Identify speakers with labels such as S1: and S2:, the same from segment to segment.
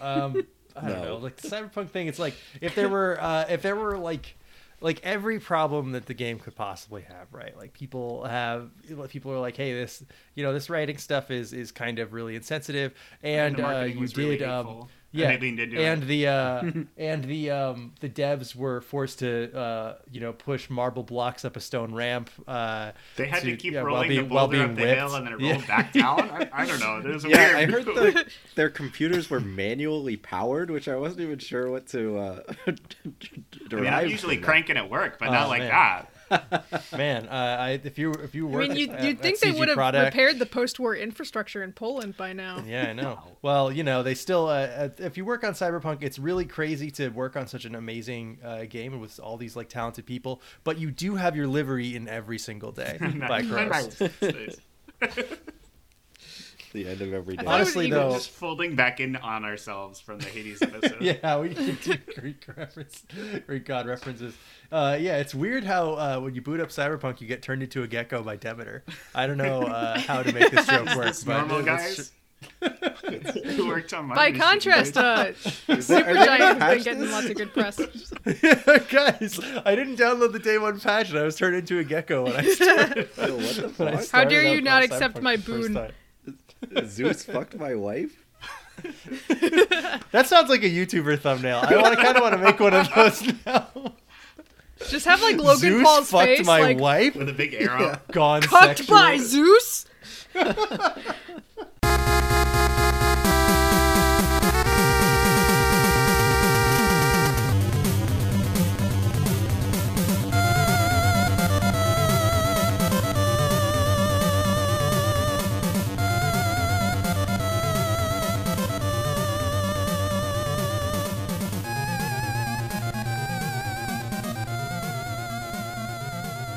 S1: Um, I don't
S2: No.
S1: know. Like the cyberpunk thing, it's like if there were uh, if there were like like every problem that the game could possibly have, right? Like people have people are like, hey, this you know this writing stuff is is kind of really insensitive, and,
S3: the
S1: uh,
S3: marketing
S1: you
S3: was
S1: did
S3: really
S1: um,
S3: hateful, and
S1: yeah,
S3: they leaned into
S1: and
S3: it.
S1: the uh, and the um, the devs were forced to uh, you know push marble blocks up a stone ramp. Uh,
S3: They had to, keep
S1: yeah,
S3: rolling the boulder up the hill and then it
S1: Yeah.
S3: rolled back down. I, I don't know. There's a
S1: Yeah, I
S3: weird.
S1: heard the
S2: Their computers were manually powered, which I wasn't even sure what to uh,
S3: I
S2: derive.
S3: mean, I'm usually
S2: from that.
S3: cranking at work, but not
S1: Oh,
S3: like
S1: man.
S3: that.
S1: man. Uh, I, if you if you
S4: I
S1: were,
S4: mean, you'd, you'd think they would have repaired the post-war infrastructure in Poland by now.
S1: Yeah, I know. Well, you know, they still. Uh, uh, if you work on Cyberpunk, it's really crazy to work on such an amazing uh, game with all these like talented people. But you do have your livery in every single day. by Christ.
S3: Christ.
S2: the end of every day.
S4: thought it was
S1: Honestly,
S4: even
S2: Oh.
S1: though,
S3: Just folding back in on ourselves from the Hades episode.
S1: yeah, we can do Greek reference, Greek god references. Uh, yeah, it's weird how uh, when you boot up Cyberpunk, you get turned into a gecko by Demeter. I don't know uh, how to make this joke work.
S3: It's
S1: but
S3: normal
S1: it's
S3: guys who worked on my
S4: By
S3: research,
S4: contrast,
S3: right?
S4: uh,
S2: Is that- are they gonna
S4: Supergiant has been
S2: patch
S4: getting
S2: this?
S4: lots of good press.
S1: guys, I didn't download the day one patch, and I was turned into a gecko when I started.
S2: Yo, what the
S1: when I
S2: fuck?
S4: How dare
S1: started
S4: you
S1: up
S4: not
S1: on Cyberpunk
S4: accept my
S1: the first
S4: boon.
S1: time.
S2: Zeus fucked my wife.
S1: That sounds like a YouTuber thumbnail. I want to kind of want to make one of those now.
S4: Just have like Logan
S1: Zeus
S4: Paul's
S1: fucked
S4: face,
S1: my
S4: like
S1: wife.
S3: with a big arrow.
S1: Gone
S4: cucked
S1: sexual.
S4: by Zeus.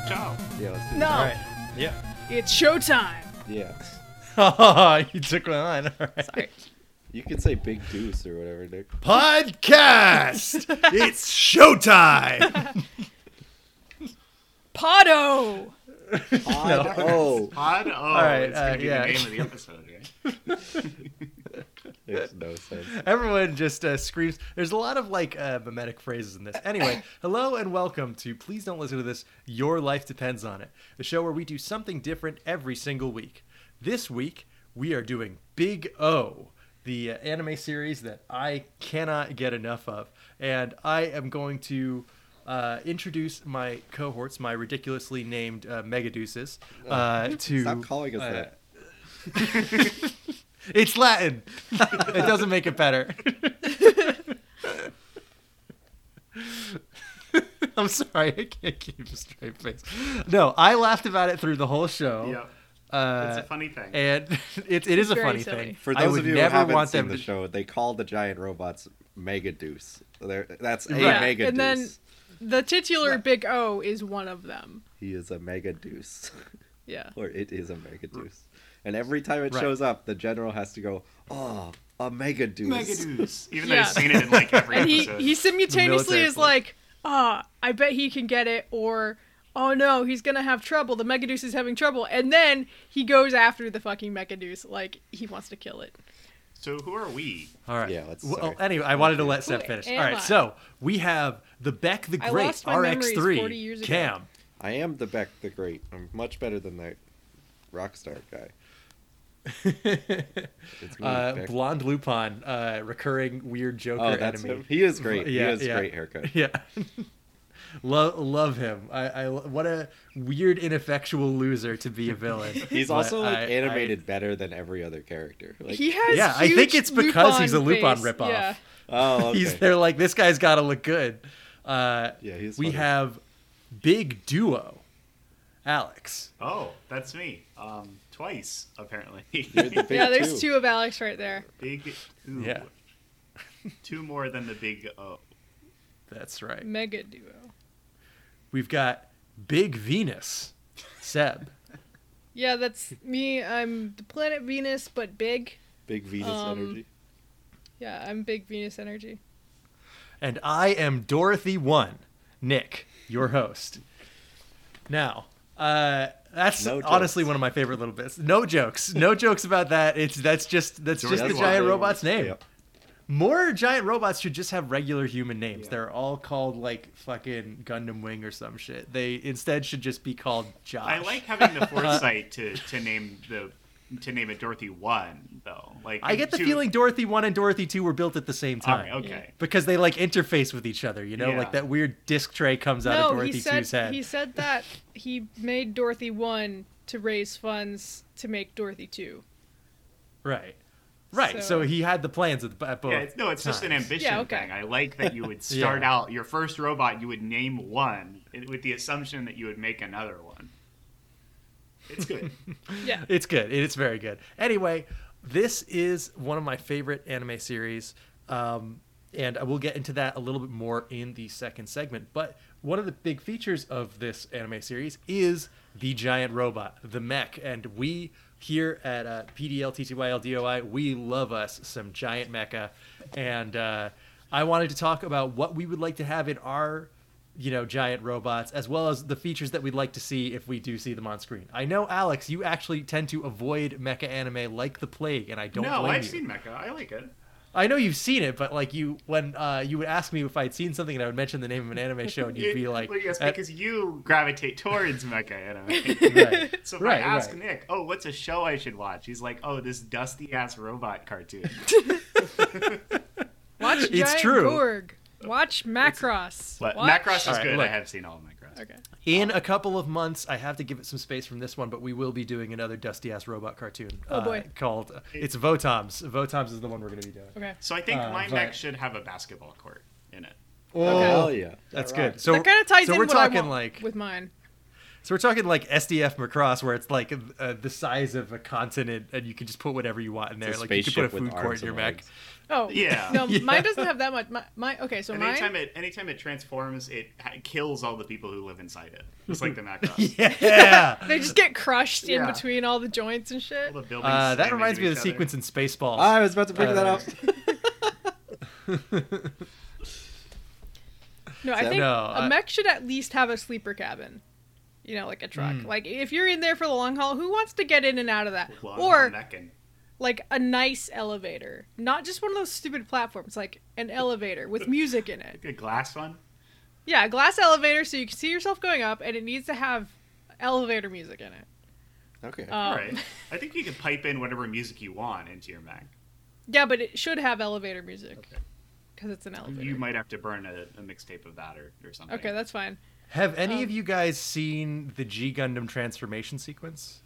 S3: Ciao.
S2: Yeah, let's do
S4: No,
S1: All right. Yeah.
S4: it's showtime.
S2: that. Yeah.
S1: Oh, you took my line. All right.
S4: Sorry.
S2: You could say Big Deuce or whatever, Nick.
S1: Podcast. it's showtime.
S4: Podo.
S2: Pod- Oh,
S3: Pod. Oh,
S1: right,
S3: it's gonna
S1: uh,
S3: be
S1: yeah.
S3: the name of the episode. Right?
S2: makes no sense.
S1: Everyone just uh, screams. There's a lot of like uh, mimetic phrases in this. Anyway, hello and welcome to Please Don't Listen to This. Your life depends on it. The show where we do something different every single week. This week we are doing Big O, the uh, anime series that I cannot get enough of, and I am going to. Uh, introduce my cohorts, my ridiculously named uh, Megaduces, uh, to
S2: Stop calling us
S1: uh,
S2: that.
S1: It's Latin. it doesn't make it better. I'm sorry, I can't keep a straight face. No, I laughed about it through the whole show.
S3: Yeah,
S1: Uh,
S3: it's a funny thing.
S1: and it, it is a
S4: Very
S1: funny
S4: silly.
S1: thing.
S2: For
S1: I
S2: those
S1: would
S2: of you who
S1: never
S2: haven't
S1: want
S2: seen
S1: them
S2: the
S1: to.
S2: show, they call the giant robots Mega Deuce. They're, that's a
S1: Right.
S2: Mega
S4: And
S2: Deuce.
S4: then- The titular Big O is one of them.
S2: He is a Mega Deuce,
S4: Yeah.
S2: or it is a Mega Deuce. And every time it
S1: Right.
S2: shows up, the general has to go, "Oh, a Mega Deuce."
S3: Megaduce. Even
S4: Yeah.
S3: though I've seen it in like every
S4: And he
S3: episode.
S4: he simultaneously
S1: military
S4: is
S1: police.
S4: like, ah, I bet he can get it, or oh no, he's gonna have trouble. The Megaduce is having trouble, and then he goes after the fucking Megaduce, like he wants to kill it.
S3: So who are we?
S1: All right.
S2: Yeah, let's-
S1: well,
S2: sorry.
S1: anyway, I wanted to let Seth
S4: Who
S1: finish. All
S4: am
S1: right,
S4: I?
S1: so we have the Beck the
S4: I
S1: Great
S4: lost my memories 40 years
S1: RX3
S4: ago.
S1: Cam.
S2: I am the Beck the Great. I'm much better than that Rockstar guy. It's me,
S1: Uh,
S2: Beck.
S1: blonde Lupin, uh, recurring weird Joker
S2: oh, that's
S1: enemy.
S2: him. He is great. he
S1: Yeah,
S2: has
S1: yeah.
S2: great haircut.
S1: Yeah. love love him. I, I what a weird ineffectual loser to be a villain.
S2: He's
S1: But
S2: also like
S1: I-
S2: animated better than every other character. Like,
S4: he has
S1: yeah, I think
S4: huge
S1: it's because
S4: Lupin
S1: he's a Lupin
S4: face.
S1: ripoff.
S4: Yeah.
S2: oh,
S1: I,
S2: okay.
S1: he's they're like this guy's got to look good. Uh,
S2: Yeah, he's
S1: we
S2: funny.
S1: have big duo, Alex.
S3: Oh, that's me. Um, twice apparently.
S2: You're the big
S4: yeah, there's
S2: two.
S4: two of Alex right there.
S3: big. Ooh.
S1: Yeah.
S3: Two more than the big O.
S1: That's right.
S4: Mega duo.
S1: We've got Big Venus, Seb.
S4: Yeah, that's me. I'm the planet Venus, but big.
S2: Big Venus
S4: Um,
S2: energy.
S4: Yeah, I'm big Venus energy.
S1: And I am Dorothy One, Nick, your host. Now, uh, that's
S2: No
S1: honestly
S2: jokes.
S1: one of my favorite little bits. No jokes, no jokes about that. It's that's just that's just the
S3: Dorothy One.
S1: giant robot's name.
S2: Yep.
S1: More giant robots should just have regular human names.
S3: Yeah.
S1: They're all called like fucking Gundam Wing or some shit. They instead should just be called Josh.
S3: I like having the foresight to, to name the to name it Dorothy One though. Like
S1: I get the
S3: to-
S1: feeling Dorothy One and Dorothy Two were built at the same
S3: All
S1: time.
S3: right, okay.
S1: Because they like interface with each other, you know,
S3: Yeah.
S1: like that weird disc tray comes out of
S4: no,
S1: Dorothy
S4: he said
S1: Two's head.
S4: he said that he made Dorothy one to raise funds to make Dorothy two.
S1: Right, right. So,
S4: So-
S1: he had the plans at, at both.
S3: Yeah, it's, no, it's just an
S1: times.
S3: ambition
S4: Yeah, okay.
S3: thing. I like that you would start
S1: Yeah.
S3: out your first robot, you would name one it- with the assumption that you would make another one. It's good.
S4: Yeah.
S1: It's good. It's very good. Anyway, this is one of my favorite anime series. Um, and I will get into that a little bit more in the second segment. But one of the big features of this anime series is the giant robot, the mech. And we here at uh, PDL TTYL DOI, we love us some giant mecha. And uh, I wanted to talk about what we would like to have in our you know, giant robots, as well as the features that we'd like to see if we do see them on screen. I know, Alex, you actually tend to avoid mecha anime like the plague, and I don't
S3: no,
S1: blame
S3: I've
S1: you.
S3: seen Mecha. I like it.
S1: I know you've seen it, but like you, when uh, you would ask me if I'd seen something, and I would mention the name of an anime show, and you'd
S3: It-
S1: be like, uh, "Eh,
S3: well, yes,
S1: at-
S3: because you gravitate towards Mecha anime.
S1: right.
S3: So if
S1: Right,
S3: I ask
S1: right.
S3: Nick, "Oh, what's a show I should watch?" He's like, "Oh, this dusty ass robot cartoon."
S4: Watch
S1: It's
S4: Giant
S1: true.
S4: Gorg. Watch Macross.
S3: But
S4: Watch-
S3: Macross is
S1: All right,
S3: good.
S1: look.
S3: I have seen all of Macross.
S4: Okay.
S1: in a couple of months, I have to give it some space from this one, but we will be doing another dusty ass robot cartoon.
S4: Oh, boy.
S1: uh, called it's Votoms. Votoms is the one we're going to be doing.
S4: Okay.
S3: So I think
S1: Uh,
S3: my
S1: but-
S3: neck should have a basketball court in it.
S1: Oh,
S2: Hell yeah.
S1: that's
S2: That
S1: good.
S2: rocks.
S1: So
S4: that kind of ties
S1: so
S4: in
S1: we're
S4: what
S1: talking
S4: I want
S1: like
S4: with mine.
S1: So we're talking like SDF Macross, where it's like uh, the size of a continent, and you can just put whatever you want in there.
S2: a
S1: Like you can put a
S2: spaceship with
S1: food court
S2: arms
S1: in your
S2: and
S1: mech.
S2: legs.
S4: Oh
S3: Yeah.
S4: No,
S1: Yeah.
S4: mine doesn't have that much. My, my okay. So
S3: And
S4: mine.
S3: anytime it anytime it transforms, it ha- kills all the people who live inside it. Just like the Macross.
S1: Yeah, Uh,
S4: They just get crushed in
S3: Yeah.
S4: between all the joints and shit.
S3: All the buildings
S1: uh, that
S3: slam
S1: reminds me
S3: into
S1: of the
S3: each other.
S1: sequence in Spaceballs.
S2: I was about to figure that
S1: Uh,
S2: out.
S4: No, I
S2: So-
S4: think
S1: No,
S4: a
S1: I-
S4: mech should at least have a sleeper cabin. You know, like a truck.
S1: Hmm.
S4: Like if you're in there for the long haul, who wants to get in and out of that?
S3: Long
S4: or
S3: neck and-
S4: like a nice elevator, not just one of those stupid platforms. Like an elevator with music in it.
S3: a glass one.
S4: Yeah, a glass elevator so you can see yourself going up, and it needs to have elevator music in it.
S2: Okay.
S4: Um,
S3: All right. I think you can pipe in whatever music you want into your Mac.
S4: Yeah, but it should have elevator music because it's an elevator.
S3: You might have to burn a, a mixtape of that or, or something.
S4: Okay, that's fine.
S1: Have any
S4: Um,
S1: of you guys seen the G Gundam transformation sequence?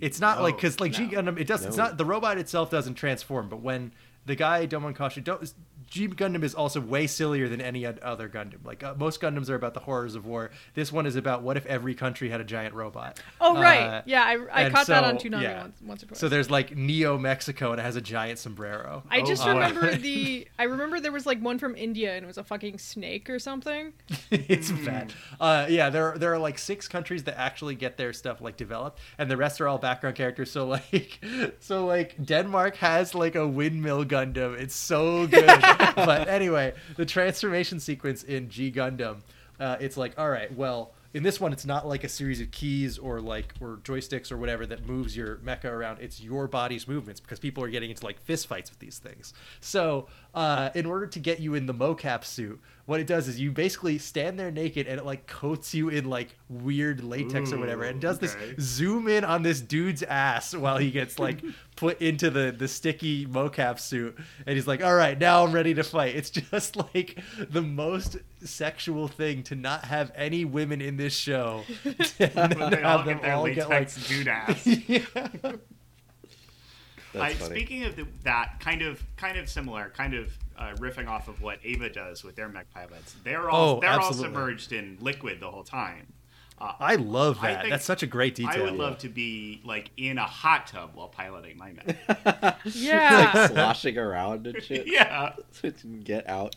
S1: It's not like
S3: No,
S1: because like G
S3: no.
S1: Gundam, it does. It's
S2: No.
S1: not the robot itself doesn't transform, but when the guy Domon Kasha, don't, G Gundam is also way sillier than any other Gundam. Like uh, most Gundams are about the horrors of war. This one is about what if every country had a giant robot.
S4: Oh right,
S1: Uh,
S4: yeah, I, I
S1: and
S4: caught that on
S1: so,
S4: Toonami
S1: yeah.
S4: once, once or twice.
S1: So there's like Neo Mexico and it has a giant sombrero.
S4: I just
S1: Oh, wow.
S4: remember the. I remember there was like one from India and it was a fucking snake or something.
S1: it's bad. Uh, yeah, there are, there are like six countries that actually get their stuff like developed, and the rest are all background characters. So like, so like Denmark has like a windmill Gundam. It's so good. but anyway, the transformation sequence in G Gundam, uh, it's like all right, well. In this one, it's not like a series of keys or like or joysticks or whatever that moves your mecha around. It's your body's movements because people are getting into like fist fights with these things. So, uh, in order to get you in the mocap suit, what it does is you basically stand there naked and it like coats you in like weird latex or whatever and
S3: Ooh,
S1: does this
S3: okay.
S1: zoom in on this dude's ass while he gets like put into the the sticky mocap suit and he's like all right now i'm ready to fight it's just like the most sexual thing to not have any women in this show and
S3: But
S1: then
S3: they all
S1: have
S3: get
S1: them
S3: their
S1: all get like
S3: latex dude ass.
S1: yeah.
S3: I-
S2: That's funny.
S3: Speaking of the, that, kind of, kind of similar, kind of uh, riffing off of what Ava does with their mech pilots. They're all
S1: Oh,
S3: they're
S1: absolutely.
S3: all submerged in liquid the whole time. Uh,
S1: i love
S3: I
S1: that
S3: think
S1: that's such a great detail
S3: I would love to be like in a hot tub while piloting my mech.
S4: Yeah,
S2: sloshing around and shit.
S3: yeah,
S2: So it can get out.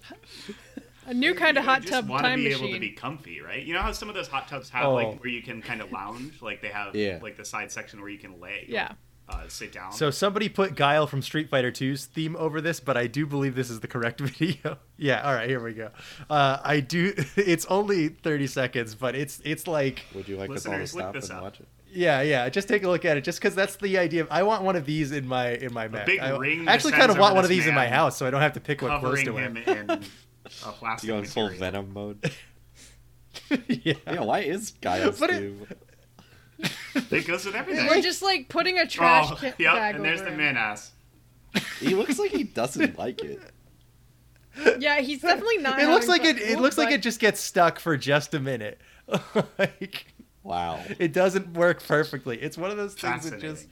S4: a new kind of hot
S3: you
S4: tub
S3: just want to
S4: time
S3: be
S4: machine.
S3: able to be comfy, right? You know how some of those hot tubs have
S1: Oh.
S3: like where you can kind of lounge, like they have
S2: Yeah.
S3: like the side section where you can lay,
S4: Yeah.
S3: uh, sit down.
S1: So somebody put Guile from Street Fighter 2's theme over this, but I do believe this is the correct video. yeah, all right, here we go. Uh, I do. It's only thirty seconds, but it's it's like
S2: Would you like us all to
S3: Listeners, look
S2: stop and
S3: this up.
S2: watch it?
S1: Yeah, yeah. Just take a look at it, just because that's the idea. Of, I want one of these in my in my Mac.
S3: big
S1: I,
S3: ring
S1: I actually
S3: descends
S1: kind of want
S3: over
S1: one of
S3: this
S1: these in my
S3: man,
S1: house, so I don't have to pick what clothes to
S3: covering
S1: wear.
S3: him in a plastic
S2: You going full
S3: material.
S2: Venom mode?
S1: yeah.
S2: Yeah, why is Gaius
S1: But it-
S2: do?
S3: It goes with everything.
S4: We're just like putting a trash
S3: oh,
S4: ca-
S3: yep,
S4: bag
S3: and there's
S4: over
S3: the
S4: him.
S3: man ass.
S2: He looks like he doesn't like it.
S4: Yeah, he's definitely not.
S1: It looks
S4: having
S1: like
S4: fun.
S1: it. It looks like
S4: But
S1: it just gets stuck for just a minute. like
S2: Wow.
S1: it doesn't work perfectly. It's one of those things that
S3: Fascinating.
S1: just.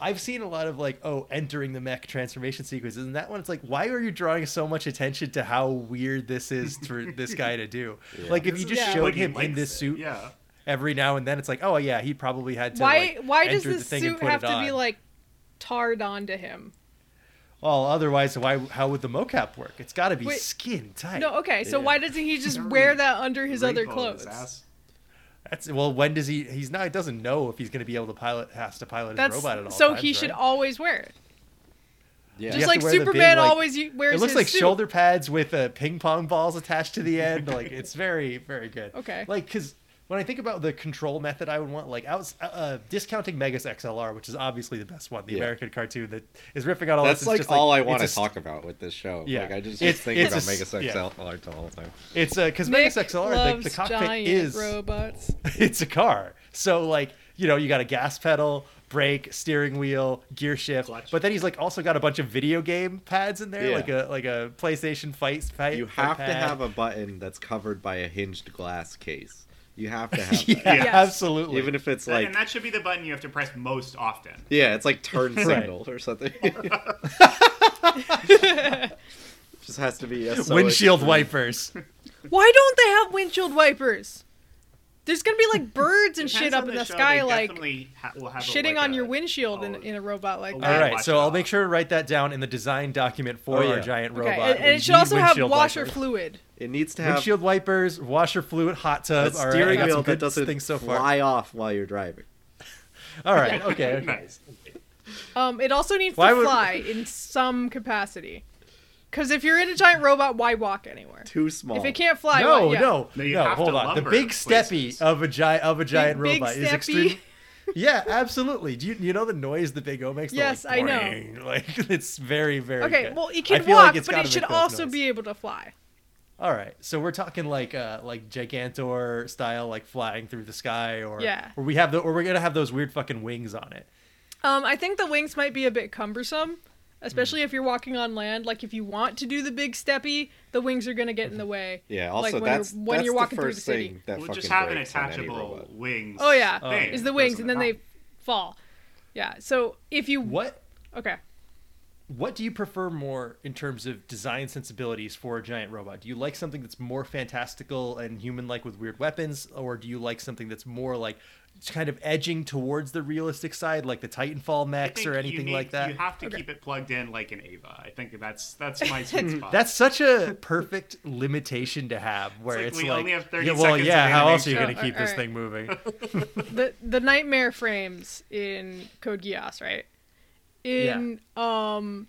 S1: I've seen a lot of like, oh, entering the mech transformation sequences, and that one, it's like, why are you drawing so much attention to how weird this is for this guy to do?
S2: Yeah.
S1: Like, if you just
S4: Yeah.
S1: showed
S3: But he
S1: him in
S3: likes
S1: this
S3: it.
S1: suit
S3: Yeah.
S1: every now and then, it's like, oh yeah, he probably had to.
S4: Why?
S1: like,
S4: why does
S1: enter
S4: this
S1: the thing and
S4: suit
S1: put it
S4: have to be
S1: on.
S4: like tarred onto him?
S1: Well, otherwise, why? How would the mocap work? It's got to be
S4: Wait.
S1: skin tight.
S4: No, okay. So
S1: Yeah.
S4: why doesn't he just
S3: Never
S4: wear
S3: really
S4: that under his other
S3: Wrinkle in
S4: clothes?
S3: his ass.
S1: That's well. When does he? He's not. He doesn't know if he's going to be able to pilot. Has to pilot
S4: That's
S1: his robot at all
S4: so
S1: times,
S4: he should
S1: right?
S4: always wear it.
S2: Yeah.
S1: You
S4: Just
S1: have
S4: like
S1: to wear the big,
S4: Superman
S1: like-
S4: always u- wears.
S1: It looks
S4: his
S1: like
S4: suit.
S1: shoulder pads with uh, ping pong balls attached to the end. Like it's very, very good.
S4: Okay.
S1: Like because when I think about the control method, I would want like out uh, uh, discounting Megas XLR, which is obviously the best one, the
S2: Yeah.
S1: American cartoon that is ripping on all
S2: That's
S1: this. It's
S2: like
S1: just,
S2: all I want to
S1: it's a st-
S2: talk about with this show.
S1: Yeah.
S2: Like I just,
S1: It's-
S2: just think
S1: it's
S2: about
S1: a
S2: Mega
S1: s-
S2: Sex
S1: yeah.
S2: all the whole time.
S1: It's uh, because
S4: Nick
S1: Megas XLR,
S4: loves
S1: the, the cockpit
S4: giant
S1: is
S4: robots.
S1: it's a car. So like, you know, you got a gas pedal, brake, steering wheel, gear shift.
S3: Clutch.
S1: But then he's like also got a bunch of video game pads in there,
S2: Yeah.
S1: like a like a PlayStation fight. fight
S2: You have to
S1: pad.
S2: have a button that's covered by a hinged glass case. You have to have
S1: yeah,
S2: that.
S3: Yes.
S1: absolutely.
S2: Even if it's
S3: That-
S2: like
S3: and that should be the button you have to press most often.
S2: Yeah, it's like turn
S1: Right.
S2: signal or something. Just has to be a
S1: windshield wipers.
S4: Why don't they have windshield wipers? There's gonna be like birds and shit
S3: Depends
S4: up
S3: on
S4: in the
S3: show,
S4: sky,
S3: they
S4: like
S3: definitely ha- will have a,
S4: shitting
S3: like,
S4: on
S3: a-
S4: your windshield in,
S3: oh,
S4: in a robot like
S3: a
S4: that.
S1: All right,
S3: Watch
S1: so I'll
S3: out.
S1: make sure to write that down in the design document for
S2: Oh,
S1: our
S2: yeah.
S1: giant
S4: Okay,
S1: robot.
S4: and, and
S1: We
S4: it should
S1: need
S4: also have
S1: windshield
S4: washer
S1: wipers.
S4: fluid.
S2: It needs to have
S1: Windshield wipers, washer fluid, hot
S2: a
S1: tub. All right, I
S2: steering
S1: got some
S2: wheel that
S1: good
S2: doesn't
S1: things so far.
S2: fly off while you're driving.
S1: All right, okay. okay.
S3: nice.
S4: Um, it also needs
S1: Why
S4: to
S1: would-
S4: fly in some capacity. Because if you're in a giant robot, why walk anywhere?
S2: Too small.
S4: If it can't fly,
S1: no,
S4: why, yeah.
S1: no,
S3: No, you
S1: no.
S3: have to
S1: Hold on. The
S3: lumber
S1: big steppy
S3: places.
S1: of a giant of a giant
S4: big
S1: robot is
S4: steppy.
S1: extreme. yeah, absolutely. Do you you know the noise the big O makes? The,
S4: Yes,
S1: like,
S4: I know.
S1: boing? Like it's very very.
S4: Okay,
S1: good.
S4: well, it
S1: I
S4: can
S1: feel
S4: walk,
S1: like it's
S4: but
S1: gotta
S4: it should
S1: make those
S4: also
S1: noises.
S4: be able to fly.
S1: All right, so we're talking like uh like Gigantor style, like flying through the sky, or
S4: Yeah.
S1: or we have the or we're gonna have those weird fucking wings on it.
S4: Um, I think the wings might be a bit cumbersome,
S1: Hmm.
S4: especially if you're walking on land. Like if you want to do the big steppy, the wings are gonna get in the
S1: Mm-hmm.
S4: way.
S2: yeah,
S4: like,
S2: also
S4: when
S2: that's
S4: you're, when
S2: that's
S4: you're
S2: the
S4: walking through the
S2: first
S4: city.
S2: thing that
S3: We'll
S2: fucking
S3: just have an
S2: breaks on any
S3: attachable
S2: robot.
S3: wings.
S4: Oh yeah,
S1: Oh, yeah.
S4: is the wings, and then they
S3: Doesn't
S4: fall. Yeah. So if you
S1: What
S4: okay,
S1: what do you prefer more in terms of design sensibilities for a giant robot? Do you like something that's more fantastical and human like with weird weapons, or do you like something that's more like it's kind of edging towards the realistic side, like the Titanfall
S3: I
S1: mechs or
S3: think
S1: anything
S3: you
S1: like
S3: need-
S1: that?
S3: You have to
S4: Okay.
S3: keep it plugged in like an Ava. I think that's that's my sweet spot.
S1: That's such a perfect limitation to have, where
S3: like
S1: it's
S3: we
S1: like,
S3: only have 30
S1: yeah, well,
S3: seconds of
S1: yeah. How else are you going to
S4: animation.
S1: keep
S4: Oh,
S1: this
S4: alright.
S1: thing moving?
S4: the the nightmare frames in Code Geass, right? In um,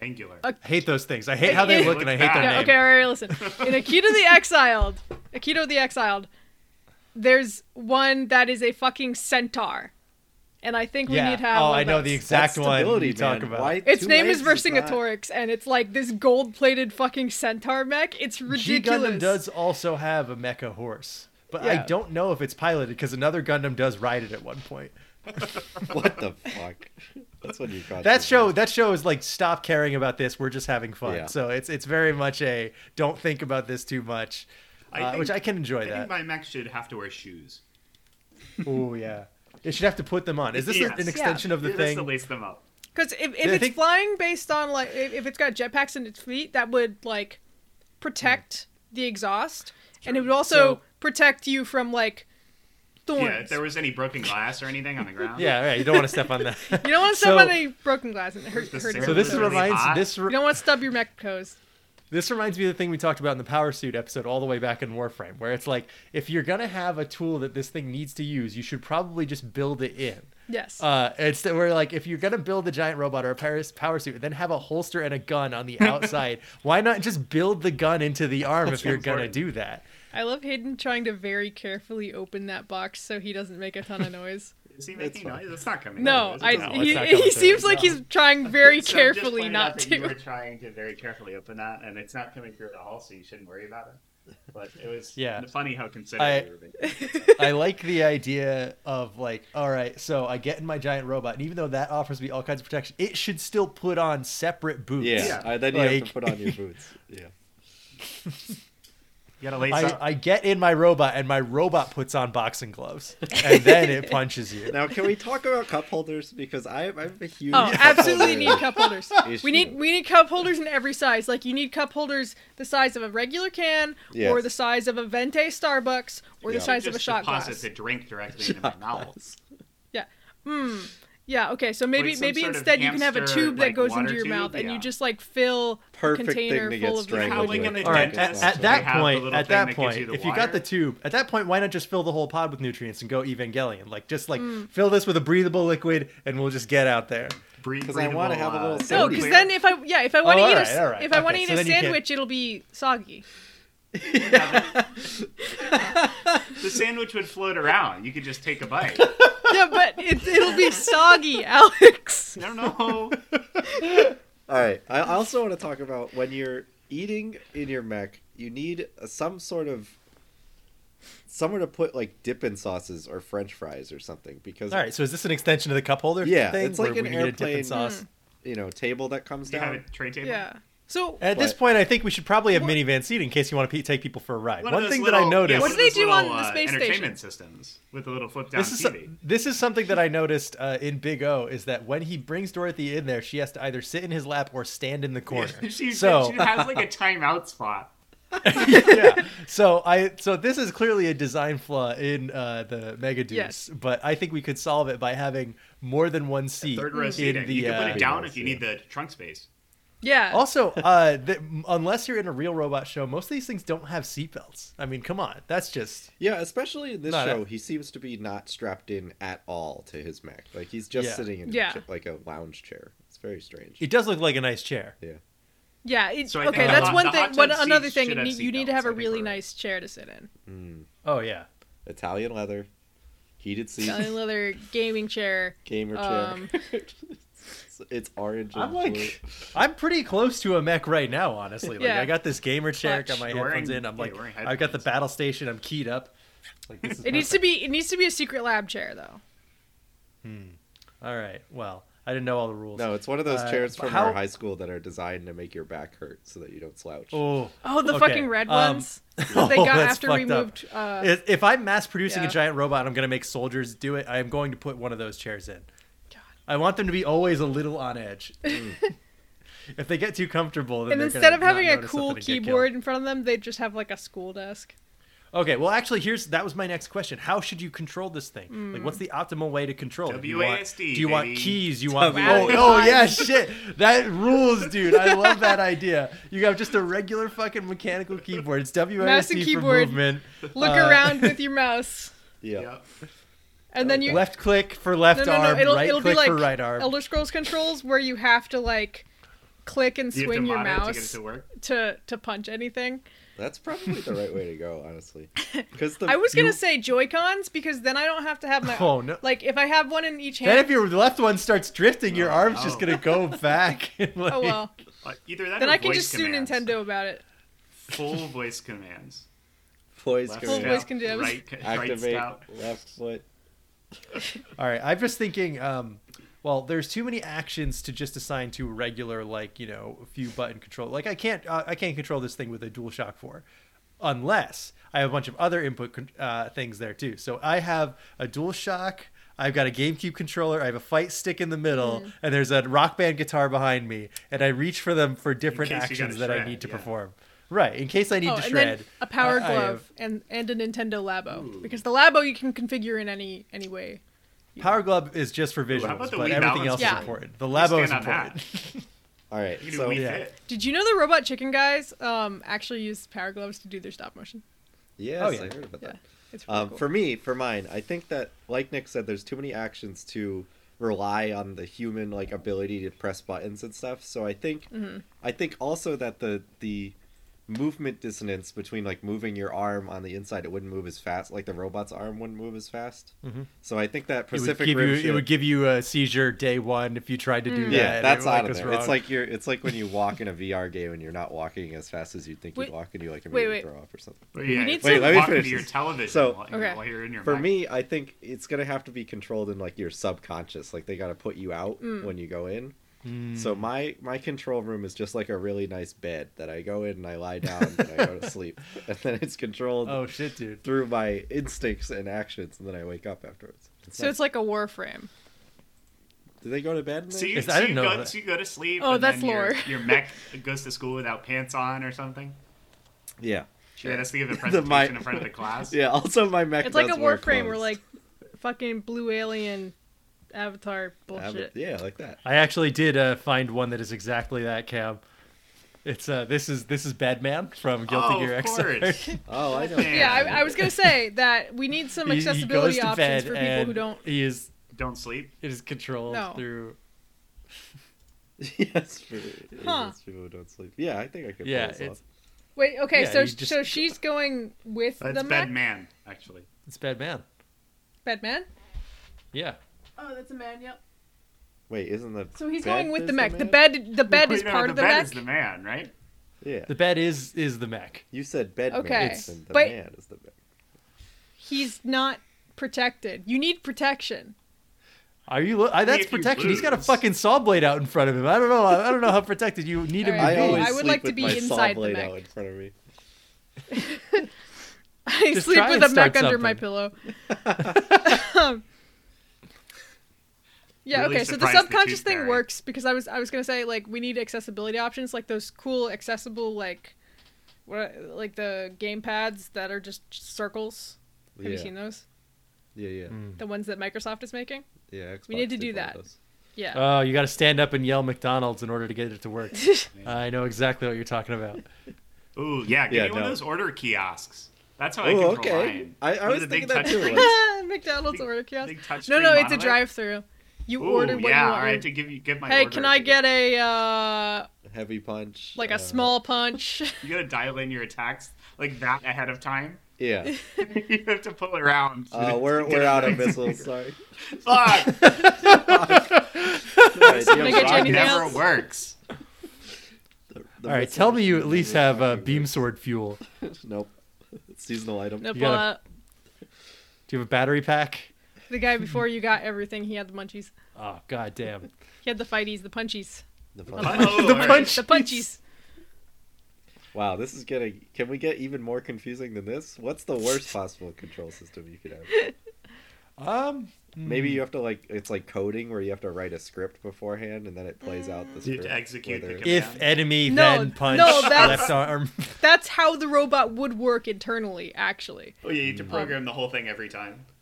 S3: angular.
S4: a
S1: hate those things. I hate how they
S4: It-
S1: look and I hate their
S3: Yeah,
S4: yeah,
S1: name.
S4: okay, all right, listen. In Akito the Exiled, Akito the Exiled, there's one that is a fucking centaur, and I think we
S1: Yeah.
S4: need to have.
S1: oh,
S4: one
S1: I
S4: of
S1: know
S4: those.
S1: the exact
S2: That's
S1: one
S2: stability,
S1: you talk
S2: man.
S1: about.
S2: Why
S4: Its
S2: two
S4: name is
S2: legs not-
S4: Versingatorix, and it's like this gold-plated fucking centaur mech. It's
S1: G
S4: ridiculous.
S1: Gundam does also have a mecha horse, but I
S4: Yeah.
S1: don't know if it's piloted because another Gundam does ride it at one point.
S2: What the fuck? That's what you got.
S1: That
S2: to
S1: show,
S2: do.
S1: that show is like stop caring about this. We're just having fun.
S2: Yeah.
S1: So it's it's very much a don't think about this too much, uh,
S3: think-
S1: which I can enjoy
S3: I think
S1: that.
S3: my mech should have to wear shoes.
S1: Oh yeah, it should have to put them on. Is this
S3: Yes.
S1: an extension of the
S3: It has
S1: thing?
S3: to lace them up.
S4: Because if, if
S1: Yeah, I
S4: it's
S1: think-
S4: flying based on like if, if it's got jetpacks in its feet, that would like protect the exhaust, and it would also
S1: So-
S4: protect you from like thorns.
S3: Yeah, if there was any broken glass or anything on the ground.
S1: yeah, yeah. You don't want to step on that.
S4: You don't want to step
S1: So-
S4: on any broken glass and hurt,
S3: The
S4: hurt
S3: sand
S1: So this
S3: Really
S1: reminds
S3: hot.
S1: this re-
S4: You don't want to stub your mech toes.
S1: This reminds me of the thing we talked about in the power suit episode all the way back in Warframe, where it's like if you're gonna have a tool that this thing needs to use, you should probably just build it in.
S4: Yes.
S1: Uh, it's that we're like if you're gonna build a giant robot or a power, power suit, then have a holster and a gun on the outside. why not just build the gun into the arm if you're gonna
S3: important.
S1: do that?
S4: I love Hayden trying to very carefully open that box so he doesn't make a ton of noise.
S3: Is he making
S2: fine.
S3: noise? It's not coming.
S4: No,
S3: out, is it?
S4: I,
S5: No, it's
S4: he,
S5: not
S4: he
S5: coming
S4: seems
S5: through.
S4: like
S5: No.
S4: he's trying very
S3: So I'm just
S4: carefully
S3: pointing out
S4: not
S3: that
S4: to.
S3: You were trying to very carefully open that, and it's not coming through at all, so you shouldn't worry about it. But it was
S1: Yeah.
S3: funny how considerate
S1: I-
S3: you were being.
S1: I like the idea of like, all right, so I get in my giant robot, and even though that offers me all kinds of protection, it should still put on separate boots.
S2: Yeah,
S3: Yeah.
S2: I, then you have
S1: Like-
S2: to put on your boots. Yeah.
S3: You gotta lace
S1: I,
S3: up.
S1: I get in my robot, and my robot puts on boxing gloves, and then it punches you.
S2: Now, can we talk about cup holders? Because I, I'm a huge.
S4: Oh,
S2: cup
S4: absolutely
S2: holder
S4: need cup holders.
S2: issue.
S4: We need we need cup holders in every size. Like you need cup holders the size of a regular can, or
S2: Yes.
S4: the size of a Vente Starbucks, or the
S2: Yeah.
S4: size of
S3: just
S4: a shot
S3: deposit
S4: glass.
S3: the drink directly into my mouth.
S4: Hmm. Yeah. Okay. So maybe
S3: Like some
S4: maybe
S3: sort of
S4: instead you can have a
S3: hamster,
S4: tube that
S3: like,
S4: goes into
S3: water
S4: your
S3: tube?
S4: mouth and
S3: Yeah.
S4: you just like fill
S2: Perfect
S4: a container
S2: thing to get
S4: full of the liquid.
S2: strangled
S3: Like in
S2: with.
S3: the
S1: All right,
S3: dentist
S1: at, at that
S3: office, they have the
S1: point,
S3: little
S1: at
S3: thing
S1: that
S3: that gives
S1: point,
S3: you the
S1: if you got
S3: water.
S1: the tube, at that point, why not just fill the whole pod with nutrients and go Evangelion? Like, just like fill this with a breathable liquid, and we'll just get out there.
S3: Breathe-
S2: 'Cause I
S3: breathable,
S2: wanna have a
S3: uh,
S2: little
S4: No,
S2: Clear.
S4: because then if I yeah if I want to
S1: Oh,
S4: eat a
S1: alright,
S4: s-
S1: alright.
S4: if I want to
S1: Okay,
S4: eat
S1: so
S4: a
S1: then you can't-
S4: sandwich, it'll be soggy.
S3: the sandwich would float around. You could just take a bite.
S4: yeah, but it, it'll be soggy, Alex.
S3: I don't know.
S2: All right. I also want to talk about when you're eating in your mech, you need some sort of somewhere to put like dipping sauces or French fries or something because
S1: All right, so is this an extension of the cup holder?
S2: Yeah,
S1: thing,
S2: it's like
S1: where
S2: an
S1: we need a dipping
S2: airplane-
S1: sauce.
S2: you know table that comes
S3: Do you have a
S2: down.
S3: tray table?
S4: Mm. Yeah. So
S1: At this
S2: But-
S1: point, I think we should probably have
S4: What-
S1: minivan seat in case you want to pe- take people for a ride.
S3: One,
S1: One,
S3: of those
S1: thing that
S3: little-
S1: I
S3: yeah,
S1: noticed.
S3: one
S4: What
S3: of
S4: do they
S3: those
S4: do
S3: little,
S4: on the
S3: uh,
S4: space station?
S3: entertainment systems with a little flip down
S1: this is
S3: TV.
S1: this is something that I noticed uh, in Big O is that when he brings Dorothy in there, she has to either sit in his lap or stand in the corner.
S3: she,
S1: so
S3: she has like a timeout spot.
S1: yeah. So I so this is clearly a design flaw in uh, the Mega Deuce,
S4: Yes.
S1: but I think we could solve it by having more than one seat
S3: Third
S4: Mm-hmm.
S3: row
S1: in
S3: seating.
S1: the.
S3: you can put
S1: uh,
S3: it down
S2: yeah,
S3: if you
S2: yeah.
S3: need the trunk space.
S4: yeah.
S1: also, uh, th- unless you're in a real robot show, most of these things don't have seatbelts. I mean, come on, that's just
S2: Yeah, especially in this
S1: Not a-
S2: show, he seems to be not strapped in at all to his mech. Like he's just
S1: Yeah.
S2: sitting in a
S4: Yeah.
S2: cha- like a lounge chair. It's very strange.
S1: it does look like a nice chair.
S2: yeah.
S4: Yeah. It,
S3: So I think
S4: okay,
S1: the
S4: that's
S1: hot-
S4: one
S3: the
S4: thing.
S3: hot
S4: One
S3: tub
S4: another
S3: seats
S4: thing, you
S3: should have
S4: need, you need to
S3: seatbelts,
S4: have
S3: I
S4: a
S3: think
S4: really
S3: we're-
S4: nice chair to sit in.
S1: Oh yeah.
S2: Italian leather, heated seat,
S4: Italian leather gaming chair.
S2: gamer
S4: Um,
S2: chair. It's- it's orange.
S1: I'm
S2: and
S1: like, I'm pretty close to a mech right now, honestly. Like,
S4: Yeah.
S1: I got this gamer chair, got
S4: Clutch.
S1: my
S3: You're wearing-
S1: headphones in. I'm
S3: yeah,
S1: like,
S3: you're wearing
S1: I've got the
S3: headphones.
S1: battle station. I'm keyed up. Like, this is
S4: it needs to be. It needs to be a secret lab chair, though.
S1: All right. Well, I didn't know all the rules.
S2: No, it's one of those
S1: Uh,
S2: chairs
S1: but
S2: from
S1: how-
S2: our high school that are designed to make your back hurt so that you don't slouch.
S1: Oh.
S4: Oh, the
S1: Okay,
S4: fucking red
S1: um,
S4: ones that they
S1: oh,
S4: got
S1: that's
S4: after
S1: fucked
S4: we
S1: up.
S4: moved. Uh,
S1: If if I'm mass producing
S4: yeah.
S1: a giant robot, and I'm going to make soldiers do it. I am going to put one of those chairs in. I want them to be always a little on edge. if they get too comfortable, then
S4: Mm. and
S1: they're
S4: instead
S1: gonna
S4: of having
S1: not
S4: a
S1: notice
S4: cool
S1: something and get killed.
S4: keyboard in front of them, they just have like a school desk.
S1: Okay, well, actually, here's that was my next question. How should you control this thing? Like,
S4: Mm.
S1: what's the optimal way to control it? Do you want-
S3: WASD,
S1: Do you want,
S3: baby.
S1: keys? You want oh,
S4: WASD.
S1: oh yeah, shit, that rules, dude. I love that idea. You have just a regular fucking mechanical keyboard. It's
S4: Mouse and
S1: WASD
S4: keyboard.
S1: for movement.
S4: Look
S1: Uh,
S4: around with your mouse,
S2: yeah.
S3: Yep.
S4: and then you
S1: Left click for left
S4: no no
S1: arm.
S4: no. It'll
S1: right
S4: it'll
S1: click
S4: be like
S1: for right arm.
S4: Elder Scrolls controls where you have to like click and
S3: You have to
S4: swing your
S3: monitor to get it
S4: mouse
S3: to work.
S4: to to punch anything.
S2: That's probably the right way to go, honestly. Because the
S4: I was gonna
S1: You-
S4: say Joy Cons because then I don't have to have my
S1: Oh, no.
S4: like if I have one in each
S1: then
S4: hand.
S1: if your left one starts drifting, your
S3: Oh,
S1: arm's
S3: no.
S1: just gonna go back. and, like-
S4: oh well,
S3: Uh, Either that
S4: then
S3: or
S4: I can
S3: voice
S4: just sue
S3: commands.
S4: Nintendo about it.
S3: Full voice commands.
S2: voice
S3: Left
S4: Full
S2: command,
S4: voice
S3: scout,
S4: commands.
S3: Right, co- right
S2: activate
S3: scout.
S2: left foot.
S1: All right, I'm just thinking. Um, well, there's too many actions to just assign to a regular, like you know, a few button control. Like I can't, uh, I can't control this thing with a DualShock Four, unless I have a bunch of other input con- uh, things there too. So I have a DualShock. I've got a GameCube controller. I have a fight stick in the middle,
S4: Mm.
S1: and there's a rock band guitar behind me, and I reach for them for different
S3: case you
S1: actions that
S3: gotta
S1: I
S3: shred,
S1: need to
S3: yeah.
S1: perform. Right, in case I need
S4: Oh,
S1: to
S4: and
S1: shred.
S4: then a power
S1: I- I have-
S4: glove and and a Nintendo Labo because the Labo you can configure in any any way.
S1: Power glove is just for visuals,
S3: about the
S1: but
S3: Wii
S1: everything
S3: balance
S1: else is
S4: Yeah.
S1: important. The labo is
S3: stand on
S1: important.
S2: All right.
S3: You can do
S2: So
S3: Wii
S1: yeah.
S3: Fit.
S4: Did you know the Robot Chicken guys um actually use power gloves to do their stop motion?
S2: yes,
S1: Oh, yeah.
S2: I heard about
S4: Yeah,
S2: that.
S4: it's really
S2: Um,
S4: cool.
S2: For me, for mine, I think that, like Nick said, there's too many actions to rely on the human like
S4: Mm-hmm.
S2: ability to press buttons and stuff. So I think, I think also that the the movement dissonance between like moving your arm on the inside. It wouldn't move as fast. Like the robot's arm wouldn't move as fast.
S1: Mhm.
S2: So I think that
S1: It would,
S2: Pacific
S1: give
S2: Rim
S1: you,
S2: shit-
S1: it would give you a seizure day one if you tried to do that.
S2: Mm. yeah, that's
S1: It, like,
S2: out of
S1: was
S2: there.
S1: wrong.
S2: It's like you're. It's like when you walk in a VR game and you're not walking as fast as you think
S4: Wait-
S2: you'd walk, and you like
S4: wait,
S2: immediately
S4: wait.
S2: throw up or something.
S3: But yeah,
S4: We need
S3: it's
S4: some-
S3: like
S4: Wait, let
S2: me
S3: walking
S2: finish
S3: to your
S2: this.
S3: television
S2: So-
S3: while,
S4: Okay.
S3: while you're in your
S2: For
S3: mic.
S2: me, I think it's gonna have to be controlled in like your subconscious. Like they gotta put you out
S4: Mm.
S2: when you go in.
S1: Mm.
S2: So my my control room is just like a really nice bed that I go in and I lie down and I go to sleep, and then it's controlled
S1: oh shit, dude.
S2: through my instincts and actions, and then I wake up afterwards. It's
S4: So
S2: like,
S4: it's like a Warframe.
S2: do they go to bed? and
S3: So
S2: they-
S3: you,
S1: Yes,
S3: so
S1: I didn't
S3: you
S1: know
S3: go,
S1: that.
S3: so you go to sleep.
S4: Oh,
S3: and
S4: that's
S3: then your,
S4: lore.
S3: your mech goes to school without pants on or something.
S2: yeah,
S3: Yeah, that's to give a
S2: The
S3: presentation
S2: mi-
S3: in front of the class.
S2: yeah. Also, my mech.
S4: It's like a
S2: does wear
S4: Warframe where
S2: clothes.
S4: like fucking blue alien avatar
S2: Ab-
S4: bullshit.
S2: yeah, like that.
S1: I actually did uh, find one that is exactly that cam. It's uh, this is this is Batman from Guilty
S3: oh,
S1: Gear
S3: of
S1: Xrd.
S3: course.
S2: Oh, I know.
S3: Yeah.
S4: Yeah, I, I was gonna say that we need some
S1: He- he goes
S4: accessibility
S1: to
S4: options
S1: bed
S4: for people who
S1: and
S4: don't.
S1: He is
S3: Don't sleep.
S1: it is controlled
S4: No.
S1: through.
S2: yes, for
S4: Huh.
S2: yes, people who don't sleep. Yeah, I think I could.
S1: Yeah,
S2: pull this off.
S1: it's
S4: Wait, okay,
S1: Yeah,
S4: so
S1: you just-
S4: so she's going with
S3: That's
S4: the
S3: bad
S4: man.
S3: man, actually.
S1: it's Batman.
S4: Bedman.
S1: Yeah,
S4: Oh, that's a man. Yep.
S2: Wait, isn't that?
S4: So he's
S2: bed
S4: going with
S2: is
S4: the mech. The
S2: man?
S4: bed, the bed
S3: Wait,
S4: is
S3: no,
S4: part
S3: the
S4: of the
S3: bed
S4: mech.
S3: is the man, right?
S2: Yeah.
S1: the bed is is the mech.
S2: You said bed
S4: Okay,
S2: man, and the
S4: but-
S2: man is the bed.
S4: He's not protected. You need protection.
S1: Are you? Lo- I, that's
S3: If you
S1: protection. He's got a
S3: lose.
S1: fucking saw blade out in front of him. I don't know. I, I don't know how protected you need him
S4: All right.
S1: to
S2: I
S1: be.
S2: always
S4: I would
S2: sleep
S4: like to
S2: with
S4: be
S2: my
S4: inside
S2: saw
S4: the
S2: blade
S4: mech.
S2: out in front of me.
S4: I
S1: Just
S4: sleep
S1: try
S4: with
S1: and
S4: a mech
S1: start
S4: under my
S1: something.
S4: pillow. Um, yeah.
S3: Really
S4: okay. So the
S3: surprised the
S4: subconscious
S3: tooth
S4: thing
S3: fairy.
S4: works because I was I was gonna say like we need accessibility options like those cool accessible like what like the game pads that are just circles. Have
S2: yeah.
S4: you seen those?
S2: Yeah, yeah,
S1: Mm.
S4: The ones that Microsoft is making.
S2: yeah.
S4: We need
S2: Xbox
S4: to
S2: did
S4: do
S2: one of
S4: that.
S2: those.
S4: Yeah.
S1: Oh, you got to stand up and yell McDonald's in order to get it to work. I know exactly what you're talking about.
S3: Ooh, yeah. Give
S2: Yeah,
S3: me one
S2: no.
S3: of those order kiosks. That's how I
S2: Ooh,
S3: control
S2: okay.
S3: mine.
S2: I- I
S3: One of
S2: was
S3: the big
S2: thinking that
S3: touch
S2: too.
S3: screens.
S4: McDonald's
S3: Big-
S4: order kiosk.
S3: big touch
S4: No,
S3: screen
S4: no, it's a
S3: monitor.
S4: drive-through. You
S3: Ooh,
S4: order what
S3: yeah,
S4: you
S3: all
S4: want.
S3: right.
S4: your-
S3: To give you give my.
S4: hey,
S3: order
S4: can I
S3: to you.
S4: get a uh,
S2: Heavy punch.
S4: like
S2: uh,
S4: a small punch?
S3: You gotta dial in your attacks like that ahead of time.
S2: Yeah.
S3: you have to pull around.
S2: Uh, we're we're out of missiles. Sorry.
S3: Fuck.
S2: Alright,
S4: Can I
S2: yeah,
S4: get you
S3: Rock
S4: anything
S3: never
S4: else?
S3: works.
S2: the- the
S1: All right,
S2: missiles
S1: tell me you at
S2: never
S1: least have uh,
S2: fucking
S1: beam
S2: work.
S1: sword fuel.
S2: Nope. Seasonal item.
S4: no,
S2: Nope.
S1: You
S4: pull
S1: gotta-
S4: out.
S1: Do you have a battery pack?
S4: The guy before you got everything. He had the munchies.
S1: Oh god damn.
S4: He had the fighties, the punchies,
S2: The
S4: the,
S2: punch.
S3: punch.
S4: munchies,
S3: The
S4: the punchies.
S2: Wow, this is getting. Can we get even more confusing than this? What's the worst possible control system you could have?
S1: Um
S2: Maybe you have to like it's like coding where you have to write a script beforehand and then it plays out the
S3: You have
S2: script.
S3: to execute the
S2: whether-
S3: command.
S1: if enemy
S4: No,
S1: then punch
S4: no, that's-
S1: left arm.
S4: That's how the robot would work internally, actually.
S3: Oh, yeah, you need to program the whole thing every time.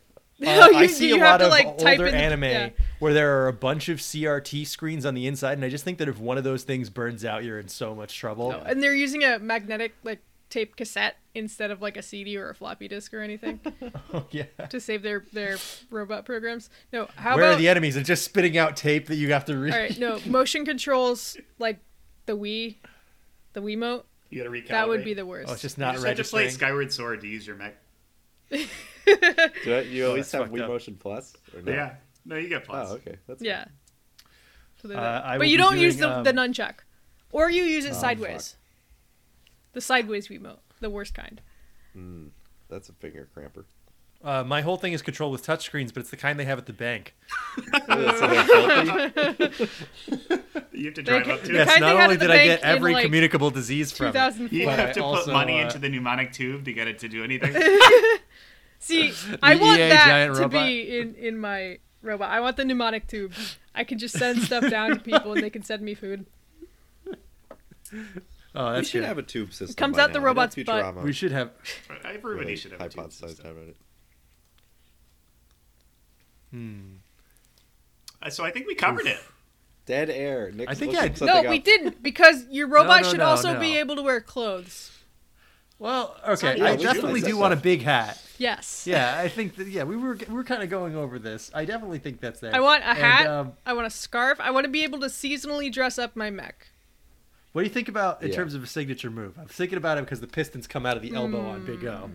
S1: Uh,
S4: You-
S1: I see
S4: you
S1: a
S4: have
S1: lot
S4: to,
S1: of
S4: like,
S1: older
S4: type in the-
S1: anime
S4: yeah.
S1: where there are a bunch of CRT screens on the inside, and I just think that if one of those things burns out, you're in so much trouble.
S4: And they're using a magnetic like tape cassette instead of like a CD or a floppy disk or anything
S1: Oh, yeah.
S4: to save their their robot programs. No, how
S1: Where
S4: about
S1: are the enemies? They're just spitting out tape that you have to read.
S4: All right, no motion controls like the Wii, the Wiimote.
S3: You gotta recalibrate.
S4: That would be
S3: You
S4: the worst.
S1: Oh, it's just
S3: just
S1: not
S3: have to play
S1: registering.
S3: Skyward Sword to use your mech.
S2: Do I- you at
S1: Oh,
S2: least
S1: that's
S2: have
S1: fucked
S2: Wii
S1: up.
S2: Motion Plus? Or no?
S3: Yeah. No, you get plus.
S2: Oh, okay. That's
S4: yeah. So they're
S1: Uh,
S4: that.
S1: I
S4: but
S1: will
S4: you
S1: be
S4: don't use
S1: doing,
S4: the, the
S1: um,
S4: nunchuck, or you use it
S2: Oh,
S4: sideways. The sideways Wiimote, the worst kind.
S2: That's a finger cramper.
S1: Uh, my whole thing is controlled with touchscreens, but it's the kind they have at the bank.
S2: So they're filthy?
S3: You have
S4: They
S3: to drive
S4: ca-
S3: up to
S4: The they
S1: Yes,
S4: kind
S1: not
S4: they had
S1: only
S4: at the
S1: did I
S4: bank
S1: get
S4: in,
S1: every
S4: like,
S1: communicable disease from it.
S4: 2004.
S3: You
S1: But I
S3: have to
S1: also,
S3: put money
S1: uh,
S3: into the mnemonic tube to get it to do anything.
S4: See, I
S1: The
S4: want
S1: EA
S4: that
S1: giant
S4: to
S1: robot.
S4: be in in my robot. I want the mnemonic tube. I can just send stuff down to people and they can send me food.
S1: Oh,
S2: we
S1: that's
S2: should
S1: good.
S2: have a tube system.
S4: comes
S2: by
S4: out the
S2: now. I know
S4: robot's butt.
S2: Futurama
S1: we should have.
S3: Everybody
S2: really
S3: should have a tube
S2: hypothesized
S3: system.
S2: about it.
S3: Uh, So I think we covered it.
S2: Dead air. Nick's
S1: I think
S2: looking
S1: I-
S2: something
S4: no, we
S2: up.
S4: didn't because your robot
S1: no,
S4: should
S1: no,
S4: also
S1: no.
S4: be able to wear clothes.
S1: Well, okay,
S2: Yeah,
S1: I
S2: we should
S1: definitely
S2: have
S1: do
S2: that
S1: want a
S2: stuff.
S1: big hat.
S4: Yes.
S1: Yeah, I think that. Yeah, we were we were kind of going over this. I definitely think that's there.
S4: I want a
S1: And,
S4: hat.
S1: um,
S4: I want a scarf. I want to be able to seasonally dress up my mech.
S1: What do you think about in
S2: Yeah.
S1: terms of a signature move? I'm thinking about it because the Pistons come out of the elbow on Big O,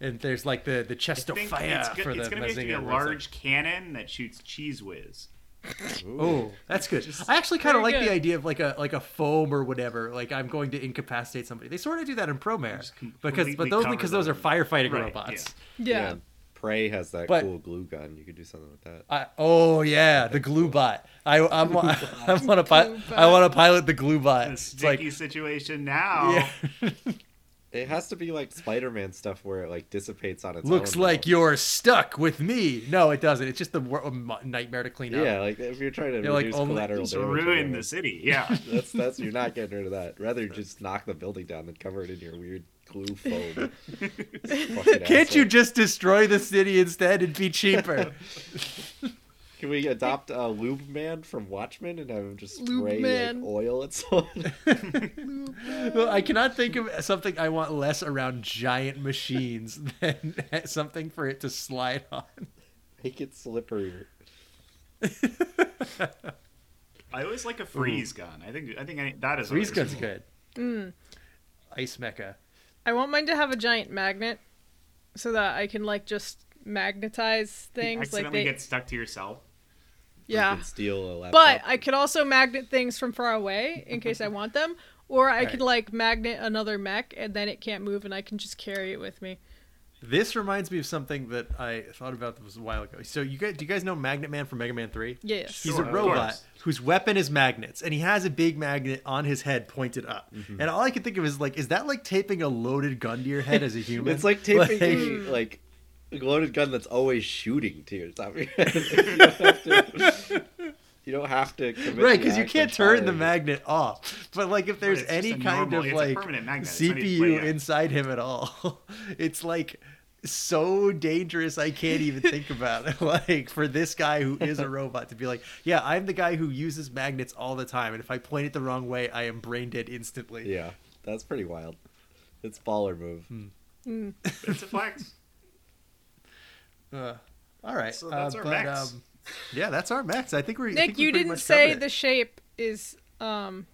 S1: and there's like the the chest of
S3: think
S1: fire
S3: it's, go-
S1: for
S3: it's
S1: the
S3: gonna be,
S1: Mazinga
S3: be a
S1: where it's
S3: large cannon that shoots cheese whiz.
S1: Like, oh, that's good.
S3: Just-
S1: I actually kind of
S4: Very
S1: like
S4: good.
S1: the idea of like a like a foam or whatever. Like I'm going to incapacitate somebody. They sort of do that in Promare
S3: Just
S1: because
S3: completely
S1: but those
S3: cover
S1: because those are
S3: them.
S1: firefighting
S3: Right,
S1: robots.
S3: yeah.
S4: Yeah.
S2: Prey has that
S1: But-
S2: cool glue gun. You could do something with that.
S1: I, oh yeah, the glue bot. I I'm, I want to pi-
S4: Glue
S1: I want to pilot the glue bot.
S3: The
S1: It's
S3: sticky
S1: like
S3: situation now.
S1: yeah,
S2: It has to be like Spider-Man stuff where it like dissipates on its own.
S1: looks like you're stuck with me. No, it doesn't. It's just the wor- a nightmare to clean up.
S2: Yeah, like if you're trying to
S1: They're, like,
S2: reduce
S1: only-
S2: collateral
S3: Just
S2: damage. or
S3: ruin
S2: whatever,
S3: the city. Yeah.
S2: That's that's you're not getting rid of that. Rather just knock the building down than cover it in your weird glue foam. Fucking
S1: Can't you
S2: asshole.
S1: just destroy the city instead? It'd be cheaper.
S2: Can we adopt a lube man from Watchmen and have him just
S4: Lube
S2: spray
S4: man.
S2: like oil at someone?
S1: Well, I cannot think of something I want less around giant machines than something for it to slide on.
S2: Make it slipperier.
S3: I always like a freeze gun. I think I think I, that is
S1: Freeze gun's
S3: always cool.
S1: good. Mm. Ice mecha.
S4: I want mine to have a giant magnet so that I can like just magnetize
S3: You
S4: things like they
S3: accidentally get stuck to yourself.
S2: You
S4: yeah.
S2: can steal a laptop.
S4: But I could also magnet things from far away in case I want them or I could like magnet another mech and then it can't move and I can just carry it with me.
S1: This reminds me of something that I thought about that was a while ago. So you guys, do you guys know Magnet Man from Mega Man Three?
S4: Yes.
S1: He's
S3: Sure,
S1: a
S3: of
S1: robot
S3: course.
S1: whose weapon is magnets, and he has a big magnet on his head pointed up. And all I could think of is like, is that like taping a loaded gun to your head as a human?
S2: it's like taping a,
S4: Hmm.
S2: like a loaded gun that's always shooting to your top of your head. you, don't have to, you don't have to commit
S1: right
S2: the
S1: because you
S2: act
S1: can't
S2: of
S1: turn the
S2: firing.
S1: magnet off but like if there's
S3: it's just
S1: any
S3: a
S1: kind
S3: normal-
S1: of
S3: it's a
S1: like
S3: permanent magnet. It's not even-
S1: cpu
S3: yeah.
S1: inside him at all it's like so dangerous i can't even think about it like for this guy who is a robot to be like yeah i'm the guy who uses magnets all the time and if i point it the wrong way i am brain dead instantly
S2: Yeah, that's pretty wild. It's baller move.
S3: It's a flex.
S1: Uh, all right
S3: So that's
S1: uh,
S3: our
S1: but,
S3: max.
S1: um, yeah that's our max i think we're I
S4: Nick,
S1: think we
S4: you
S1: pretty
S4: didn't
S1: much
S4: say
S1: covered it.
S4: the shape is um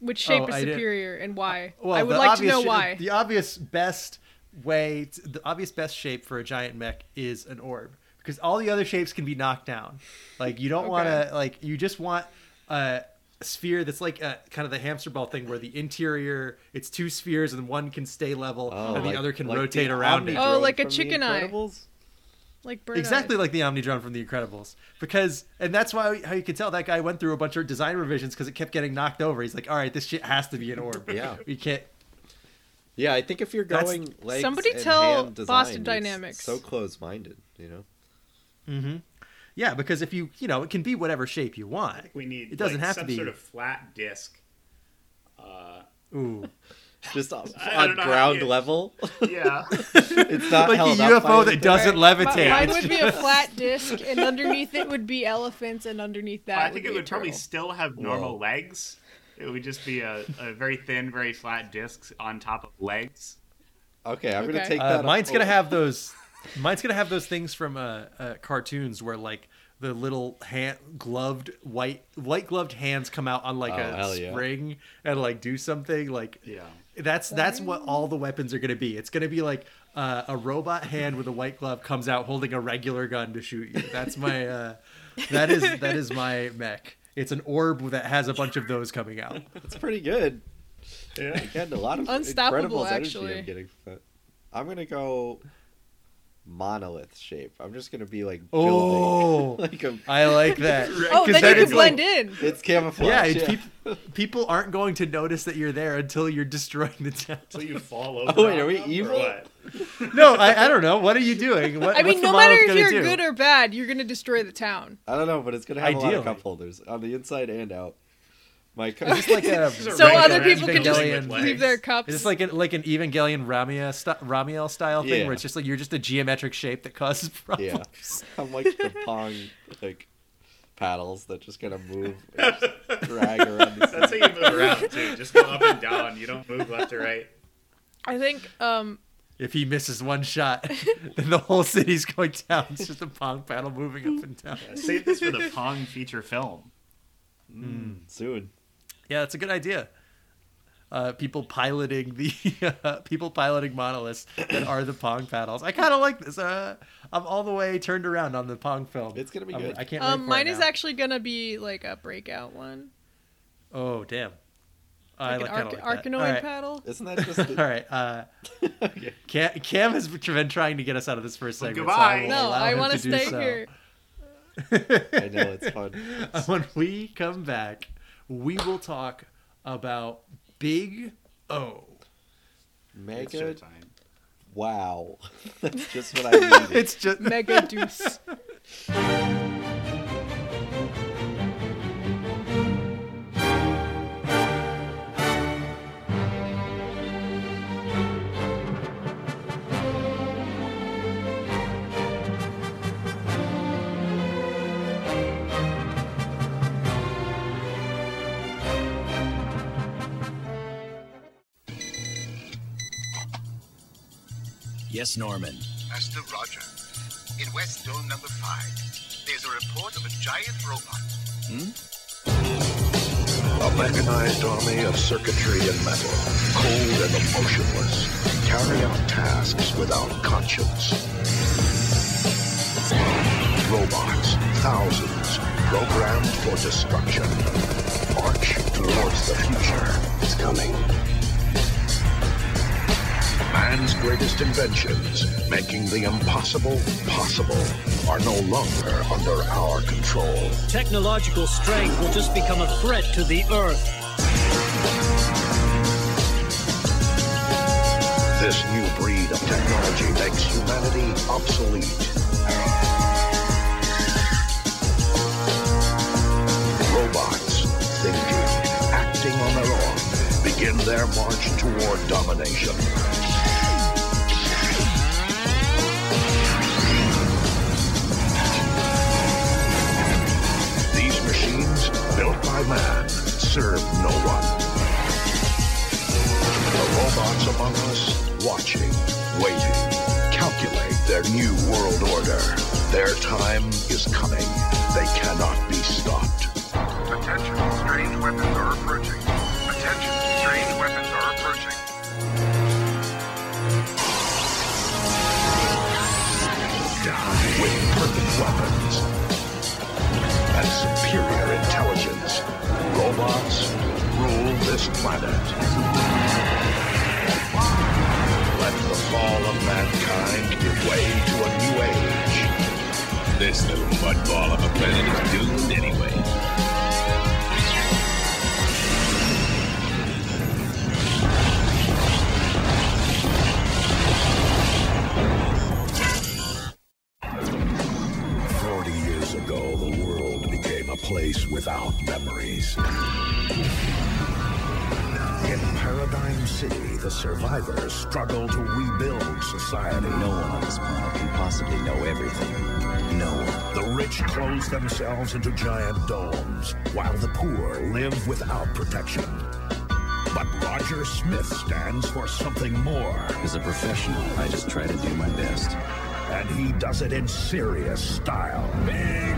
S4: which shape
S1: Oh,
S4: is
S1: I did-
S4: superior and why?
S1: Well,
S4: I would
S1: the
S4: like to
S1: obvious
S4: know
S1: sh-
S4: why.
S1: The obvious best way, t the obvious best shape for a giant mech is an orb because all the other shapes can be knocked down. Like you don't want to, like you just want a sphere that's like a kind of the hamster ball thing where the interior it's two spheres and one can stay level and the
S2: Oh, like-
S1: other can
S2: like the
S1: rotate around it.
S2: Omnidrone
S4: Oh, like a
S2: from The
S4: chicken eye.
S2: Incredibles?
S4: like bird
S1: Exactly like the Omnidrone from The Incredibles, because and that's why how you can tell that guy went through a bunch of design revisions because it kept getting knocked over. He's like, all right, this shit has to be an orb.
S2: Yeah.
S1: we can't
S2: Yeah, I think if you're
S1: That's-
S2: going legs
S4: Somebody
S2: and
S4: tell
S2: hand design,
S4: Boston
S2: it's
S4: Dynamics.
S2: So close-minded, you know.
S1: Yeah, because if you you know it can be whatever shape you want.
S3: We need
S1: It doesn't
S3: like,
S1: have to
S3: some
S1: be.
S3: sort of flat disc. Uh,
S1: Ooh,
S2: Just on,
S3: I
S2: on
S3: don't know how
S2: ground
S3: you-
S2: level.
S3: yeah.
S2: It's not
S1: like
S2: held
S1: a
S2: up by
S1: UFO that
S2: anything.
S1: doesn't levitate.
S4: Mine- Mine would be a flat disc, and underneath it would be elephants, and underneath that
S3: I think
S4: would
S3: it
S4: be a
S3: would probably
S4: turtle.
S3: still have normal
S2: Whoa.
S3: legs. It would just be a, a very thin, very flat disc on top of legs.
S2: Okay, I'm gonna
S4: Okay.
S2: take
S1: Uh,
S2: that. Oh,
S1: mine's gonna
S2: over.
S1: have those. Mine's gonna have those things from uh, uh, cartoons where like the little hand gloved white white gloved hands come out on like
S2: Oh,
S1: a
S2: hell yeah.
S1: spring and like do something like
S3: Yeah.
S1: That's that's what all the weapons are going to be. It's going to be like uh, a robot hand with a white glove comes out holding a regular gun to shoot you. That's my uh, that is that is my mech. It's an orb that has a bunch of those coming out.
S2: It's pretty good.
S3: Yeah.
S2: Again, a lot of
S4: Unstoppable,
S2: Incredibles energy
S4: actually.
S2: I'm getting. from it. I'm gonna go monolith shape. I'm just gonna be like
S1: Oh,
S2: building, like a.
S1: I like that.
S4: Oh,
S1: 'Cause
S4: then you
S1: is
S4: can blend
S1: like-
S4: in.
S2: It's camouflage.
S1: Yeah, it's peop- people aren't going to notice that you're there until you're destroying the town.
S3: So you fall over.
S2: wait, are
S3: on
S2: we
S3: them, or
S2: evil?
S3: what?
S1: No, I, I don't know. What are you doing? What,
S4: I mean,
S1: what's the
S4: no matter
S1: monolith
S4: if
S1: gonna do?
S4: you're good or bad, you're gonna destroy the town.
S2: I don't know, but it's gonna have a lot
S1: Ideally.
S2: of cup holders on the inside and out. My cup.
S1: It's just like a
S3: This is a
S4: So
S3: regular
S4: other people can just
S3: Evangelion
S1: legs.
S4: leave their cups.
S1: Is this like an like an Evangelion Ramia st- Ramiel style thing
S2: Yeah.
S1: where it's just like you're just a geometric shape that causes
S2: Yeah,
S1: problems?
S2: I'm like the pong like paddles that just kind of move, and just drag around. The
S3: That's how you move around too. Just go up and down. You don't move left or right.
S4: I think um,
S1: If he misses one shot, then the whole city's going down. It's just a pong paddle moving up and down.
S3: Save this for the Pong feature film.
S2: scene. soon.
S1: Yeah, that's a good idea. uh, people piloting the uh, people piloting monoliths that are the pong paddles. I kind of like this. Uh, I'm all the way turned around on the pong film.
S2: It's gonna be
S1: I'm-
S2: good.
S1: I can't.
S4: Um,
S1: wait for
S4: mine
S1: it
S4: is
S1: now.
S4: actually gonna be like a breakout one,
S1: Oh damn! I
S4: like
S1: like,
S4: an
S1: kind
S4: arc-
S1: of like that.
S4: arcanoid
S1: All right.
S4: paddle.
S2: Isn't that just
S1: All right. Uh,
S2: Okay.
S1: Cam, Cam has been trying to get us out of this first
S3: Well,
S1: segment.
S3: goodbye.
S1: So I will
S4: No,
S1: allow
S4: I
S1: him
S4: want to
S1: to do
S4: stay
S1: so.
S4: here.
S2: I know it's fun.
S1: when we come back, we will talk about Big O.
S3: It's
S2: Mega
S3: showtime.
S2: wow. That's just what I needed.
S1: It's just
S4: Mega Deuce.
S5: Yes, Norman.
S6: Master Roger. In West Dome number five, there's a report of a giant robot.
S7: A mechanized army of circuitry and metal, cold and emotionless, carry out tasks without conscience. Robots, thousands, programmed for destruction. March towards the future. It's coming. Man's greatest inventions, making the impossible possible, are no longer under our control.
S5: Technological strength will just become a threat to the Earth.
S7: This new breed of technology makes humanity obsolete. Robots, thinking, acting on their own, begin their march toward domination. These machines, built by man, serve no one. The robots among us, watching, waiting, calculate their new world order. Their time is coming. They cannot be stopped.
S6: Attention, strange weapons are approaching. Attention, strange weapons are approaching.
S7: With perfect weapons and superior intelligence, robots rule this planet. Let the fall of mankind give way to a new age. This little mudball of a planet is doomed anyway. Forty years ago, the world became a place without memories. In Paradigm City, the survivors struggle to rebuild society. No one on this planet can possibly know everything. No one. The rich close themselves into giant domes, while the poor live without protection. But Roger Smith stands for something more.
S8: As a professional, I just try to do my best.
S7: and he does it in serious style. Big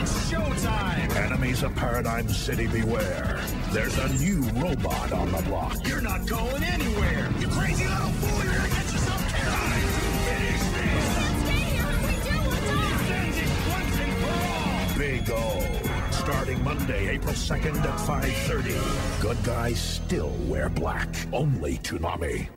S7: It's showtime! Enemies of Paradigm City, beware. There's a new robot on the block. You're not going anywhere! You crazy little fool! You're gonna get yourself killed! Big O, starting Monday, April 2nd at 5.30. Good guys still wear black. Only Toonami.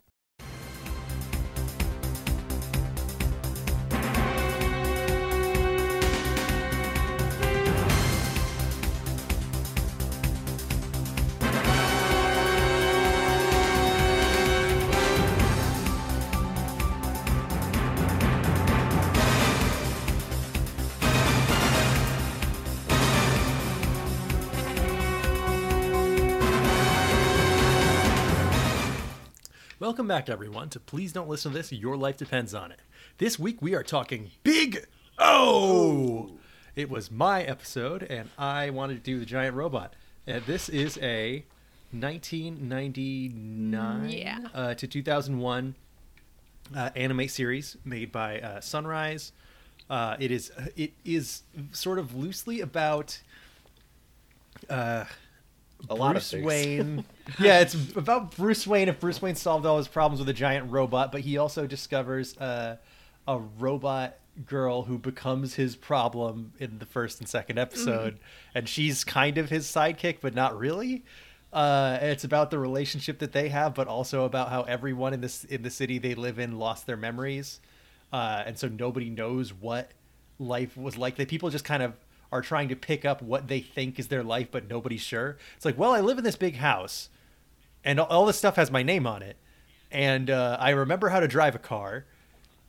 S1: Welcome back, everyone, to Please Don't Listen to This. Your life depends on it. This week we are talking Big O. It was my episode, and I wanted to do the giant robot. And this is a 1999
S4: Yeah.
S1: uh, to 2001 uh, anime series made by uh, Sunrise. Uh, it is it is sort of loosely about
S2: A lot of
S1: Bruce
S2: things.
S1: Wayne. yeah, it's about Bruce Wayne. If Bruce Wayne solved all his problems with a giant robot, but he also discovers uh, a robot girl who becomes his problem in the first and second episode, and she's kind of his sidekick, but not really. Uh, and it's about the relationship that they have, but also about how everyone in this in the city they live in lost their memories, uh, and so nobody knows what life was like. That people just kind of are trying to pick up what they think is their life, but nobody's sure. It's like, well, I live in this big house, and all, all this stuff has my name on it, and uh, I remember how to drive a car.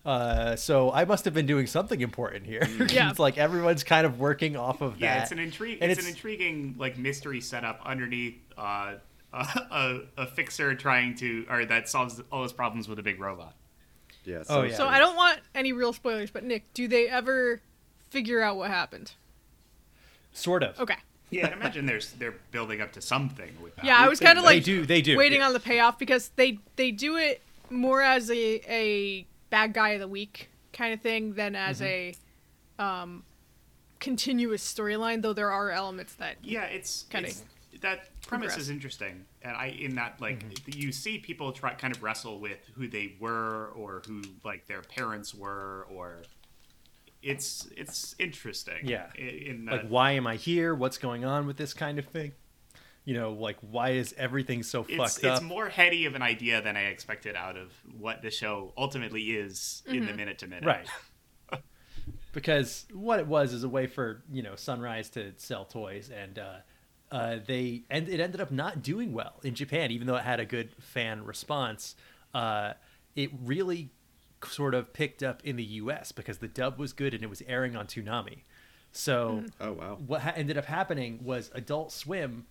S1: Uh, so I must have been doing something important here.
S4: Yeah.
S1: it's like everyone's kind of working off of that.
S3: Mm. Yeah, it's an intrigue.
S1: and
S3: It's, an intriguing like mystery setup underneath uh, a, a, a fixer trying to or that solves all his problems with a big robot.
S2: Yeah.
S1: Oh, yeah.
S4: So I don't want any real spoilers, but Nick, do they ever figure out what happened?
S1: sort
S3: Oh,
S1: of.
S4: Okay.
S3: Yeah, I imagine there's they're building up to something with that.
S4: Yeah, I was kind of
S1: They
S4: like
S1: do. They do.
S4: waiting
S1: yeah.
S4: on the payoff because they they do it more as a a bad guy of the week kind of thing than as a um
S1: Mm-hmm.
S4: continuous storyline. Though there are elements that
S3: Yeah, it's,
S4: Kinda
S3: it's that premise
S4: progress.
S3: is interesting, and I in that like
S1: Mm-hmm.
S3: you see people try kind of wrestle with who they were or who like their parents were or it's it's interesting.
S1: Yeah.
S3: i- in that
S1: like why am i here what's going on with this kind of thing you know like why is everything so
S3: it's,
S1: fucked
S3: it's
S1: up
S3: more heady of an idea than I expected out of what the show ultimately is in the minute to minute.
S1: right because what it was is a way for you know sunrise to sell toys and uh uh, they and it ended up not doing well in Japan, even though it had a good fan response. Uh, it really sort of picked up in the U.S. because the dub was good and it was airing on Toonami. So
S2: Oh wow.
S1: what ha- ended up happening was Adult Swim.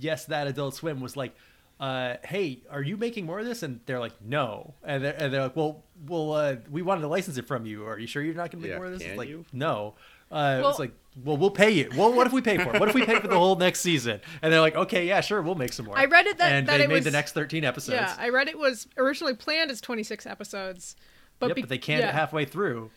S1: Yes, that Adult Swim was like, uh, "Hey, are you making more of this?" And they're like, "No," and they're, and they're like, "Well, well, uh, we wanted to license it from you. Are you sure you're not going to make
S2: Yeah,
S1: more of this?" It's
S2: can
S1: like,
S2: you?
S1: no. Uh,
S4: Well-
S1: it's like, well, we'll pay you. Well, what if we pay for it? What if we pay for the whole next season? And they're like, okay, yeah, sure, we'll make some more.
S4: I read it that-
S1: and
S4: that
S1: they
S4: it
S1: made the
S4: was-
S1: next thirteen episodes.
S4: yeah, I read it was originally planned as 26 episodes, but,
S1: yep,
S4: be-
S1: but they canned
S4: yeah.
S1: it halfway through,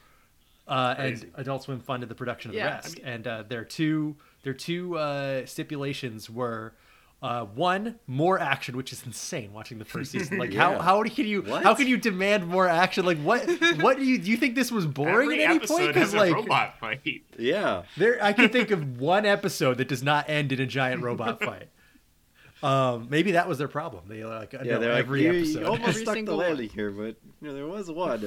S1: uh, and
S3: Crazy.
S1: Adult Swim funded the production of
S4: Yeah.
S1: the rest. and uh, their two their two uh, stipulations were. Uh, one more action, which is insane. Watching the first season, like how
S2: Yeah.
S1: how can you
S2: What?
S1: how can you demand more action? Like what what do you do you think this was boring
S3: Every
S1: at any
S3: episode
S1: point?
S3: has a
S1: like
S3: robot fight.
S2: Yeah.
S1: there, I can think of one episode that does not end in a giant robot fight. Um, maybe that was their problem. They like
S2: Yeah.
S1: no,
S2: they're like,
S1: every
S2: you, you
S1: episode.
S2: almost
S4: Every
S2: stuck the
S4: single one.
S2: landing here, but you know, there was one.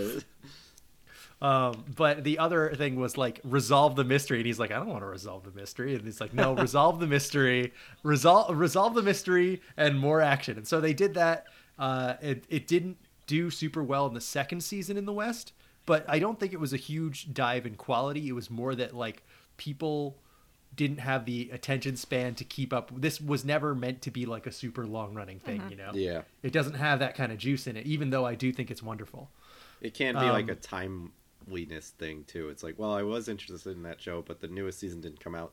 S1: Um, but the other thing was like resolve the mystery, and he's like, I don't want to resolve the mystery, and he's like, No, resolve the mystery, resolve resolve the mystery, and more action. And so they did that. Uh, it it didn't do super well in the second season in the West, but I don't think it was a huge dive in quality. It was more that like people didn't have the attention span to keep up. This was never meant to be like a super long running thing, you know.
S2: Yeah.
S1: It doesn't have that kind of juice in it, even though I do think it's wonderful.
S2: It can be
S1: Um,
S2: like a timeliness thing too. It's like, well, I was interested in that show, but the newest season didn't come out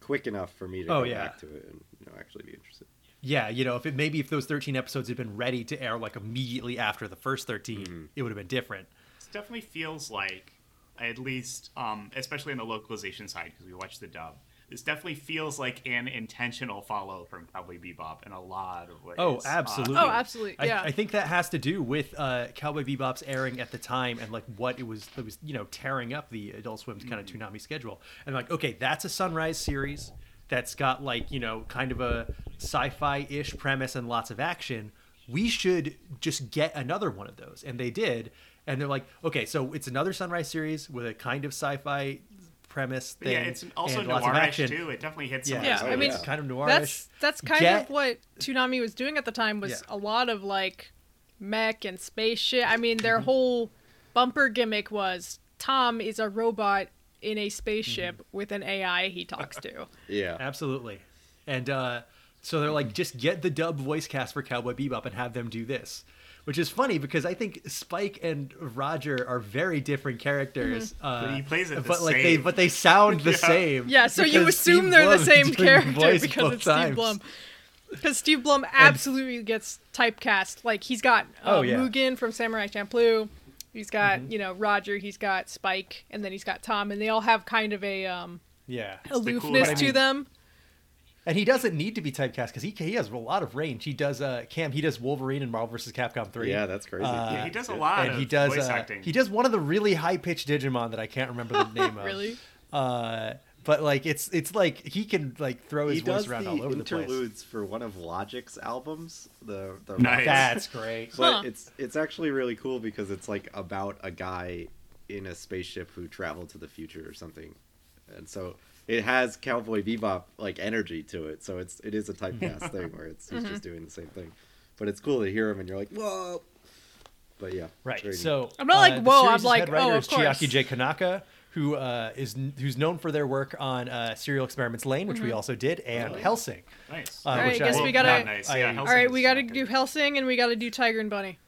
S2: quick enough for me to
S1: Oh,
S2: go
S1: yeah.
S2: back to it and you know actually be interested.
S1: Yeah, you know, if it maybe if those 13 episodes had been ready to air like immediately after the first 13, it would have been different.
S3: It definitely feels like, at least, um, especially on the localization side, because we watched the dub. This definitely feels like an intentional follow from Cowboy Bebop in a lot of ways.
S1: Oh,
S3: Uh,
S1: absolutely.
S4: Oh, absolutely, yeah.
S1: I, I think that has to do with uh, Cowboy Bebop's airing at the time and like what it was that was, you know, tearing up the Adult Swim's kind
S3: Mm-hmm.
S1: of Toonami schedule. And like, okay, that's a Sunrise series that's got like, you know, kind of a sci-fi-ish premise and lots of action. We should just get another one of those. And they did. And they're like, okay, so it's another Sunrise series with a kind of sci-fi premise
S3: But
S1: thing.
S3: yeah, it's also
S1: and lots of
S3: noirish
S1: action.
S3: too. It definitely hits. some
S1: Yeah,
S3: of
S4: Yeah,
S3: those
S4: I
S3: ideas.
S4: mean,
S1: it's kind of noirish.
S4: That's that's kind
S1: Get-
S4: of what Toonami was doing at the time was
S1: Yeah.
S4: a lot of like mech and space shit. I mean,
S1: Mm-hmm.
S4: their whole bumper gimmick was Tom is a robot in a spaceship
S1: Mm-hmm.
S4: with an AI he talks to.
S2: Yeah.
S1: Absolutely. And uh, so they're like, just get the dub voice cast for Cowboy Bebop and have them do this. Which is funny because I think Spike and Roger are very different characters. Uh,
S3: But he plays it the
S1: but like they
S3: same.
S1: but they sound the same.
S4: Mm-hmm. Yeah, so you
S1: because
S4: assume
S1: Steve
S4: they're
S1: Blum
S4: the
S1: is
S4: same
S1: doing the
S4: character
S1: voice
S4: because
S1: both
S4: it's
S1: times.
S4: Steve Blum. Because Steve Blum absolutely gets typecast. Like he's got uh,
S1: Oh, yeah. Mm-hmm.
S4: Mugen from Samurai Champloo. He's got you know Roger. He's got Spike, and then he's got Tom, and they all have kind of a um,
S1: Yeah.
S3: the cool-
S4: aloofness
S3: But I
S4: to
S1: mean-
S4: them.
S1: And he doesn't need to be typecast because he, he has a lot of range. He does uh Cam. He does Wolverine in Marvel vs. Capcom three.
S2: Yeah, that's crazy.
S1: Uh,
S3: Yeah, he does a lot
S1: and
S3: of
S1: he does
S3: voice
S1: uh,
S3: acting.
S1: he does one of the really high pitched Digimon that I can't remember the name of.
S4: Really?
S1: Uh, but like it's it's like he can like throw his
S2: He
S1: voice
S2: does
S1: around
S2: the
S1: all over the place.
S2: interludes for one of Logic's albums. The the
S3: Nice.
S2: rock-
S1: That's great.
S2: but
S4: Huh.
S2: it's it's actually really cool because it's like about a guy in a spaceship who traveled to the future or something, and so it has Cowboy Bebop like energy to it. So it's it is a typecast thing where it's he's
S4: Mm-hmm.
S2: just doing the same thing, but it's cool to hear him and you're like whoa, but yeah, it's very
S1: Right.
S2: neat.
S1: So uh,
S4: I'm not like,
S1: the
S4: "Whoa," I'm
S1: series'
S4: like,
S1: head writer
S4: "Oh, of
S1: is Chiaki
S4: course."
S1: J Kanaka, who uh, is who's known for their work on uh, Serial Experiments Lane,
S4: Mm-hmm.
S1: which we also did, and Helsing.
S3: Nice.
S1: Uh,
S4: Alright,
S1: which
S4: guess we gotta-
S3: not nice.
S1: I- All
S3: yeah,
S4: All
S3: Hellsing
S4: right,
S3: is
S4: we got to
S3: not
S4: do
S3: good.
S4: Helsing and we got to do Tiger and Bunny.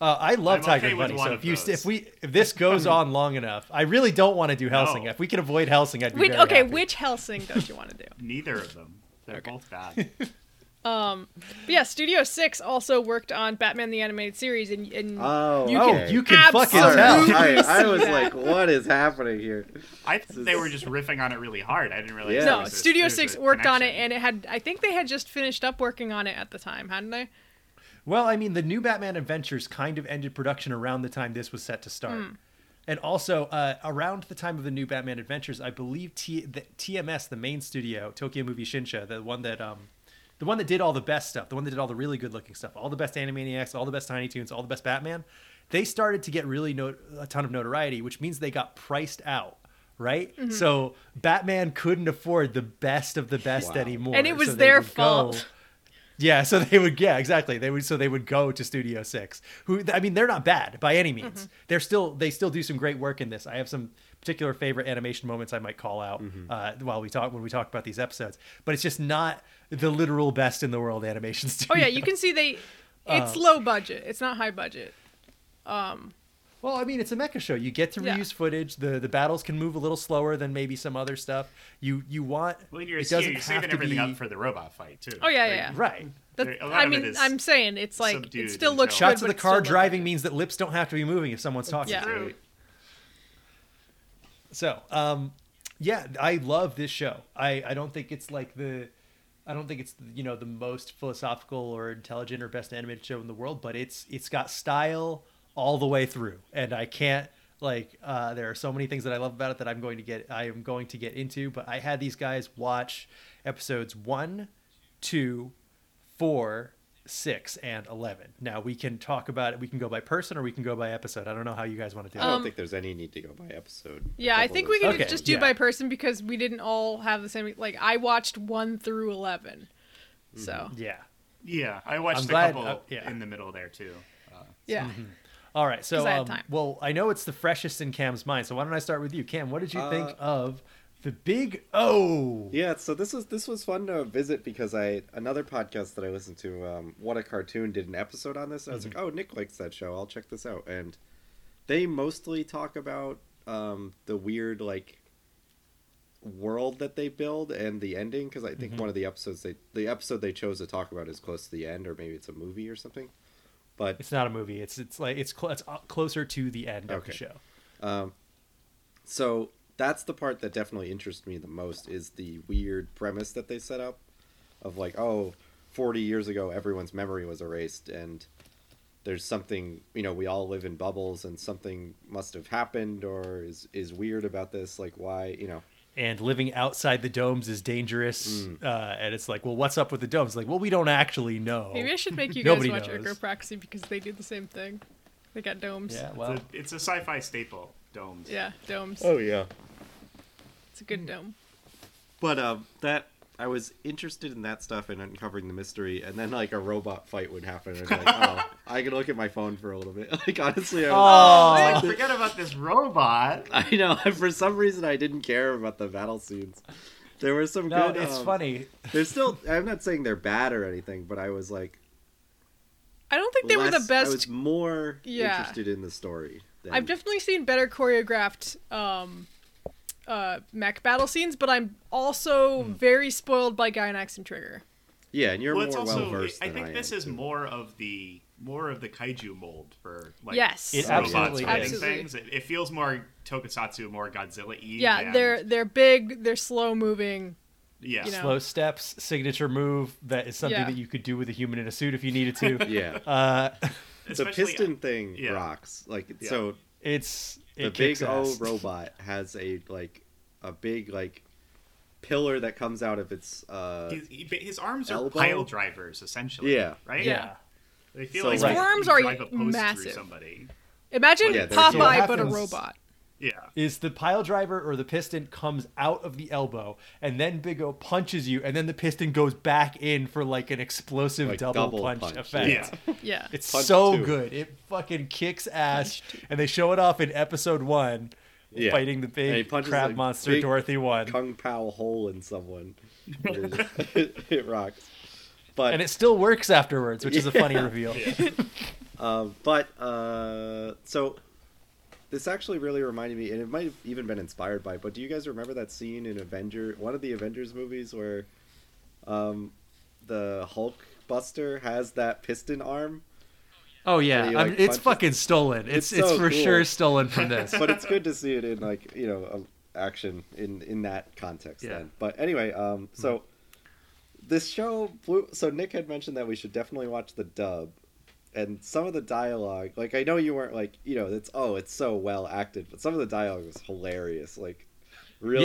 S1: Uh, I love
S3: I'm
S1: Tiger
S3: okay
S1: and
S3: with
S1: Bunny.
S3: one
S1: So
S3: of
S1: if you st-
S3: those.
S1: if we if this goes on long enough, I really don't want to do Helsing.
S3: No.
S1: If we can avoid Helsing, I'd be
S4: Which,
S1: very
S4: okay,
S1: happy.
S4: which Helsing don't you want to do?
S3: neither of them. They're both bad.
S4: But yeah, Studio Six also worked on Batman the Animated Series, and, and
S2: oh
S4: you
S1: Oh,
S2: okay.
S1: you can fucking
S2: All right,
S1: tell.
S4: Absolutely.
S2: I, I
S4: see
S2: was
S4: that.
S2: like, what is happening here?
S3: I thought they were just riffing on it really hard. I didn't realize.
S2: Yeah.
S3: there
S4: no,
S3: was a-
S4: Studio
S3: there's a
S4: Six worked on it,
S3: connection.
S4: and it had I think they had just finished up working on it at the time, hadn't they?
S1: Well, I mean, the new Batman Adventures kind of ended production around the time this was set to start.
S4: Hmm.
S1: And also, uh, around the time of the new Batman Adventures, I believe T- the, TMS, the main studio, Tokyo Movie Shinsha, the one that um, the one that did all the best stuff, the one that did all the really good looking stuff, all the best Animaniacs, all the best Tiny Toons, all the best Batman, they started to get really no- a ton of notoriety, which means they got priced out. Right,
S4: Mm-hmm.
S1: so Batman couldn't afford the best of the best
S2: Wow.
S1: anymore,
S4: And it was
S1: so they
S4: their
S1: would go-
S4: fault.
S1: yeah, so they would. Yeah, exactly. They would. So they would go to Studio Six. Who I mean, they're not bad by any means.
S4: Mm-hmm.
S1: They're still. They still do some great work in this. I have some particular favorite animation moments I might call out
S4: Mm-hmm.
S1: uh, while we talk when we talk about these episodes. But it's just not the literal best in the world animation
S4: Oh
S1: studio.
S4: yeah, you can see they.
S3: Oh.
S4: It's low budget. It's not high budget.
S1: Well, I mean, it's a mecha show. You get to
S4: Yeah.
S1: reuse footage. the The battles can move a little slower than maybe some other stuff. You you want.
S3: Well, you're,
S1: it doesn't
S3: you're
S1: have
S3: saving
S1: to
S3: everything
S1: be
S3: up for the robot fight too.
S4: Oh yeah,
S3: Like,
S4: yeah. yeah.
S1: right.
S4: That-
S3: a lot
S4: I
S3: of it
S4: mean,
S3: is
S4: I'm saying it's like it
S3: subdued
S4: still
S3: and
S4: looks
S3: shown.
S4: good.
S1: Shots
S4: but
S1: of the
S4: it's
S1: car
S4: still low
S1: driving
S4: budget.
S1: means that lips don't have to be moving if someone's talking.
S4: Yeah.
S1: to you.
S3: True.
S1: So, um, yeah, I love this show. I, I don't think it's like the, I don't think it's you know the most philosophical or intelligent or best animated show in the world, but it's it's got style all the way through, and I can't like uh, there are so many things that I love about it that I'm going to get I am going to get into. But I had these guys watch episodes one, two, four, six, and eleven. Now we can talk about it. We can go by person or we can go by episode. I don't know how you guys want to do
S2: I
S1: it.
S2: don't think there's any need to go by episode.
S4: Um, Yeah, I
S2: Double
S4: think
S2: this.
S4: we can
S1: Okay,
S4: just do
S1: yeah.
S4: by person because we didn't all have the same. Like I watched one through eleven,
S3: Mm-hmm.
S4: so
S1: Yeah.
S3: Yeah, I watched
S1: I'm
S3: a
S1: glad-
S3: couple
S1: uh, yeah.
S3: in the middle there too. Uh,
S4: yeah.
S1: All right, so
S4: 'Cause I had
S1: um,
S4: time.
S1: well, I know it's the freshest in Cam's mind, so why don't I start with you, Cam? What did you
S2: Uh,
S1: think of the Big O?
S2: Yeah, so this was this was fun to visit because I another podcast that I listened to, um, What a Cartoon, did an episode on this. And I was like, oh, Nick likes that show. I'll check this out. And they mostly talk about um, the weird like world that they build and the ending because I think one of the episodes they the episode they chose to talk about is close to the end or maybe it's a movie or something. But
S1: It's not a movie. It's it's like it's cl- it's uh, closer to the end of the
S2: Okay.
S1: show.
S2: so that's the part that definitely interests me the most is the weird premise that they set up of like oh 40 years ago everyone's memory was erased and there's something you know we all live in bubbles and something must have happened or is is weird about this like why you know
S1: And living outside the domes is dangerous.
S2: Mm.
S1: Uh, and it's like, well, what's up with the domes? Like, well, we don't actually know.
S4: Maybe I should make you guys
S1: Nobody
S4: watch
S1: knows.
S4: Ergo Proxy because they do the same thing. They got domes.
S1: Yeah,
S3: it's,
S1: well,
S3: a, it's a sci-fi staple. Domes.
S4: Yeah, domes.
S3: Oh.
S2: yeah
S4: It's a good dome.
S2: but um that I was interested in that stuff and uncovering the mystery, and then like a robot fight would happen, and like, oh, I can look at my phone for a little bit. Like honestly, I was,
S1: Oh,
S4: Oh.
S3: Like, Oh, forget about this robot.
S2: I know. For some reason, I didn't care about the battle scenes. There were some
S1: no,
S2: good.
S1: it's
S2: um,
S1: funny.
S2: They're still. I'm not saying they're bad or anything, but I was like,
S4: I don't think they were the
S2: less- I was
S4: best.
S2: more
S4: Yeah.
S2: interested in the story. Than,
S4: I've definitely seen better choreographed um, uh, mech battle scenes, but I'm also very spoiled by Gynax and Trigger.
S2: yeah, and you're
S3: Well, it's
S2: more
S3: also.
S2: well versed.
S3: I think this is more of the more of the kaiju mold for like
S4: Yes. It
S3: robots
S1: absolutely
S3: fighting
S4: is.
S3: things. It, it feels more tokusatsu, more Godzilla-y.
S4: Yeah,
S3: than-
S4: they're they're big, they're slow moving.
S3: Yeah.
S4: You know.
S1: slow steps signature move that is something
S4: Yeah.
S1: that you could do with a human in a suit if you needed to.
S2: Yeah.
S1: uh,
S2: the
S3: Especially-
S2: piston thing
S3: yeah.
S2: rocks. Like
S3: Yeah.
S2: so
S1: it's
S2: the
S1: it
S2: big
S1: kicks
S2: O
S1: ass.
S2: robot has a like a big like pillar that comes out of its uh
S3: He's- he- but his arms are
S2: Elbow?
S3: pile drivers, essentially.
S2: Yeah.
S3: Right.
S1: yeah.
S3: They feel
S2: So,
S3: like
S2: like-
S3: you
S2: His
S4: arms
S3: drive
S4: are
S3: a post through
S4: massive.
S3: Somebody.
S4: Imagine
S2: Yeah, they're huge.
S4: Popeye but a
S1: Happens-
S4: robot.
S3: Yeah.
S1: Is the pile driver or the piston comes out of the elbow and then Big O punches you and then the piston goes back in for like an explosive
S2: Like
S1: double,
S2: double
S1: punch,
S2: punch,
S1: effect.
S3: Yeah.
S4: Yeah.
S1: It's
S2: Punch
S1: so
S2: two.
S1: good. It fucking kicks ass, and they show it off in episode one,
S2: Yeah.
S1: fighting the
S2: And he
S1: big
S2: punches
S1: crab
S2: a
S1: monster
S2: big
S1: Dorothy one,
S2: kung pao hole in someone. it, it rocks. But
S1: and it still works afterwards, which is a funny reveal.
S2: But uh, so this actually really reminded me, and it might have even been inspired by. But do you guys remember that scene in Avenger, one of the Avengers movies, where um, the Hulk Buster has that piston arm?
S1: Oh yeah,
S2: And he,
S1: I
S2: like,
S1: mean, it's
S2: punches-
S1: fucking stolen. It's it's,
S2: It's so
S1: for
S2: cool.
S1: sure stolen from this.
S2: But it's good to see it in like you know a- action in in that context.
S1: Yeah. Mm-hmm.
S2: Then, but anyway, um, so this show blew. So Nick had mentioned that we should definitely watch the dub. And some of the dialogue, like I know you weren't like you know it's oh it's so well acted, but some of the dialogue was hilarious, like really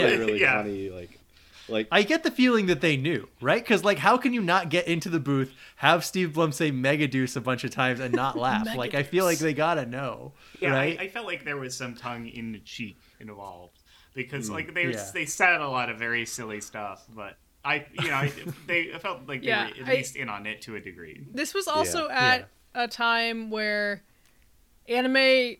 S1: Yeah.
S2: really
S3: Yeah.
S2: funny, like like
S1: I get the feeling that they knew, right? Because like, how can you not get into the booth, have Steve Blum say "Mega Deuce" a bunch of times and not laugh? like, I feel like they gotta know,
S3: Yeah,
S1: right?
S3: I, I felt like there was some tongue in the cheek involved because like they
S1: Mm, yeah.
S3: they said a lot of very silly stuff, but I you know I, they I felt like
S4: Yeah,
S3: they were at
S4: I-
S3: least in on it to a degree.
S4: This was also
S1: Yeah.
S4: at a time where anime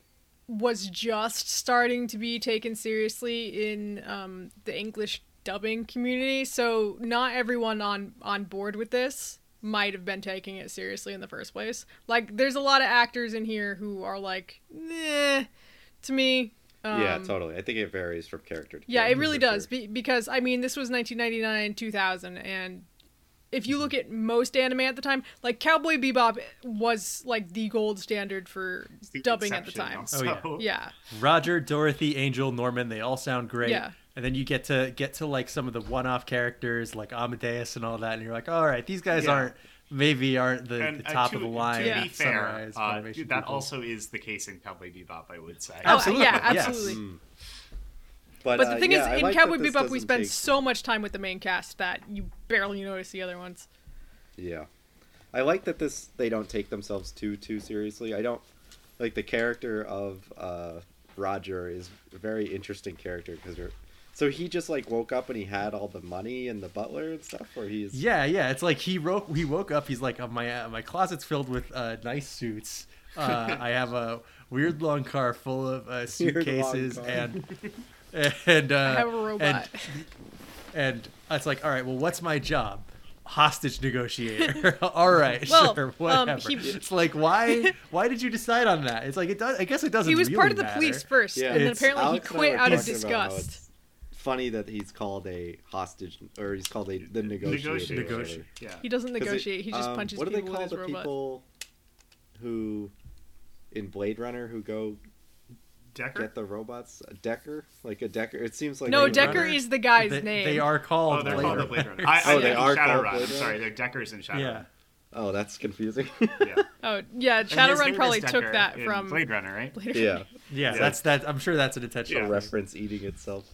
S4: was just starting to be taken seriously in um, the English dubbing community, so not everyone on on board with this might have been taking it seriously in the first place. Like, there's a lot of actors in here who are like, "Nah," to me. Um,
S2: yeah totally. I think it varies from character. to
S4: Yeah, it
S2: character
S4: really
S2: for
S4: does
S2: sure.
S4: be- because I mean, this was 1999, 2000, and if you look at most anime at the time, like Cowboy Bebop was like the gold standard for
S3: It's the
S4: dubbing at the
S3: exception
S4: time.
S3: also.
S1: Oh,
S4: Yeah,
S1: Roger, Dorothy, Angel, Norman, they all sound great.
S4: Yeah.
S1: And then you get to get to like some of the one-off characters like Amadeus and all that, and you're like, all right, these guys
S3: Yeah.
S1: aren't maybe aren't the,
S3: And,
S1: the
S3: uh,
S1: top
S3: to,
S1: of the line.
S3: To be fair,
S1: Sunrise,
S3: uh,
S1: Funimation
S3: that
S1: people.
S3: also is the case in Cowboy Bebop. I would say.
S1: Absolutely.
S4: Oh, yeah,
S1: yes.
S4: absolutely. But the
S2: Mm. uh,
S4: thing
S2: yeah, I
S4: is, in
S2: like that
S4: Cowboy
S2: this
S4: Bebop, we
S2: doesn't
S4: spend
S2: take-
S4: so much time with the main cast that you barely notice the other ones.
S2: Yeah, I like that this they don't take themselves too too seriously. I don't like the character of uh, Roger is a very interesting character because so he just like woke up and he had all the money and the butler and stuff, or he's
S1: Yeah, yeah. It's like he woke he woke up. He's like, oh, my uh, my closet's filled with uh, nice suits. Uh, I have a weird long car full of uh, suitcases
S2: car.
S1: and and uh,
S4: I have a robot.
S1: and and it's like, all right, well, what's my job? Hostage negotiator. all right,
S4: Well,
S1: sure,
S4: um,
S1: whatever.
S4: he-
S1: It's like, why why did you decide on that? It's like it does. I guess it doesn't.
S4: he was
S1: really
S4: part of the
S1: matter.
S4: police first,
S2: Yeah.
S4: and then
S1: It's-
S4: apparently
S2: Alex
S4: he
S2: and I
S4: quit
S2: were
S4: out of
S2: talking about how
S4: disgust.
S2: it's Funny that he's called a hostage, or he's called a the negotiator.
S3: Negotiator.
S1: Negotiator.
S3: Yeah.
S4: He doesn't
S2: 'Cause it-
S4: negotiate; he just
S2: um,
S4: punches
S2: What do
S4: people
S2: they
S4: with
S2: call
S4: his
S2: the
S4: robot.
S2: people who in Blade Runner who go
S3: Decker.
S2: get the robots? A Decker, like a Decker. It seems like
S4: No,
S2: Blade
S4: Decker
S2: Runner-
S4: is the guy's
S1: They,
S4: name.
S1: they are called.
S3: Oh, they're
S1: later.
S3: called the Blade Runner. I, I
S2: Oh, they
S3: think
S2: are called
S3: Shadowrun.
S2: Blade
S3: I'm
S2: Runner?
S3: sorry, they're Deckers and
S1: Yeah.
S3: Shadowrun.
S2: Oh, that's confusing.
S3: Yeah.
S4: Oh yeah,
S3: And his name
S4: Shadowrun
S3: is
S4: probably took
S3: Decker
S4: that
S3: in
S4: from
S3: Blade Runner, right?
S2: yeah.
S1: yeah,
S3: Yeah.
S1: that's that. I'm sure that's an intentional
S3: Yeah.
S1: reference.
S2: reference eating itself.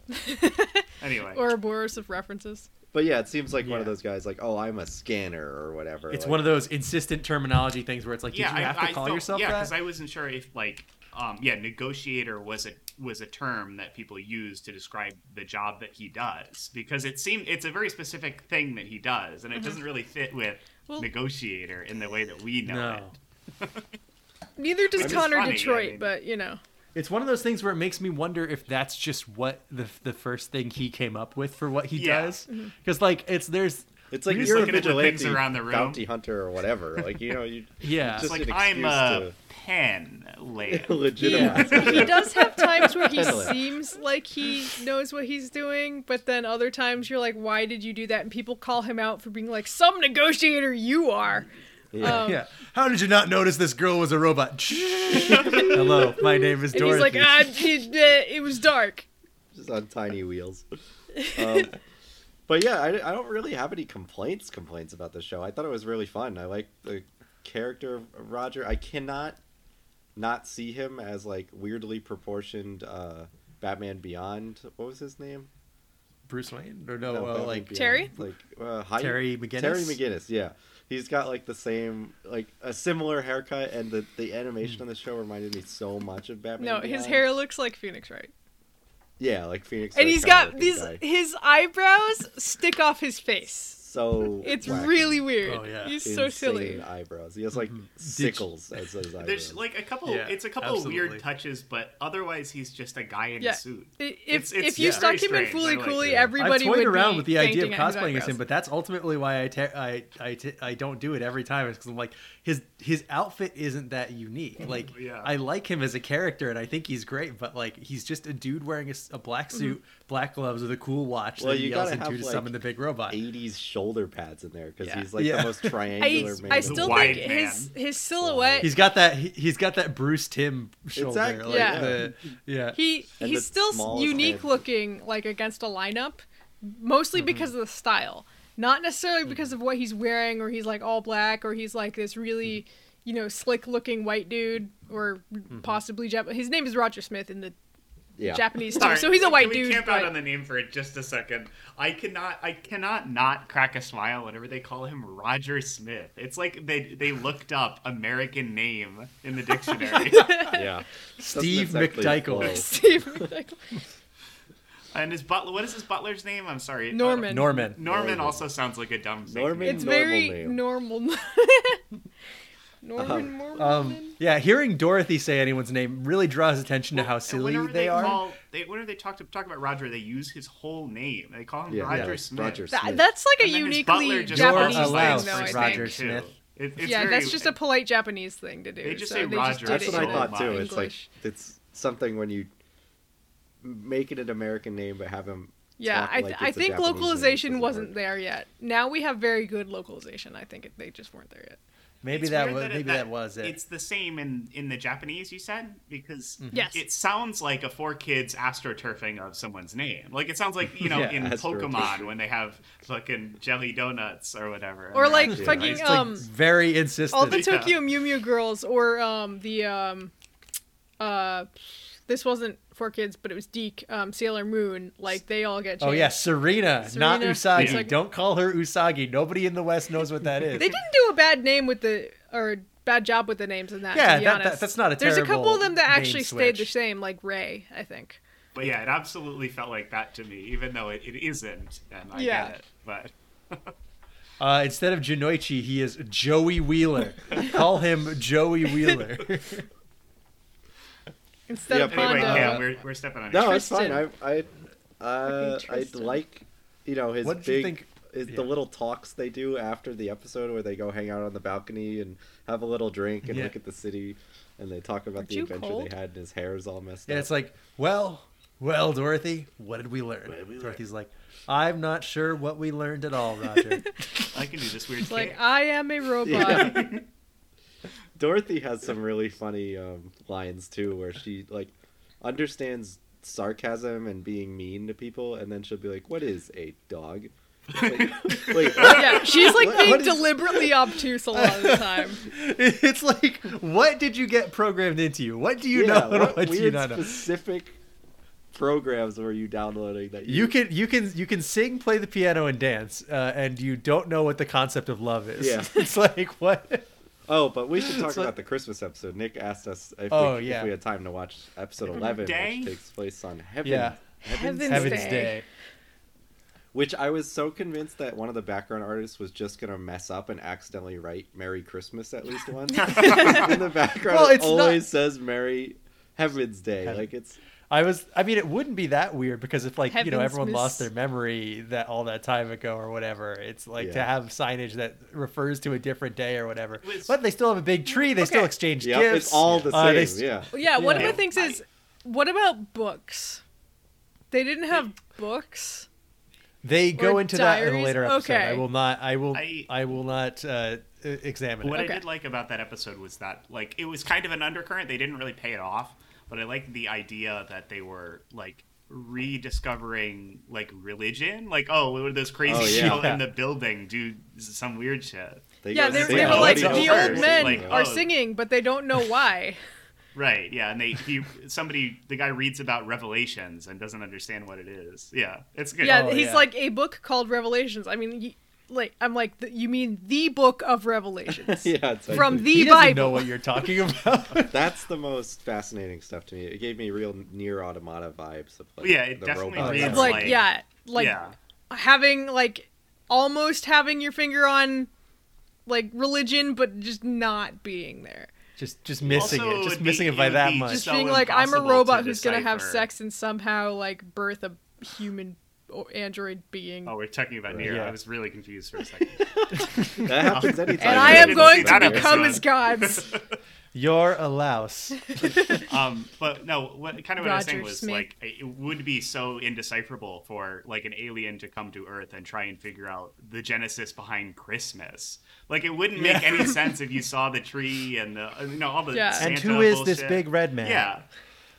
S3: Anyway.
S4: or a Boris of references.
S2: But yeah, it seems like one
S1: Yeah.
S2: of those guys, like, oh, I'm a scanner or whatever.
S1: It's one of those insistent terminology things where it's like, did
S3: yeah,
S1: you have
S3: I,
S1: to
S3: I
S1: call
S3: felt-
S1: yourself
S3: yeah,
S1: that?
S3: because I wasn't sure if like, um, yeah, negotiator was a was a term that people use to describe the job that he does because it seemed it's a very specific thing that he does,
S1: Mm-hmm.
S3: and it doesn't really fit with
S4: Well-
S3: negotiator in the way that we know
S1: No.
S3: it.
S4: Neither does
S3: Which is
S4: Connor
S3: funny, I
S4: Detroit,
S3: mean-
S4: but you know,
S1: It's one of those things where it makes me wonder if that's just what the the first thing he came up with for what he
S3: Yeah.
S1: does.
S4: Mm-hmm.
S1: Because like it's there's
S2: It's like
S3: He's
S2: you're a
S3: looking at the
S2: vigilante,
S3: things around the room.
S2: bounty hunter or whatever. Like you know, you
S1: yeah.
S2: Just-
S3: It's like
S2: an
S3: I'm uh, a
S2: excuse
S3: pen layer.
S4: yeah,
S2: legitimate.
S4: he does have times where he
S2: Totally.
S4: seems like he knows what he's doing, but then other times you're like, "Why did you do that?" And people call him out for being like, "Some negotiator you are."
S2: Yeah.
S4: Um,
S1: yeah. How did you not notice this girl was a robot? Hello, my name is
S4: And
S1: Dorothy.
S4: he's like, "Ah, it, uh, it was dark."
S2: just on tiny wheels. Um, But yeah, I, I don't really have any complaints complaints about the show. I thought it was really fun. I like the character of Roger. I cannot not see him as like weirdly proportioned uh, Batman Beyond. What was his name?
S1: Bruce Wayne or no,
S2: No,
S1: uh,
S2: Batman
S1: like
S2: Beyond.
S4: Terry?
S2: Like uh, Hy-
S1: Terry McGinnis?
S2: Terry McGinnis. Yeah, he's got like the same like a similar haircut, and the the
S1: Hmm.
S2: animation on the show reminded me so much of Batman.
S4: No, his
S2: Beyond.
S4: hair looks like Phoenix Wright.
S2: Yeah, like Phoenix.
S4: and
S2: Wright
S4: he's
S2: kinda
S4: got
S2: looking
S4: these
S2: guy.
S4: his eyebrows stick off his face.
S2: So
S4: It's
S2: wacky.
S4: really weird.
S1: Oh, yeah.
S4: He's so silly.
S2: Insane eyebrows. He has like
S1: Mm-hmm.
S2: sickles as his eyebrows.
S3: There's like a couple.
S1: Yeah,
S3: it's a couple of
S1: absolutely.
S3: weird touches, but otherwise he's just a guy in
S4: Yeah.
S3: a suit.
S4: I- If
S3: It's- it's
S4: if you
S3: very
S4: stuck him
S3: strange.
S4: in Fooly
S3: I like
S4: Cooly,
S3: it.
S4: everybody
S1: I've toyed
S4: would
S1: around
S4: be
S1: with the idea of
S4: fainting at his
S1: cosplaying as him,
S4: eyebrows.
S1: but that's ultimately why I ta- I I ta- I don't do it every time. Is because I'm like his his outfit isn't that unique.
S4: Mm-hmm.
S1: Like
S3: Yeah.
S1: I like him as a character, and I think he's great. But like he's just a dude wearing a, s- a black
S4: Mm-hmm.
S1: suit, black gloves, with a cool watch
S2: Well,
S1: that he
S2: you
S1: yells
S2: gotta
S1: into
S2: have,
S1: to
S2: like,
S1: summon the big robot.
S2: 80s shoulder pads in there because
S1: Yeah.
S2: he's like
S1: Yeah.
S2: the most
S4: I,
S2: triangular man.
S4: I
S2: in the
S4: still
S3: Wide
S4: think his his silhouette
S1: He's got that. He, he's got that Bruce Tim shoulder.
S2: Exactly,
S1: Like
S4: yeah.
S1: The, yeah.
S4: he
S2: And
S4: he's
S2: the
S4: still s-
S2: smallest
S4: unique
S2: head.
S4: looking like against a lineup
S1: Mm-hmm.
S4: mostly because of the style not necessarily because of what he's wearing or he's like all black or he's like this really
S1: Mm-hmm.
S4: you know slick looking white dude or possibly Jap- his name is roger smith in the
S2: yeah.
S4: japanese too
S3: Sorry,
S4: so he's a
S3: can
S4: white
S3: we
S4: dude
S3: Camp out
S4: but-
S3: on the name for just a second. I cannot, I cannot not crack a smile whenever they call him Roger Smith. It's like they they looked up American name in the dictionary,
S2: yeah.
S1: Steve
S2: exactly
S1: McDykel.
S2: flow.
S4: Steve McDick-
S3: and his butler. What is his butler's name? I'm sorry, I don't-
S4: norman
S1: Norman.
S3: Norman also sounds like a dumb. fake
S2: Norman-
S3: name.
S4: it's
S2: Normal
S4: very
S2: name. Oh,
S4: normal norman Mormon.
S1: Um, yeah, hearing Dorothy say anyone's name really draws attention to how
S3: And
S1: silly
S3: whenever
S1: they, are.
S3: Call, they, whenever they talk to talk about Roger, they use his whole name. They call him
S2: Yeah,
S3: Roger
S2: yeah,
S3: Smith.
S2: Roger
S4: That-
S2: Smith.
S4: that's like a
S3: And then his
S4: uniquely
S3: butler just
S4: japanese
S3: calls him by his
S1: allows
S4: thing though
S1: for
S4: i
S3: first
S4: think
S1: Roger
S3: name, too.
S1: Smith.
S3: It- it's
S4: yeah,
S3: very-
S4: that's just a polite Japanese thing to do.
S3: They just
S4: so
S3: say
S4: they
S3: Roger.
S4: Just
S2: That's
S4: did
S2: what
S4: it
S2: I
S3: so
S2: thought
S3: much.
S2: too. It's like
S4: English.
S2: it's something when you make it an American name but have him.
S4: Yeah,
S2: talk
S4: I,
S2: like
S4: th-
S2: it's
S4: I
S2: a
S4: think
S2: Japanese name. It
S4: localization
S2: doesn't
S4: wasn't
S2: work.
S4: there yet. Now we have very good localization. I think it, they just weren't there yet.
S1: Maybe
S3: It's
S1: that
S3: weird
S1: was
S3: it-
S1: maybe that, was it.
S3: It's the same in in the Japanese. You said because
S1: Mm-hmm.
S4: Yes.
S3: it sounds like a four kids astroturfing of someone's name. Like it sounds like you know
S1: Yeah,
S3: in
S2: astroturfing.
S3: Pokemon when they have fucking jelly donuts or whatever.
S4: Or
S3: And
S4: like
S3: they're
S4: fucking
S3: actually-
S1: It's, like,
S4: um,
S1: very insistent.
S4: all the
S3: Yeah.
S4: Tokyo Mew Mew girls or um the um uh this wasn't for kids, but it was Deke um Sailor Moon. Like they all get.
S1: oh
S4: changed.
S1: yeah, Serena, not
S4: Serena,
S1: Usagi.
S4: it's like-
S1: Don't call her Usagi. Nobody in the West knows what that is.
S4: They didn't do a bad name with the or bad job with the names in that.
S1: Yeah,
S4: to be
S1: that- that-
S4: honest.
S1: that's not a
S4: There's a couple of
S1: terrible
S4: them that
S1: name
S4: actually stayed the
S1: switch.
S4: same, like Ray, I think.
S3: But yeah, it absolutely felt like that to me, even though it, it isn't, and I
S4: Yeah.
S3: get it. But
S1: Uh, instead of Jinoichi, he is Joey Wheeler. call him Joey Wheeler.
S4: Instead
S2: Yeah,
S4: of
S2: but
S3: anyway,
S4: Honda.
S1: Uh,
S3: yeah, we're, we're stepping on.
S2: No,
S3: each-
S2: it's fine. I
S4: Tristan.
S2: I uh, I
S4: Tristan.
S2: like you know his
S1: What did you
S2: big
S1: think-
S2: is
S1: yeah.
S2: the little talks they do after the episode where they go hang out on the balcony and have a little drink and
S1: Yeah.
S2: look at the city and they talk about
S4: Aren't
S2: the
S4: you
S2: adventure
S4: cold?
S2: they had and his hair is all messed
S1: and
S2: up.
S1: it's like, well, well, Dorothy, what did we learn? Dorothy's like, I'm not sure what we learned at all, Roger.
S3: I can do this weird.
S4: It's like
S3: kick.
S4: I am a robot.
S2: Dorothy has some really funny um, lines too, where she like understands sarcasm and being mean to people, and then she'll be like, "What is a dog?" Like, like,
S4: yeah, she's like
S2: What-
S4: being
S2: what is-
S4: deliberately obtuse a lot of the time.
S1: it's like, what did you get programmed into you? What do you
S2: yeah,
S1: know? and
S2: what
S1: What, do you
S2: weird
S1: not know?
S2: specific programs were you downloading that
S1: You can you can you can sing, play the piano, and dance, uh, and you don't know what the concept of love is.
S2: Yeah.
S1: it's like what?
S2: Oh, but we should talk
S1: like-
S2: about the Christmas episode. Nick asked us if,
S1: Oh,
S2: we,
S1: yeah.
S2: if we had time to watch episode eleven,
S3: Day?
S2: which takes place on Heaven.
S1: Yeah.
S2: Heaven's
S4: Heaven's
S1: Heaven's
S4: Day.
S1: Day.
S2: Which I was so convinced that one of the background artists was just gonna mess up and accidentally write "Merry Christmas" at least once. In the background,
S1: Well,
S2: it
S1: it's not-
S2: always says "Merry Heaven's Day."
S1: Heaven.
S2: Like it's
S1: I was. I mean, it wouldn't be that weird because if like you know
S4: Heavens
S1: everyone lost
S4: miss-
S1: their memory that all that time ago or whatever, it's like to
S2: Yeah.
S1: have signage that refers to a different day or whatever.
S3: It's-
S1: But they still have a big tree. They still
S4: Okay.
S1: exchange
S2: yeah,
S1: gifts.
S2: it's all the
S1: Uh,
S2: same.
S1: they s-
S2: yeah,
S4: Yeah, one of
S1: Yeah.
S4: the things is, what about books? They didn't have books.
S1: They go
S4: Or
S1: into that in a
S4: diaries?
S1: later episode. I
S4: Okay.
S1: will not. I will. I,
S3: I-
S1: will not uh, e- examine
S3: What
S1: it.
S4: Okay.
S3: I did like about that episode was that like it was kind of an undercurrent. They didn't really pay it off, but I liked the idea that they were like rediscovering like religion. Like, oh, what were those crazy
S2: Oh, yeah.
S3: people in the building do some weird shit?
S2: They
S4: yeah,
S2: go-
S4: they,
S2: they
S4: they were
S2: go
S4: like
S2: to
S4: the
S2: church.
S4: old men
S3: Like,
S4: are
S3: oh.
S4: singing, but they don't know why.
S3: Right. Yeah. And they he somebody the guy reads about Revelations and doesn't understand what it is. Yeah, it's good.
S4: yeah,
S1: Oh,
S4: he's
S1: yeah.
S4: like a book called Revelations. I mean, y like I'm like th- you mean the book of Revelations
S2: yeah, it's like-
S4: from the
S1: he doesn't know
S4: Bible.
S1: what you're talking about.
S2: That's the most fascinating stuff to me. It gave me real near automata vibes of like
S3: Yeah, it
S2: the
S3: definitely
S2: robots.
S3: reads
S4: like,
S3: like-
S4: yeah, like
S3: yeah.
S4: having like almost having your finger on like religion, but just not being there.
S1: just just missing
S3: Also,
S1: it,
S3: it
S1: just
S3: would
S1: missing
S3: be-
S1: it by
S3: it would
S1: that
S3: be
S1: much.
S4: Just
S3: So
S4: being like, I'm a
S3: impossible
S4: robot
S3: to
S4: who's gonna have
S3: decipher.
S4: sex and somehow like birth a human or android being.
S3: Oh, we're talking about Nero.
S1: Yeah.
S3: I was really confused for a second.
S2: That happens anytime.
S4: and
S3: I
S4: I am
S3: didn't
S4: going
S3: see
S4: to
S3: that
S4: become
S3: episode.
S4: as gods.
S1: You're a louse.
S3: um, but no, what kind of what I was saying
S4: Roger
S3: was
S4: Smith.
S3: like it would be so indecipherable for like an alien to come to Earth and try and figure out the genesis behind Christmas. Like it wouldn't make any sense if you saw the tree and the uh, you know all the
S4: Yeah.
S1: And
S3: Santa
S1: who is this
S3: bullshit.
S1: big red man?
S3: Yeah.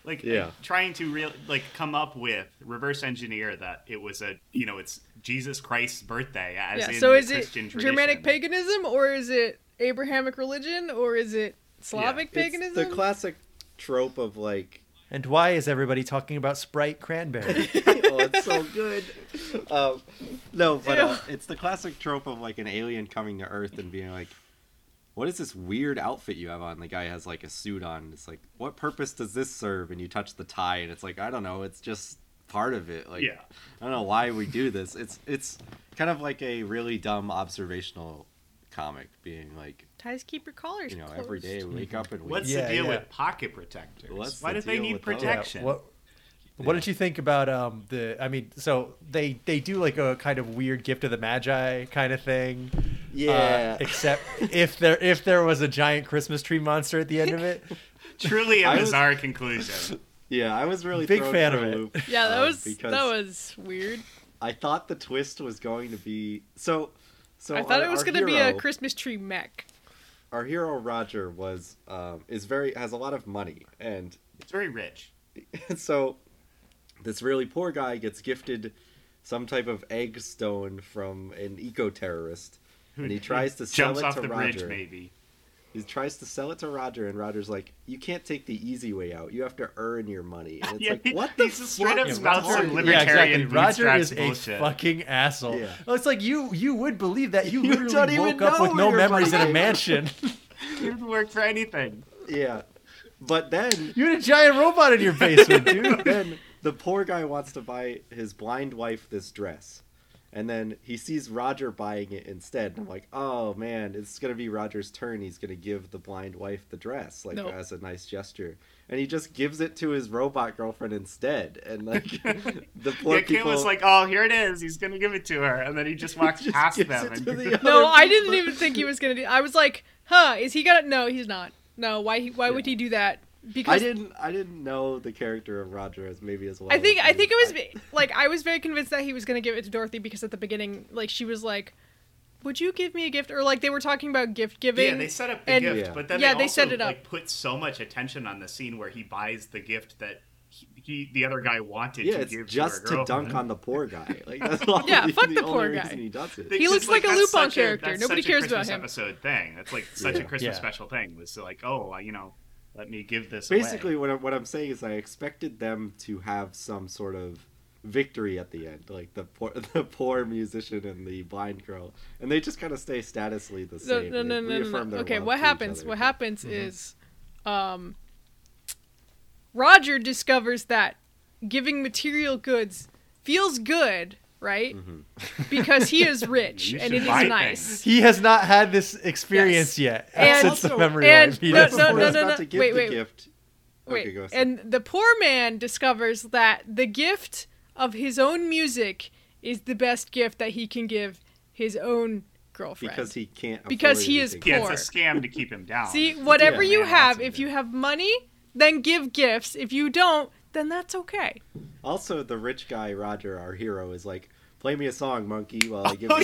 S3: Like
S2: Yeah.
S3: trying to real like come up with reverse engineer that it was a you know it's Jesus Christ's birthday as
S4: yeah.
S3: in
S4: So
S3: the
S4: is it
S3: Christian
S4: Germanic
S3: tradition.
S4: paganism or is it Abrahamic religion or is it Slavic
S2: It's
S4: paganism?
S2: the classic trope of like,
S1: And why is everybody talking about Sprite Cranberry?
S2: oh, it's so good. Um, no, but uh, it's the classic trope of like an alien coming to Earth and being like, "What is this weird outfit you have on?" The guy has like a suit on. and It's like, "What purpose does this serve?" And you touch the tie, and it's like, "I don't know." It's just part of it. Like,
S3: Yeah.
S2: I don't know why we do this. It's it's kind of like a really dumb observational comic being like
S4: Ties keep your collars
S2: you know
S4: closed.
S2: every day we wake up and we
S3: What's
S1: Yeah,
S3: the deal
S1: yeah.
S3: with pocket protectors?
S2: What's
S3: Why
S2: the
S3: do they
S2: deal
S3: need
S2: with those? Yeah,
S1: Yeah,
S3: protection?
S1: what what did you think about um the I mean, so they they do like a kind of weird gift of the magi kind of thing. uh,
S2: yeah
S1: except if there if there was a giant Christmas tree monster at the end of it.
S3: Truly a
S2: I was-
S3: bizarre conclusion.
S2: yeah i was really
S1: Big
S2: thrown
S1: fan
S2: for
S1: of
S2: a
S1: it.
S2: loop,
S4: Yeah, that
S2: um,
S4: was
S2: because
S4: that was weird.
S2: i thought the twist was going to be so so
S4: I thought
S2: our-
S4: it was
S2: our
S4: going to be a
S2: hero-
S4: Christmas tree mech.
S2: our hero roger was um is very has a lot of money and
S3: It's very rich.
S2: so this really poor guy gets gifted some type of egg stone from an eco-terrorist and he tries to sell
S3: Jumps
S2: it
S3: off
S2: to
S3: the
S2: roger
S3: bridge, maybe.
S2: he tries to sell it to Roger, and Roger's like, "You can't take the easy way out. You have to earn your money." And it's like,
S3: he-
S2: "What the
S3: he's just straight up
S2: fuck?
S3: spouts
S2: Roger-
S3: some
S1: Yeah,
S3: libertarian
S1: exactly. Roger
S3: bootstraps
S1: is
S3: bullshit.
S1: a fucking asshole.
S2: Yeah.
S1: Well, It's like you you would believe that you
S2: You don't
S1: literally
S2: even
S1: woke up
S2: know
S1: with no
S2: your
S1: memories in a
S2: buddy.
S1: mansion.
S3: It would work for anything.
S2: Yeah, but then,
S1: you had a giant robot in your basement, dude.
S2: then the poor guy wants to buy his blind wife this dress, and then he sees Roger buying it instead. And I'm like, "Oh man, it's gonna be Roger's turn. He's gonna give the blind wife the dress, like
S4: No.
S2: as a nice gesture." And he just gives it to his robot girlfriend inid, and like the poor
S3: yeah, Kim
S2: people
S3: was like, "Oh, here it is. He's gonna give it to her," and then he just walks
S2: just
S3: past
S2: gives
S3: them.
S2: it
S3: And...
S2: to the
S4: No,
S2: other
S4: I didn't
S2: people.
S4: even think he was going to do I was like, "Huh, is he going to No, he's not. No, why he, why would he do that?" Because
S2: I didn't. I didn't know the character of Roger as maybe as well.
S4: I think
S2: as
S4: I
S2: you.
S4: think it was like I was very convinced that he was gonna give it to Dorothy because at the beginning, like she was like, "Would you give me a gift?" Or like they were talking about gift giving.
S3: Yeah, they set up the
S4: and-
S3: gift,
S2: Yeah.
S3: but then
S4: Yeah,
S3: they,
S4: they
S3: also,
S4: set it up.
S3: Like, put so much attention on the scene where he buys the gift that he, he the other guy wanted
S2: Yeah,
S3: to
S2: it's
S3: give
S2: just
S3: to,
S2: to
S3: her
S2: dunk
S3: girlfriend.
S2: on the poor guy. Like that's all
S4: Yeah,
S2: the,
S4: fuck
S2: the
S4: the poor
S2: only
S4: guy.
S2: reason he does it.
S3: It's
S4: He
S3: just
S4: looks like a
S3: that's
S4: Lupin
S3: such
S4: character.
S3: that's
S4: Nobody
S3: such
S4: cares
S3: a Christmas
S4: about him.
S3: Episode thing. That's like such a
S2: Yeah.
S3: Christmas
S1: Yeah.
S3: special thing. Was like, oh, I- you know, let me give this. away.
S2: Basically, what I'm, what I'm saying is, I expected them to have some sort of victory at the end, like the poor the poor musician and the blind girl, and they just kind of stay statusly the
S4: no,
S2: same.
S4: no, no,
S2: They
S4: no, no,
S2: reaffirm
S4: no.
S2: their
S4: Okay,
S2: love
S4: what
S2: to each
S4: happens?
S2: other. Mm-hmm.
S4: What happens is, um, Roger discovers that giving material goods feels good, right?
S2: Mm-hmm.
S4: Because he is rich
S3: You
S4: and it
S3: should
S4: is
S3: buy
S4: nice.
S1: He has not had this experience yet
S4: And-
S1: since the
S2: Also-
S1: memory
S4: and-
S1: wipe. He
S4: no,
S1: doesn't
S4: no,
S1: know.
S2: Before
S4: no,
S2: he's
S4: no,
S2: about
S4: no.
S2: to give
S4: Wait,
S2: the
S4: wait.
S2: gift.
S4: Wait,
S2: Okay, go ahead.
S4: and the poor man discovers that the gift of his own music is the best gift that he can give his own girlfriend.
S2: because he can't.
S4: Because
S2: afford
S4: he is
S2: anything.
S3: yeah,
S4: poor.
S3: it's a scam to keep him down.
S4: See, whatever
S2: Yeah,
S4: you
S3: man,
S4: have,
S2: that's
S4: if
S2: it.
S4: you have money, then give gifts. If you don't, then that's okay.
S2: Also, the rich guy Roger, our hero, is like, "Play me a song, monkey." While I give you a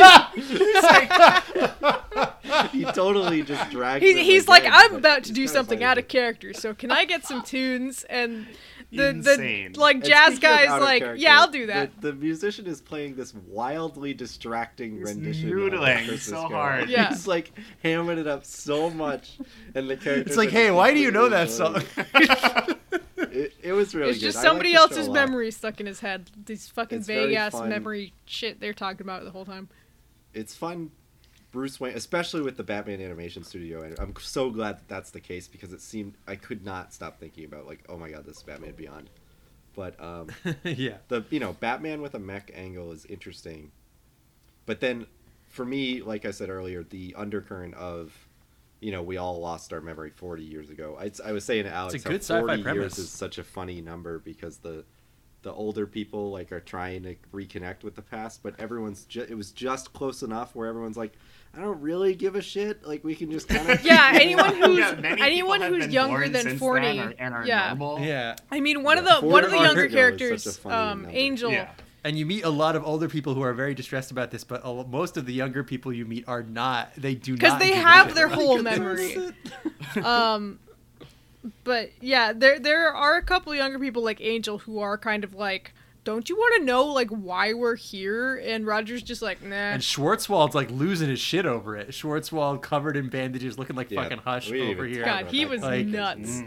S4: Oh, Yeah,
S2: he totally just drags.
S4: He,
S2: him
S4: he's
S2: again,
S4: like, I'm
S2: but
S4: about to
S2: he's
S4: do
S2: kinda
S4: something
S2: like-
S4: out of character, so can I get some tunes? And The
S3: Insane.
S4: the like
S2: And
S4: jazz
S2: speaking of
S4: guy's
S2: out of
S4: like,
S2: character,
S4: yeah, I'll do that.
S2: The, the musician is playing this wildly distracting rendition. of
S3: noodling
S2: Christmas
S3: so
S2: Carol.
S3: hard.
S4: Yeah.
S2: he's like hamming it up so much, and the character.
S1: It's like, hey, why do you know that song?
S2: It, it was really.
S4: it's
S2: good.
S4: just
S2: I liked
S4: somebody
S2: the show
S4: else's
S2: a lot.
S4: memory stuck in his head. These fucking
S2: It's very
S4: vague ass
S2: fun.
S4: memory shit they're talking about the whole time.
S2: It's fun. Bruce Wayne, especially with the Batman Animation Studio, and I'm so glad that that's the case because it seemed I could not stop thinking about like, oh my god, this is Batman Beyond. But um,
S1: yeah.
S2: the you know Batman with a mech angle is interesting, but then for me, like I said earlier, the undercurrent of you know we all lost our memory 40 years ago. I, I was saying to Alex,
S1: It's a
S2: how
S1: good sci-fi
S2: 40 years
S1: premise.
S2: is such a funny number because the the older people like are trying to reconnect with the past, but everyone's ju- it was just close enough where everyone's like, I don't really give a shit. Like we can just kind of
S4: Yeah, anyone who's
S3: Yeah, many people
S4: anyone
S3: have
S4: who's
S3: been
S4: younger
S3: born
S4: than
S3: since
S4: forty.
S3: then are- and are
S4: yeah,
S3: normal.
S1: Yeah.
S4: I mean one of
S2: Yeah.
S4: the one of the
S2: Forty
S4: younger
S2: years ago is
S4: characters,
S2: such a funny
S4: um,
S2: number.
S4: Angel.
S3: Yeah.
S1: And you meet a lot of older people who are very distressed about this, but a- most of the younger people you meet are not. They do not.
S4: because they
S1: give a
S4: have
S1: shit.
S4: their whole memory. um, but yeah, there there are a couple younger people like Angel who are kind of like, don't you want to know like why we're here? And Roger's just like, nah.
S1: And Schwartzwald's like losing his shit over it. Schwartzwald covered in bandages, looking like
S2: Yeah,
S1: fucking Hush
S2: we
S1: over
S2: even
S1: here.
S2: talked
S4: God, he
S2: about
S4: was
S2: that.
S1: Like- Mm.
S4: nuts.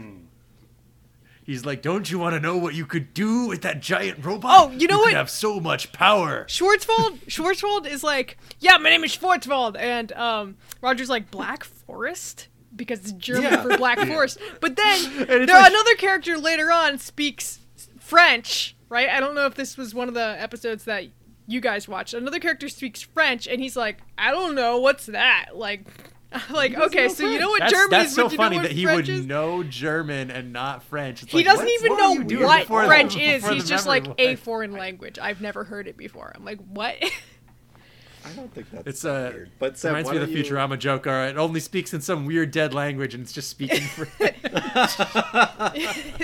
S1: He's like, "Don't you want to know what you could do with that giant robot?
S4: Oh, you know
S1: could
S4: what?
S1: have so much power."
S4: Schwartzwald, Schwartzwald is like, yeah, my name is Schwartzwald, and um, Roger's like Black Forest because it's German
S2: Yeah.
S4: for Black Forest. But then
S1: And
S4: there,
S1: it's like-
S4: another character later on speaks French, right? I don't know if this was one of the episodes that you guys watched. Another character speaks French, and he's like, I don't know what's that, like. I'm Like okay, so you know what
S1: That's,
S4: German
S1: that's
S4: is,
S1: so
S4: but you
S1: funny
S4: know what
S1: that he
S4: French
S1: would
S4: is?
S1: know German and not French. It's
S4: He
S1: like,
S4: doesn't
S1: what-
S4: even
S1: what were
S4: know
S1: you doing
S4: what
S1: before the-
S4: French is.
S1: before
S4: He's
S1: the
S4: just
S1: memory
S4: like
S1: went?
S4: a foreign language. I've never heard it before. I'm like, what?
S2: I don't think that's
S1: It's
S2: that
S1: uh,
S2: weird. But Seb,
S1: reminds
S2: why
S1: me of
S2: don't
S1: the
S2: you-
S1: Futurama joke. All right, it only speaks in some weird dead language, and it's just speaking. For,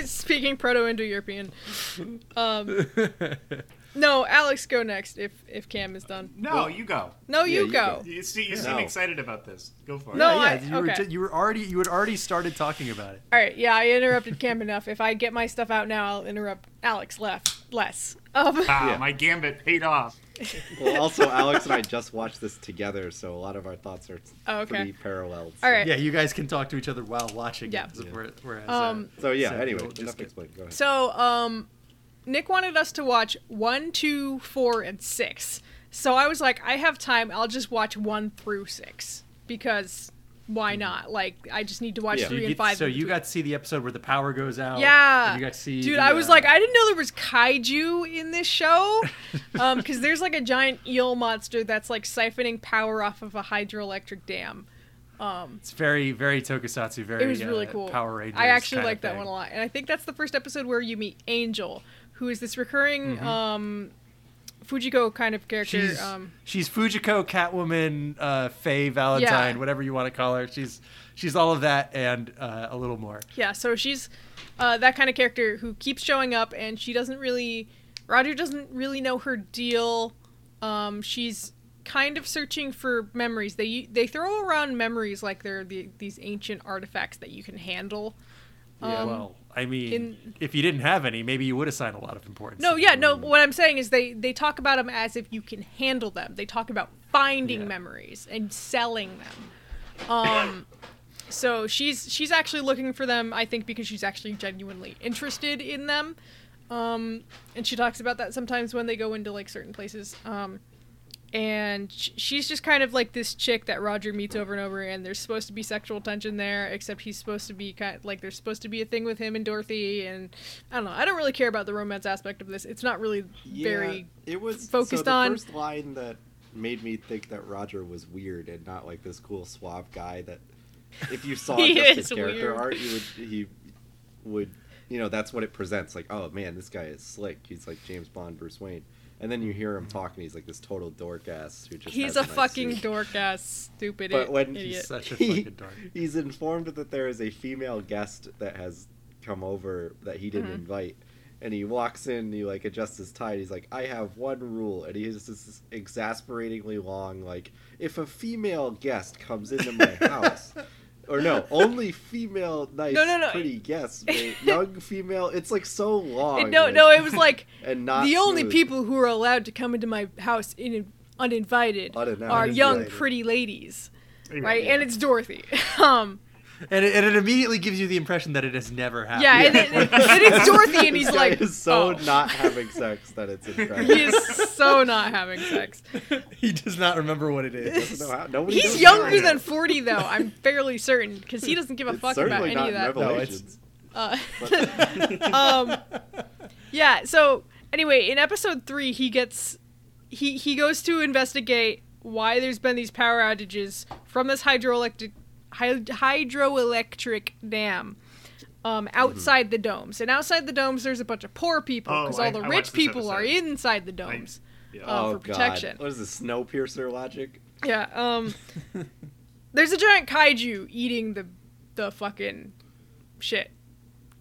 S4: Speaking Proto-Indo-European. Um, no, Alex, go next if if Cam is done.
S3: No, you go.
S4: No,
S2: Yeah,
S4: you,
S2: you
S4: go.
S3: You, see, you
S2: No.
S3: seem excited about this. Go for it.
S4: No.
S1: yeah,
S4: I-
S1: you were
S4: okay.
S1: ju- you were already you had already started talking about it.
S4: All right, yeah, I interrupted Cam enough. If I get my stuff out now, I'll interrupt Alex left less. Um,
S3: Ah,
S2: Yeah.
S3: my gambit paid off.
S2: Well, also Alex and I just watched this together, so a lot of our thoughts are
S4: Oh, okay.
S2: pretty paralleled.
S4: all right.
S1: Yeah, you guys can talk to each other while watching.
S4: Yeah.
S1: it, as- whereas, whereas,
S4: Um,
S1: uh,
S2: So yeah.
S1: Seb,
S2: anyway,
S1: you'll
S2: enough
S1: get-
S2: explained. Go ahead.
S4: So, um, Nick wanted us to watch one, two, four, and six. So I was like, I have time. I'll just watch one through six because why not? Like, I just need to watch
S2: Yeah.
S1: you
S4: three and
S1: get-
S4: five.
S1: so
S4: in
S1: you
S4: between.
S1: got to see the episode where the power goes out.
S4: Yeah.
S1: and you got to see.
S4: Dude,
S1: the,
S4: I was
S1: uh,
S4: like, I didn't know there was kaiju in this show. Um, because there's like a giant eel monster that's like siphoning power off of a hydroelectric dam.
S1: It's very very tokusatsu. Very.
S4: It was really
S1: uh,
S4: cool.
S1: Power Rangers.
S4: I actually
S1: kind of
S4: like that
S1: thing.
S4: one a lot. And I think that's the first episode where you meet Angel, who is this recurring um Fujiko kind of character.
S1: Mm-hmm. She's
S4: um
S1: she's Fujiko, Catwoman, uh, Faye Valentine,
S4: Yeah.
S1: whatever you want to call her. She's she's all of that and uh, a little more.
S4: yeah, so she's uh that kind of character who keeps showing up and she doesn't really Roger doesn't really know her deal. Um she's kind of searching for memories. They they throw around memories like they're the, these ancient artifacts that you can handle.
S1: Yeah. Well, I mean,
S4: Um, in-
S1: if you didn't have any, maybe you would assign a lot of importance.
S4: No,
S1: to
S4: yeah,
S1: them.
S4: no. What I'm saying is they they talk about them as if you can handle them. They talk about finding
S1: Yeah.
S4: memories and selling them. Um, so she's she's actually looking for them. I think because she's actually genuinely interested in them. Um, and she talks about that sometimes when they go into like certain places. Um, and sh- she's just kind of like this chick that Roger meets over and over, and there's supposed to be sexual tension there, except he's supposed to be kind like there's supposed to be a thing with him and Dorothy, and I don't know. I don't really care about the romance aspect of this. It's not really very.
S2: it was
S4: focused
S2: so the
S4: on-
S2: first line that made me think that Roger was weird and not like this cool suave guy that if you saw
S4: He
S2: just
S4: is
S2: his character
S4: weird.
S2: art you would he would you know that's what it presents like oh man this guy is slick he's like James Bond Bruce Wayne and then you hear him talking he's like this total dork ass who just
S4: Mm. He's
S2: has
S4: a
S2: nice
S4: fucking
S2: suit.
S4: dork ass stupid
S2: But when
S4: idiot.
S1: He's such a
S2: He-
S1: fucking dark.
S2: he's informed that there is a female guest that has come over that he
S4: Mm-hmm.
S2: didn't invite and he walks in he like adjusts his tie and he's like i have one rule and he has this exasperatingly long like if a female guest comes into my house or no, only female nice
S4: No, no, no.
S2: pretty. Yes, mate. young female. It's like so long.
S4: no,
S2: and-
S4: no, it was like
S2: and not
S4: the only
S2: smooth.
S4: people who are allowed to come into my house in, uninvited
S2: Unin-
S4: are young,
S2: uninvited.
S4: pretty ladies,
S3: Yeah.
S4: right? And it's Dorothy. um,
S1: And it, and it immediately gives you the impression that it has never happened.
S4: yeah, and then, and it's Dorothy, and
S2: This
S4: he's
S2: guy
S4: like,
S2: is so
S4: oh.
S2: not having sex that it's incredible.
S4: He is so not having sex.
S1: He does not remember what it is.
S2: Doesn't know how- nobody
S4: He's
S2: knows
S4: younger
S2: how.
S4: than 40, though, I'm fairly certain, because he doesn't give a
S2: It's
S4: fuck about
S2: certainly
S4: any of
S2: not
S4: that.
S2: revelations.
S4: Uh, um, yeah. So anyway, in episode three, he gets he he goes to investigate why there's been these power outages from this hydroelectric hy- hydroelectric dam. Um,
S3: Mm-hmm.
S4: outside the domes, and outside the domes, there's a bunch of poor people
S3: Oh,
S4: because
S3: I-
S4: all the
S3: I
S4: rich
S3: watched this
S4: people are
S3: episode.
S4: inside the domes.
S3: Yeah.
S4: uh,
S2: oh
S4: for protection.
S2: god, what is this Snowpiercer logic?
S4: Yeah. Um. there's a giant kaiju eating the the fucking shit.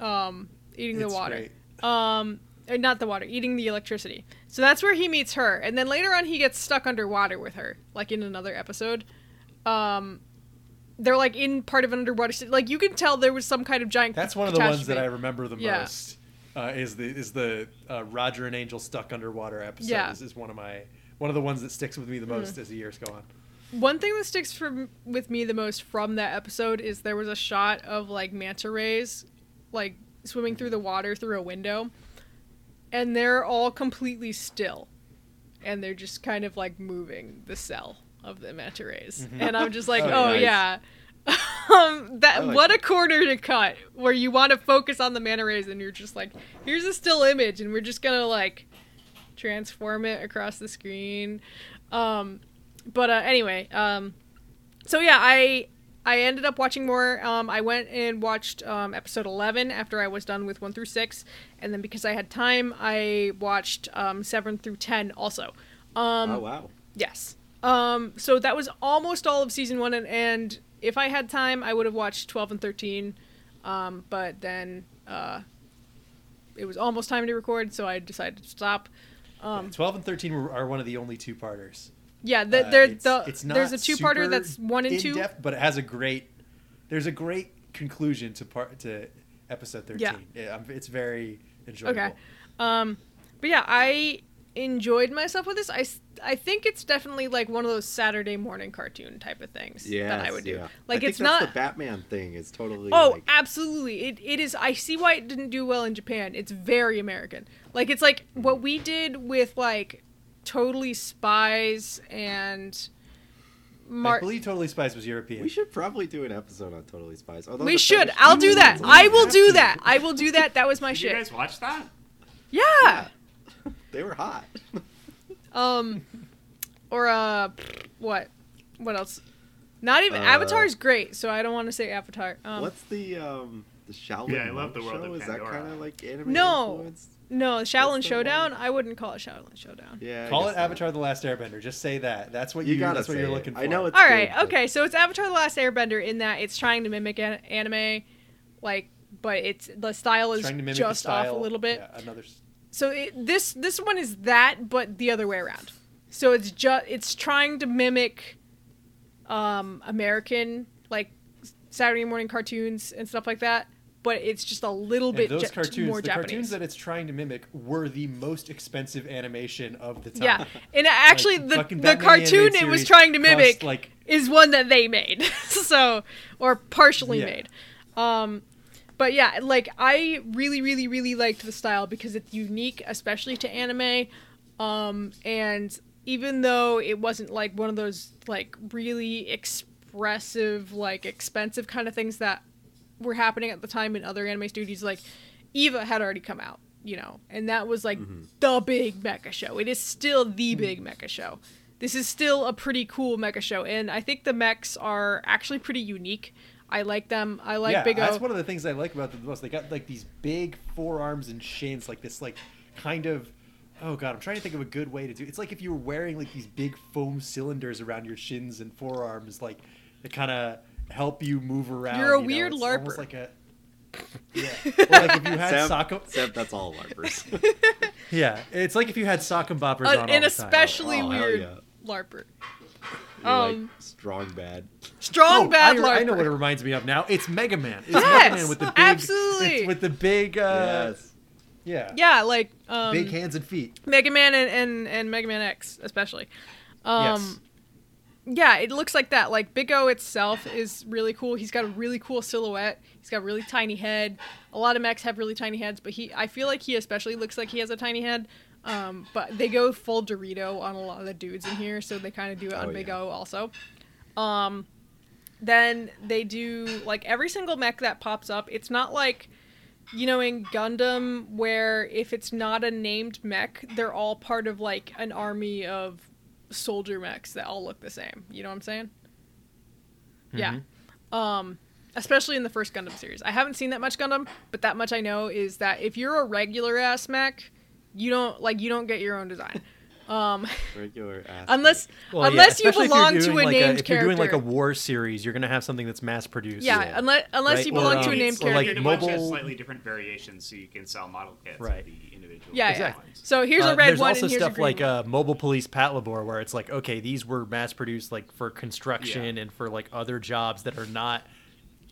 S4: Um, eating the
S1: It's
S4: water.
S1: great.
S4: Um, or not the water, eating the electricity. So that's where he meets her, and then later on he gets stuck underwater with her, like in another episode. Um. They're like in part of an underwater city. Like you can tell there was some kind of giant.
S1: That's one of the ones that I
S4: catastrophe.
S1: remember the
S4: Yeah.
S1: most. Uh, is the is the uh, Roger and Angel stuck underwater episode?
S4: Yeah. Mm-hmm.
S1: Is, is one of my one of the ones that sticks with me the most as the years go on.
S4: One thing that sticks from with me the most from that episode is there was a shot of like manta rays, like swimming through the water through a window, and they're all completely still, and they're just kind of like moving the cell of the manta rays, and I'm just like, oh,
S2: Oh, nice.
S4: yeah. um, that
S2: like
S4: what
S2: that.
S4: a corner to cut where you want to focus on the manta rays and you're just like here's a still image and we're just gonna like transform it across the screen um but uh anyway um so yeah i i ended up watching more um i went and watched um episode 11 after i was done with 1 through 6 and then because i had time i watched um 7 through 10 also um
S2: oh wow.
S4: Yes. Um, so that was almost all of season one, and, and if I had time, I would have watched twelve and thirteen. Um, but then uh, it was almost time to record, so I decided to stop.
S1: Twelve and thirteen were, are one of the only two parters.
S4: Yeah, Um, the,
S1: Uh,
S4: there,
S1: it's-
S4: the,
S1: it's not
S4: there's a two-parter
S1: super
S4: that's one and two.
S1: in-depth, but it has a great. There's a great conclusion to part to episode thirteen. Yeah. I'm- it's very enjoyable.
S4: Okay. Um, but yeah, I enjoyed myself with this. I, s- I think it's definitely like one of those Saturday morning cartoon type of things that I
S2: Yes,
S4: would do.
S2: yeah. I
S4: Like
S2: think
S4: it's
S2: that's
S4: not
S2: the Batman thing. It's totally.
S4: Oh,
S2: like,
S4: absolutely. It, it is. I see why it didn't do well in Japan. It's very American. Like, it's like what we did with, like, Totally Spies and. Mar-
S1: I believe Totally Spies was European.
S2: we should probably do an episode on Totally Spies. although
S4: we
S2: the
S4: should.
S2: British
S4: I'll
S2: people
S4: do that.
S2: one's a
S4: I
S2: little-
S4: will do that. I will do that. That was my
S3: Did you
S4: shit.
S3: guys watch that?
S4: Yeah.
S2: They were hot.
S4: Um, or, uh, what? What else? Not even. Avatar's great, so I don't want to say Avatar. Um,
S2: What's the um the Shaolin?
S3: Yeah, I love
S2: Monk
S3: the world
S2: show?
S3: of
S2: Is that
S3: Pandora.
S2: kind of like anime
S4: No.
S2: influenced?
S4: No,
S2: the
S4: Shaolin
S2: one?
S4: Showdown? I wouldn't call it Shaolin Showdown.
S2: Yeah. I
S1: Call
S2: guess
S1: it
S2: not.
S1: Avatar: The Last Airbender. Just say that. That's what
S2: You
S1: you.
S2: gotta
S1: that's what
S2: say
S1: you're
S2: it.
S1: looking for.
S2: I know it's
S4: All right.
S2: big, but-
S4: Okay. So it's Avatar: The Last Airbender in that it's trying to mimic an- anime, like, but it's the style is
S1: Trying to mimic the
S4: just off
S1: style.
S4: a little bit.
S1: Yeah, another. s-
S4: So it, this this one is that, but the other way around. So it's just it's trying to mimic um, American like Saturday morning cartoons and stuff like that, but it's just a little
S1: And
S4: bit
S1: those
S4: ja-
S1: cartoons,
S4: more
S1: the
S4: Japanese.
S1: cartoons that it's trying to mimic, were the most expensive animation of the time.
S4: yeah, and actually
S1: Like,
S4: the
S1: fucking
S4: the
S1: Batman animated
S4: cartoon it was
S1: series
S4: trying to
S1: cost,
S4: mimic
S1: like
S4: is one that they made so or partially
S1: Yeah.
S4: made um but yeah like i really really really liked the style because it's unique especially to anime um and even though it wasn't like one of those like really expressive like expensive kind of things that were happening at the time in other anime studios like eva had already come out you know and that was like
S1: Mm-hmm.
S4: the big mecha show it is still the big mecha show this is still a pretty cool mecha show and i think the mechs are actually pretty unique i like them i like
S1: yeah,
S4: big o
S1: that's one of the things I like about them the most. They got like these big forearms and shins, like this, like kind of. Oh god, I'm trying to think of a good way to do. It's like if you were wearing like these big foam cylinders around your shins and forearms, like that kind of help you move around.
S4: You're a
S1: you know?
S4: weird
S1: It's almost
S4: LARPer.
S1: Like a. Yeah. Or like if you had
S2: Sam,
S1: sock.
S2: Sam, that's all LARPers.
S1: Yeah, it's like if you had sock and boppers
S4: An-
S1: on all
S4: an
S1: the time.
S4: Uh, especially
S2: Oh, hell
S4: weird
S2: yeah.
S4: larper
S2: You're, like,
S4: Um,
S2: strong bad.
S4: Strong bad
S1: Oh, I,
S4: LARPer.
S1: I know what it reminds me of now. It's Mega Man. It's Mega
S4: Yes,
S1: Man with the big,
S4: absolutely.
S1: with the big, uh,
S2: yes.
S1: yeah,
S4: yeah, like um,
S1: big hands and feet.
S4: Mega Man and, and, and Mega Man X especially. Um,
S1: yes.
S4: Yeah, it looks like that. Like Big O itself is really cool. He's got a really cool silhouette. He's got a really tiny head. A lot of mechs have really tiny heads, but he I feel like he especially looks like he has a tiny head. Um, but they go full Dorito on a lot of the dudes in here, so they kind of do it on
S2: Oh,
S4: Big
S2: yeah.
S4: O also. Um, then they do like every single mech that pops up. It's not like you know in Gundam where if it's not a named mech, they're all part of like an army of soldier mechs that all look the same. You know what I'm saying? Yeah. Um,
S1: Mm-hmm.
S4: especially in the first Gundam series. I haven't seen that much Gundam, but that much I know is that if you're a regular ass mech, you don't like you don't get your own design.
S2: Regular ass.
S4: Unless
S1: Well, yeah,
S4: unless you
S1: especially if you're
S4: belong to
S1: doing
S4: a
S1: like
S4: named
S1: if
S4: character.
S1: you're doing like a war series, you're gonna have something that's mass produced.
S4: yeah, unless unless
S1: Right,
S4: you
S1: or,
S4: belong to
S2: uh,
S1: um,
S4: a named
S1: or,
S4: character.
S1: like,
S3: Like a bunch of
S1: mobile-
S3: slightly different variations, so you can sell model kits
S1: Right.
S3: of the individual.
S4: yeah,
S1: Exactly.
S4: yeah. So here's
S1: Uh,
S4: a red
S1: there's
S4: one
S1: also
S4: and here's
S1: stuff
S4: a green
S1: like
S4: one.
S1: uh, Mobile Police Pat Labor, where it's like, okay, these were mass produced like for construction and for like other jobs that are not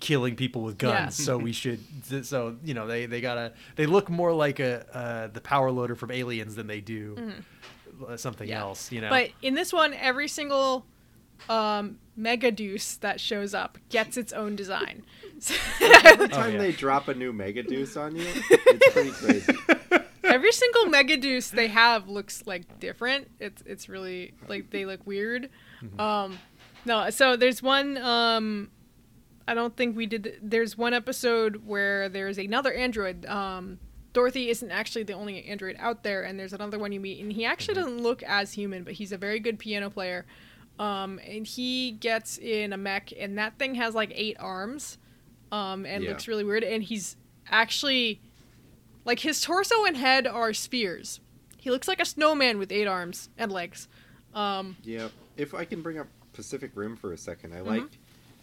S1: killing people with guns.
S4: Yeah.
S1: So we should, so you know, they they gotta they look more like a uh, the power loader from Aliens than they do uh, something
S4: Yeah.
S1: else. You know,
S4: Mm-hmm. But in this one, every single um, Mega Deuce that shows up gets its own design. So-
S2: Every
S4: Oh,
S2: time
S1: yeah.
S2: they drop a new Mega Deuce on you, it's pretty crazy.
S4: Every single Mega Deuce they have looks like different. It's it's really like they look weird. Um, no, so there's one. Um, I don't think we did. th- There's one episode where there's another android. Um, Dorothy isn't actually the only android out there, and there's another one you meet, and he actually doesn't look as human, but he's a very good piano player. Um, and he gets in a mech, and that thing has like eight arms, um, and
S2: Yeah.
S4: looks really weird. And he's actually like his torso and head are spheres. He looks like a snowman with eight arms and legs. Um,
S2: Yeah. If I can bring up Pacific Rim for a second, I like.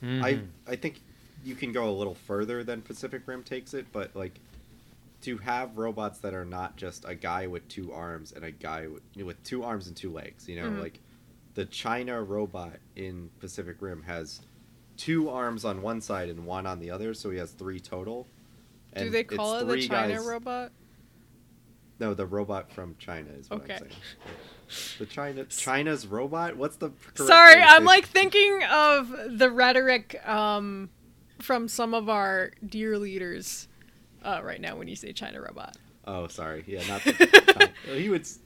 S4: Mm-hmm.
S2: I I think you can go a little further than Pacific Rim takes it, but like to have robots that are not just a guy with two arms and a guy with, with two arms and two legs, you know,
S4: Mm-hmm.
S2: like the China robot in Pacific Rim has two arms on one side and one on the other, so he has three total.
S4: Do they
S2: it's
S4: call it the
S2: three
S4: China
S2: guys-
S4: robot?
S2: No, the robot from China is what
S4: Okay.
S2: I'm saying. The China China's robot. What's the correct
S4: Sorry,
S2: way to
S4: I'm
S2: say-
S4: like thinking of the rhetoric um, from some of our dear leaders uh, right now when you say China robot.
S2: Oh, sorry. Yeah, not. The, Chi- he would. s-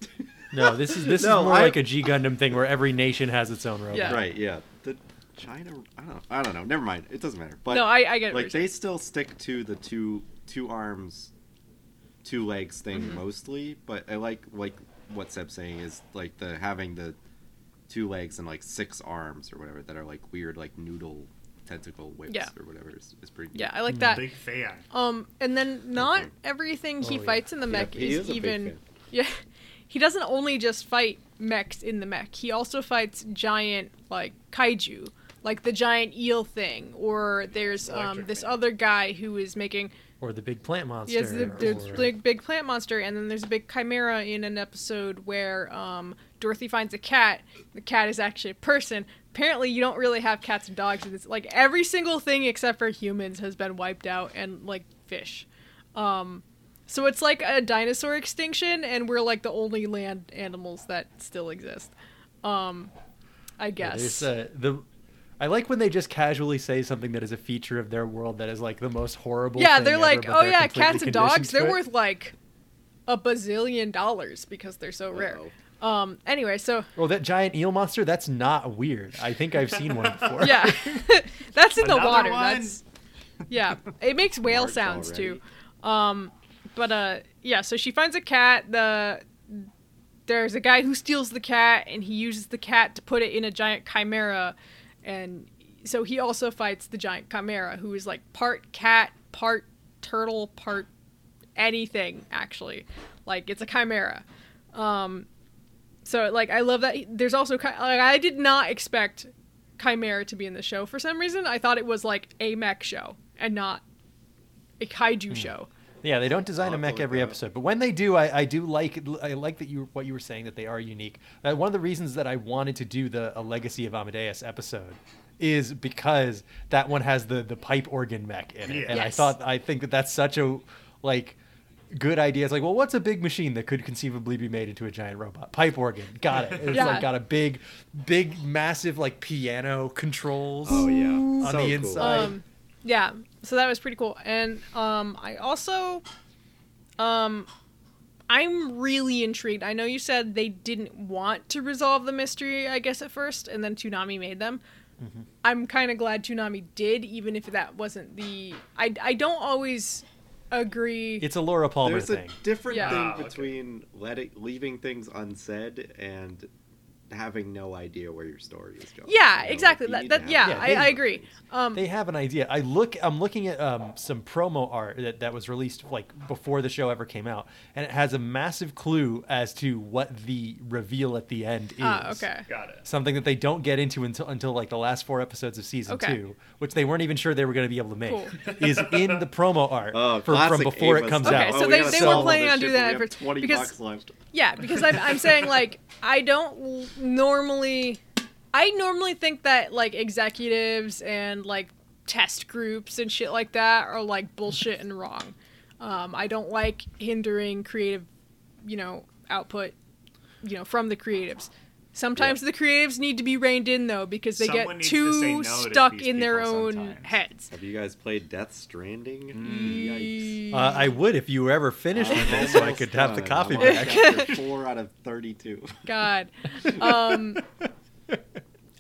S1: no, this is this
S2: No,
S1: is more
S2: I-
S1: like a G Gundam thing where every nation has its own robot.
S4: Yeah.
S2: Right. Yeah. The China. I don't. I don't know. Never mind. It doesn't matter. But
S4: no, I, I get
S2: like
S4: it.
S2: they still stick to the two two arms, two legs thing
S4: Mm-hmm.
S2: mostly. But I like like what Seb's saying is like the having the two legs and like six arms or whatever that are like weird like noodle tentacle whips
S4: Yeah.
S2: or whatever is, is pretty. neat.
S4: yeah, I like that.
S3: Big fan.
S4: Um, and then not
S2: Okay.
S4: everything he
S1: Oh, yeah.
S4: fights in the
S2: Yeah,
S4: mech
S2: he
S4: is,
S2: is a big
S4: even.
S2: fan.
S4: Yeah, he doesn't only just fight mechs in the mech. He also fights giant like kaiju, like the giant eel thing, or there's um,
S3: Electric
S4: this
S3: man.
S4: other guy who is making
S1: Or the big plant monster.
S4: Yes, the, the,
S1: or-
S4: big, big plant monster, and then there's a big chimera in an episode where um, Dorothy finds a cat. The cat is actually a person. Apparently, you don't really have cats and dogs. And it's like every single thing except for humans has been wiped out, and like fish. Um, so it's like a dinosaur extinction, and we're like the only land animals that still exist. Um, I
S1: Yeah,
S4: guess.
S1: there's, uh, the I like when they just casually say something that is a feature of their world that is like the most horrible.
S4: yeah,
S1: thing
S4: they're
S1: ever,
S4: like,
S1: but
S4: oh
S1: they're
S4: yeah,
S1: completely
S4: cats and
S1: conditioned
S4: dogs.
S1: to
S4: They're
S1: it."
S4: worth like a bazillion dollars because they're so rare.
S2: Uh-oh.
S4: Um. Anyway, so
S1: Well, Oh, that giant eel monster, that's not weird. I think I've seen one before.
S4: yeah, that's in the
S3: Another
S4: water.
S3: one?
S4: That's yeah. It makes whale
S2: March
S4: sounds
S2: already.
S4: too. Um. But uh. Yeah. So she finds a cat. The there's a guy who steals the cat, and he uses the cat to put it in a giant chimera, and so he also fights the giant chimera, who is like part cat, part turtle, part anything actually. Like it's a chimera. Um, So like I love that. There's also chi- like, I did not expect Chimera to be in the show for some reason. I thought it was like a mech show and not a kaiju show.
S1: Yeah, they don't design
S2: I'll
S1: a
S2: have to
S1: mech
S2: look
S1: every
S2: that up.
S1: episode, but when they do, I, I do like I like that you what you were saying that they are unique. Uh, one of the reasons that I wanted to do the a Legacy of Amadeus episode is because that one has the the pipe organ mech in it,
S3: Yeah.
S1: and I
S4: Yes.
S1: thought I think that that's such a like good idea. It's like, well, what's a big machine that could conceivably be made into a giant robot? Pipe organ, got it. It's
S4: Yeah.
S1: like got a big, big, massive like piano controls
S2: Oh yeah,
S1: on the inside.
S4: um yeah so that was pretty cool and um i also um i'm really intrigued i know you said they didn't want to resolve the mystery i guess at first and then tsunami made them i'm kind of glad tsunami did even if that wasn't the i, I don't always agree
S1: it's a Laura Palmer
S2: There's a
S1: thing.
S2: different
S4: Yeah.
S2: thing
S3: Ah, okay.
S2: between letting leaving things unsaid and having no idea where your story is going.
S4: yeah
S2: You know,
S4: exactly
S2: like, you
S4: that,
S2: need to
S4: that yeah,
S2: have
S1: Yeah,
S4: I,
S1: they-
S4: I agree um
S1: they have an idea. I look. I'm looking at um, some promo art that, that was released like before the show ever came out, and it has a massive clue as to what the reveal at the end is.
S4: ah, okay
S3: Got it.
S1: Something that they don't get into until until like the last four episodes of season
S4: Okay.
S1: two, which they weren't even sure they were going to be able to make,
S4: Cool.
S1: is in the promo art
S2: Oh,
S1: for- from
S2: classic
S1: before it
S2: Ava
S1: comes
S2: stuff.
S1: out.
S4: Okay,
S2: Oh,
S4: so
S2: we
S4: they-
S2: gotta
S4: they
S2: sell
S4: were
S2: all
S4: planning
S2: this
S4: on
S2: shit,
S4: doing
S2: but
S4: that
S2: we
S4: at
S2: have
S4: first,
S2: Twenty
S4: because-
S2: bucks left.
S4: Yeah, because I'm, I'm saying like I don't l- normally, I normally think that like executives and like test groups and shit like that are like bullshit and wrong. Um, I don't like hindering creative, you know, output, you know, from the creatives. Sometimes the creatives need to be reined in though because they
S3: Someone
S4: get
S3: needs to say
S4: too
S3: no to
S4: stuck
S3: these
S4: in their
S3: people
S4: own
S3: sometimes.
S4: heads.
S2: Have you guys played Death Stranding?
S4: Mm.
S2: Yikes.
S1: Uh, I would if you were ever finished with this, so I could have the copy
S2: I'm on
S1: back.
S2: chapter Four out of thirty-two.
S4: God. Um,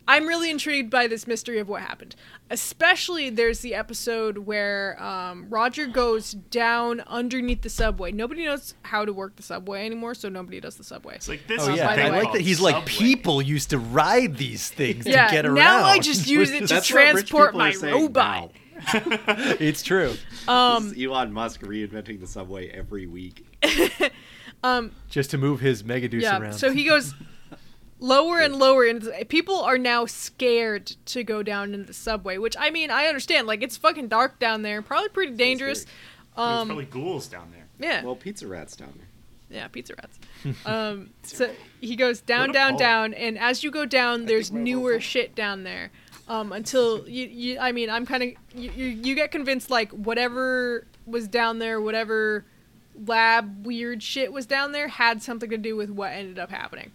S4: I'm really intrigued by this mystery of what happened. Especially there's the episode where um, Roger goes down underneath the subway. Nobody knows how to work the subway anymore, so nobody does the subway.
S3: It's like this.
S1: Oh
S3: is
S1: yeah,
S4: by
S3: a
S4: the
S1: I
S3: thing
S4: way-
S1: like
S3: called
S1: that he's like
S3: Subway.
S1: people used to ride these things
S4: yeah,
S1: to get around.
S4: now I just use it
S1: Which
S4: to
S1: is-
S2: That's what rich
S4: transport
S2: people are
S4: my
S2: saying
S4: robot.
S1: It's true.
S2: Um, this is Elon Musk reinventing the subway every week.
S1: just to move his Megaduce
S4: Yeah,
S1: around.
S4: so he goes lower and lower, and people are now scared to go down into the subway. Which I mean, I understand. Like it's fucking dark down there, probably pretty dangerous. um,
S3: There's probably ghouls down there.
S4: Yeah.
S2: Well, Pizza Rat's down there.
S4: Yeah, pizza rats. Um, so he goes
S3: What
S4: down,
S3: a
S4: down,
S3: poem.
S4: down, and as you go down, there's newer shit down there. Um, until you, you, I mean, I'm kind of you, you. You get convinced like whatever was down there, whatever lab weird shit was down there, had something to do with what ended up happening.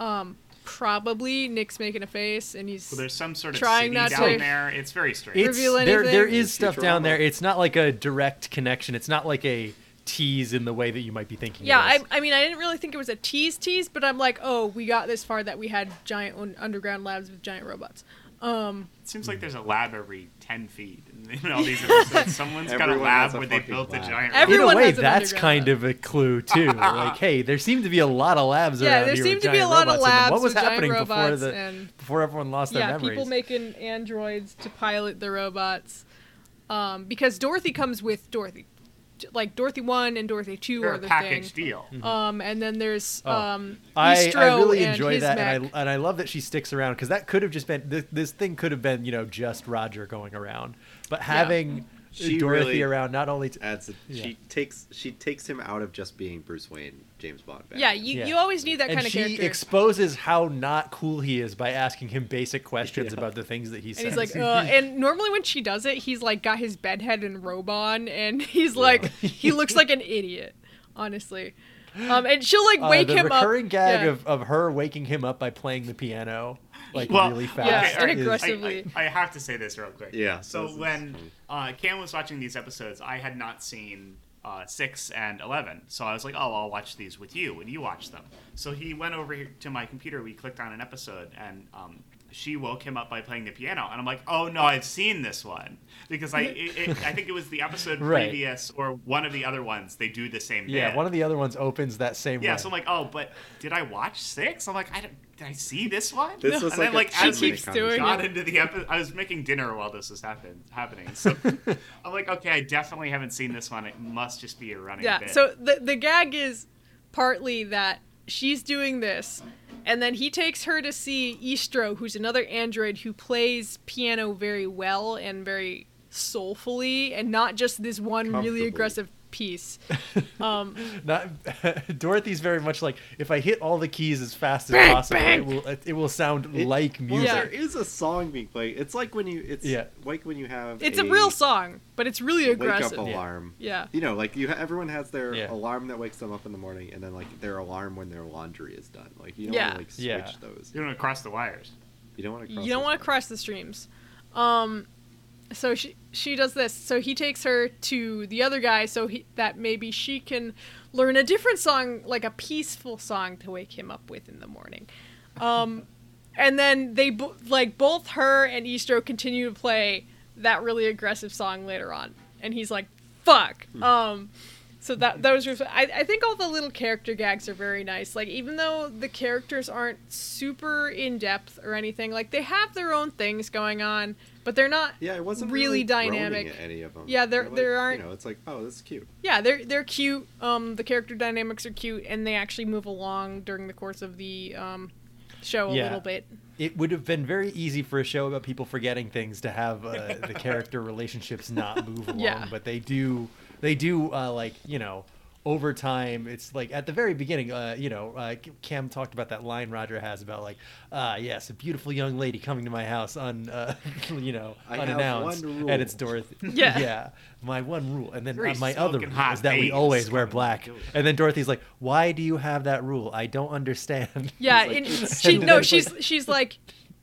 S4: Um, probably Nick's making a face, and he's
S3: Well, there's some sort of
S4: Trying
S3: city
S4: not
S3: down
S4: to-
S3: there. It's very strange.
S1: it's,
S4: reveal
S1: there, there
S4: anything?
S1: is stuff down
S2: Futurama.
S1: there. It's not like a direct connection. It's not like a tease in the way that you might be thinking.
S4: Yeah,
S1: it
S4: I,
S1: is.
S4: I mean, I didn't really think it was a tease tease, but I'm like, oh, we got this far that we had giant un- underground labs with giant robots. Um,
S3: It seems like there's a lab every ten feet. And all these episodes, someone's got a
S2: Everyone
S3: lab
S2: has a
S3: where they
S2: fucking
S3: built
S2: lab.
S3: a giant.
S4: Every-
S3: robot.
S1: in a
S4: everyone
S1: way,
S4: has an
S1: that's
S4: underground
S1: kind of a clue too. like, hey, there seem to be a lot of labs
S4: Yeah,
S1: around
S4: there
S1: here
S4: seem
S1: with
S4: to be
S1: giant
S4: a lot of
S1: robots in them.
S4: labs
S1: What was
S4: with giant
S1: happening before
S4: robots
S1: the
S4: and-
S1: before everyone lost their
S4: yeah,
S1: memories?
S4: people making androids to pilot the robots. Um, because Dorothy comes with Dorothy, like Dorothy one and Dorothy two
S3: They're
S4: are
S3: a
S4: the
S3: package
S4: thing.
S3: deal.
S1: Hmm.
S4: Um, and then there's um,
S1: Oh. I,
S4: Eastro
S1: I really
S4: and
S1: enjoy
S4: his
S1: that,
S4: mech.
S1: and I and I love that she sticks around because that could have just been this, this thing could have been you know just Roger going around, but having
S2: She
S1: Dorothy
S2: really-
S1: around not only to,
S2: Adds a,
S1: Yeah.
S2: she takes she takes him out of just being Bruce Wayne, James Bond. Batman.
S4: yeah, you,
S1: Yeah.
S4: you always need that
S1: and
S4: kind of
S1: she
S4: character.
S1: exposes how not cool he is by asking him basic questions about the things that he
S4: and
S1: says.
S4: he's like, uh, and normally when she does it, he's like got his bedhead and robe on, and he's like, he looks like an idiot, honestly. Um, and she'll like
S1: Uh,
S4: wake
S1: the
S4: him up.
S1: recurring gag
S4: yeah.
S1: of, of her waking him up by playing the piano, like
S3: Well,
S1: really
S3: okay,
S1: fast.
S4: Yeah, and
S3: alright,
S1: is-
S4: aggressive.
S3: I,
S4: aggressively.
S3: I, I have to say this real quick.
S2: Yeah,
S3: So
S2: this is
S3: when
S2: funny.
S3: uh, Cam was watching these episodes, I had not seen uh, six and eleven, so I was like, "Oh, I'll watch these with you, and you watch them." So he went over here to my computer. We clicked on an episode, and um, she woke him up by playing the piano, and I'm like, "Oh no, I've seen this one because I it, it, I think it was the episode
S1: Right.
S3: previous or one of the other ones. They do the same
S1: yeah,
S3: bit.
S1: one of the other ones opens that same
S3: Yeah,
S1: way.
S3: so I'm like, oh, but did I watch six? I'm like, I don't, did I see this one?
S2: This was
S3: and then,
S2: like a
S3: like,
S2: two-minute
S3: as we
S4: Keeps doing
S3: got
S4: it.
S3: into the episode, I was making dinner while this was happen- happening. So I'm like, okay, I definitely haven't seen this one. It must just be a running
S4: Yeah.
S3: bit.
S4: So the the gag is partly that she's doing this, and then he takes her to see Istro, who's another android who plays piano very well and very soulfully, and not just this one really
S2: Comfortably.
S4: aggressive piece.
S1: Not Dorothy's very much like if I hit all the keys as fast as
S4: Bang,
S1: possible,
S4: bang.
S1: it will it, it will sound like
S2: Well,
S1: music.
S4: Yeah.
S2: there is a song being played. It's like when you it's
S1: Yeah.
S2: like when you have
S4: It's a real song, but it's really
S2: wake up
S4: aggressive.
S2: alarm.
S4: Yeah.
S2: You know, like you ha- everyone has their
S1: Yeah.
S2: alarm that wakes them up in the morning, and then like their alarm when their laundry is done. Like you don't
S4: Yeah.
S2: want to like switch
S1: Yeah.
S2: those.
S3: You don't cross the wires.
S2: You don't want to.
S4: you don't want to cross the streams. Um, so she she does this. So he takes her to the other guy, so he, that maybe she can learn a different song, like a peaceful song, to wake him up with in the morning. Um, and then they bo- like both her and Eastro continue to play that really aggressive song later on, and he's like, "Fuck."
S2: Hmm.
S4: Um, so that those are I, I think all the little character gags are very nice like even though the characters aren't super in depth or anything like they have their own things going on but they're not
S2: Yeah, it wasn't
S4: really
S2: really, groaning
S4: dynamic.
S2: At any of them.
S4: Yeah, there-
S2: like,
S4: there aren't-
S2: You know, it's like oh, this is cute.
S4: yeah they're they're cute um the character dynamics are cute and they actually move along during the course of the um show a
S1: Yeah.
S4: little bit
S1: It would have been very easy for a show about people forgetting things to have uh, the character relationships not move along,
S4: Yeah.
S1: but they do. They do uh, like you know. Over time, it's like at the very beginning, uh, you know, uh, Cam talked about that line Roger has about like, ah, yes, a beautiful young lady coming to my house un, uh, you know,
S2: I have
S1: unannounced,
S2: one
S1: and it's
S2: rule.
S1: Dorothy.
S4: Yeah.
S1: yeah, my one rule, and then
S3: Very
S1: uh, my other
S3: smoking
S1: rule
S3: hot
S1: is that we
S3: babe
S1: always
S3: is
S1: wear
S3: coming to
S1: black.
S3: do it.
S1: And then Dorothy's like, why do you have that rule? I don't understand.
S4: yeah
S2: like,
S4: and
S2: it's-
S4: she
S1: and
S4: no
S1: then it's
S4: she's she's like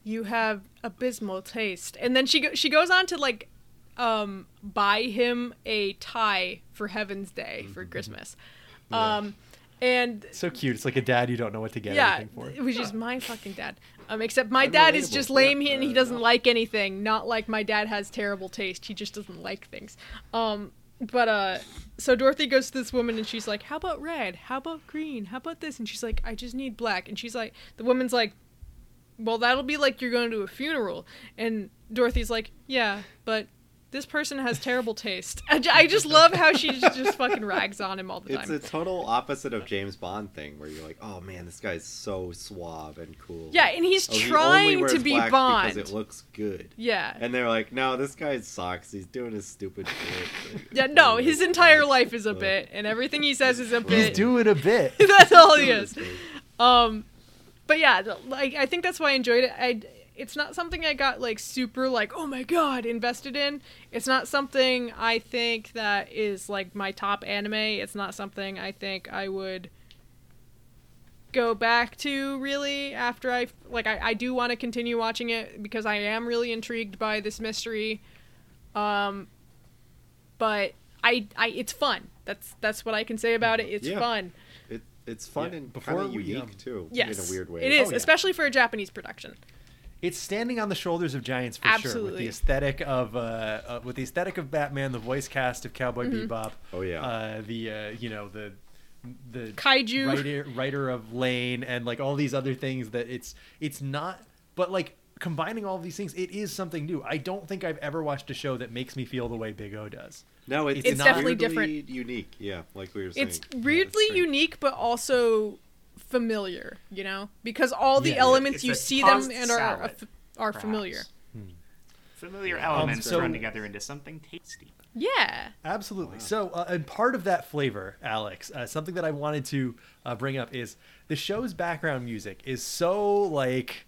S4: you have abysmal taste and then she go, she goes on to like um buy him a tie for heaven's day for
S2: Mm-hmm.
S4: christmas um and
S1: so cute. It's like a dad you don't know what to get
S4: yeah
S1: anything for.
S4: it was just my fucking dad um except my
S2: I'm
S4: dad is
S2: relatable.
S4: just lame
S2: Yeah,
S4: and he
S2: uh,
S4: doesn't
S2: no.
S4: like anything not like my dad has terrible taste he just doesn't like things um but uh so dorothy goes to this woman and she's like how about red how about green how about this and she's like i just need black and she's like the woman's like well, that'll be like you're going to a funeral. And Dorothy's like, yeah, but this person has terrible taste. I, ju- I just love how she just, just fucking rags on him all the
S2: It's
S4: time.
S2: a total opposite of James Bond thing, where you're like, oh man, this guy's so suave and cool.
S4: yeah, and he's
S2: Oh, he only
S4: trying
S2: wears
S4: to be
S2: black
S4: Bond.
S2: because it looks good.
S4: yeah.
S2: And they're like, no, this guy sucks. He's doing his stupid shit. Like,
S4: yeah, no,
S2: like, "Oh,
S4: his entire life is a bit, and everything he says is a bit.
S1: He's doing a bit.
S4: that's all he
S2: doing his
S4: is.
S2: thing.
S4: But yeah, the- like I think that's why I enjoyed it. I it's not something I got like super like oh my god invested in. It's not something I think that is like my top anime. It's not something I think I would go back to really after I like I, I do want to continue watching it because I am really intrigued by this mystery. Um but I I it's fun. That's that's what I can say about it. It's
S2: Yeah.
S4: fun.
S2: It, it's fun
S1: Yeah,
S2: and
S1: before
S2: kind of
S1: we,
S2: unique
S1: um,
S2: too,
S4: Yes.
S2: in a weird way.
S4: It is,
S1: Oh, yeah.
S4: especially for a Japanese production.
S1: It's standing on the shoulders of giants for sure, with
S4: Absolutely.
S1: the aesthetic of uh, uh, with the aesthetic of Batman, the voice cast of Cowboy
S4: Mm-hmm.
S1: Bebop.
S2: Oh, yeah.
S1: uh, the uh, you know the the
S4: Kaiju.
S1: writer, writer of Lane and like all these other things that it's it's not, but like combining all these things, it is something new. I don't think I've ever watched a show that makes me feel the way Big O does.
S2: No, it's,
S1: It's definitely
S4: different.
S2: weirdly unique. Yeah, like we were saying.
S4: It's
S2: Yeah,
S4: weirdly
S2: strange.
S4: unique, but also familiar. You know, because all the
S1: Yeah.
S4: elements
S3: It's
S4: you
S3: a
S4: see them
S3: tossed
S4: and are are,
S3: salad,
S4: f- are
S3: perhaps.
S4: familiar.
S2: Hmm.
S3: Familiar elements
S2: Um,
S1: so-
S3: thrown together into something tasty.
S4: Yeah,
S1: Absolutely. So, uh, and part of that flavor, Alex, uh, something that I wanted to uh, bring up is the show's background music is so like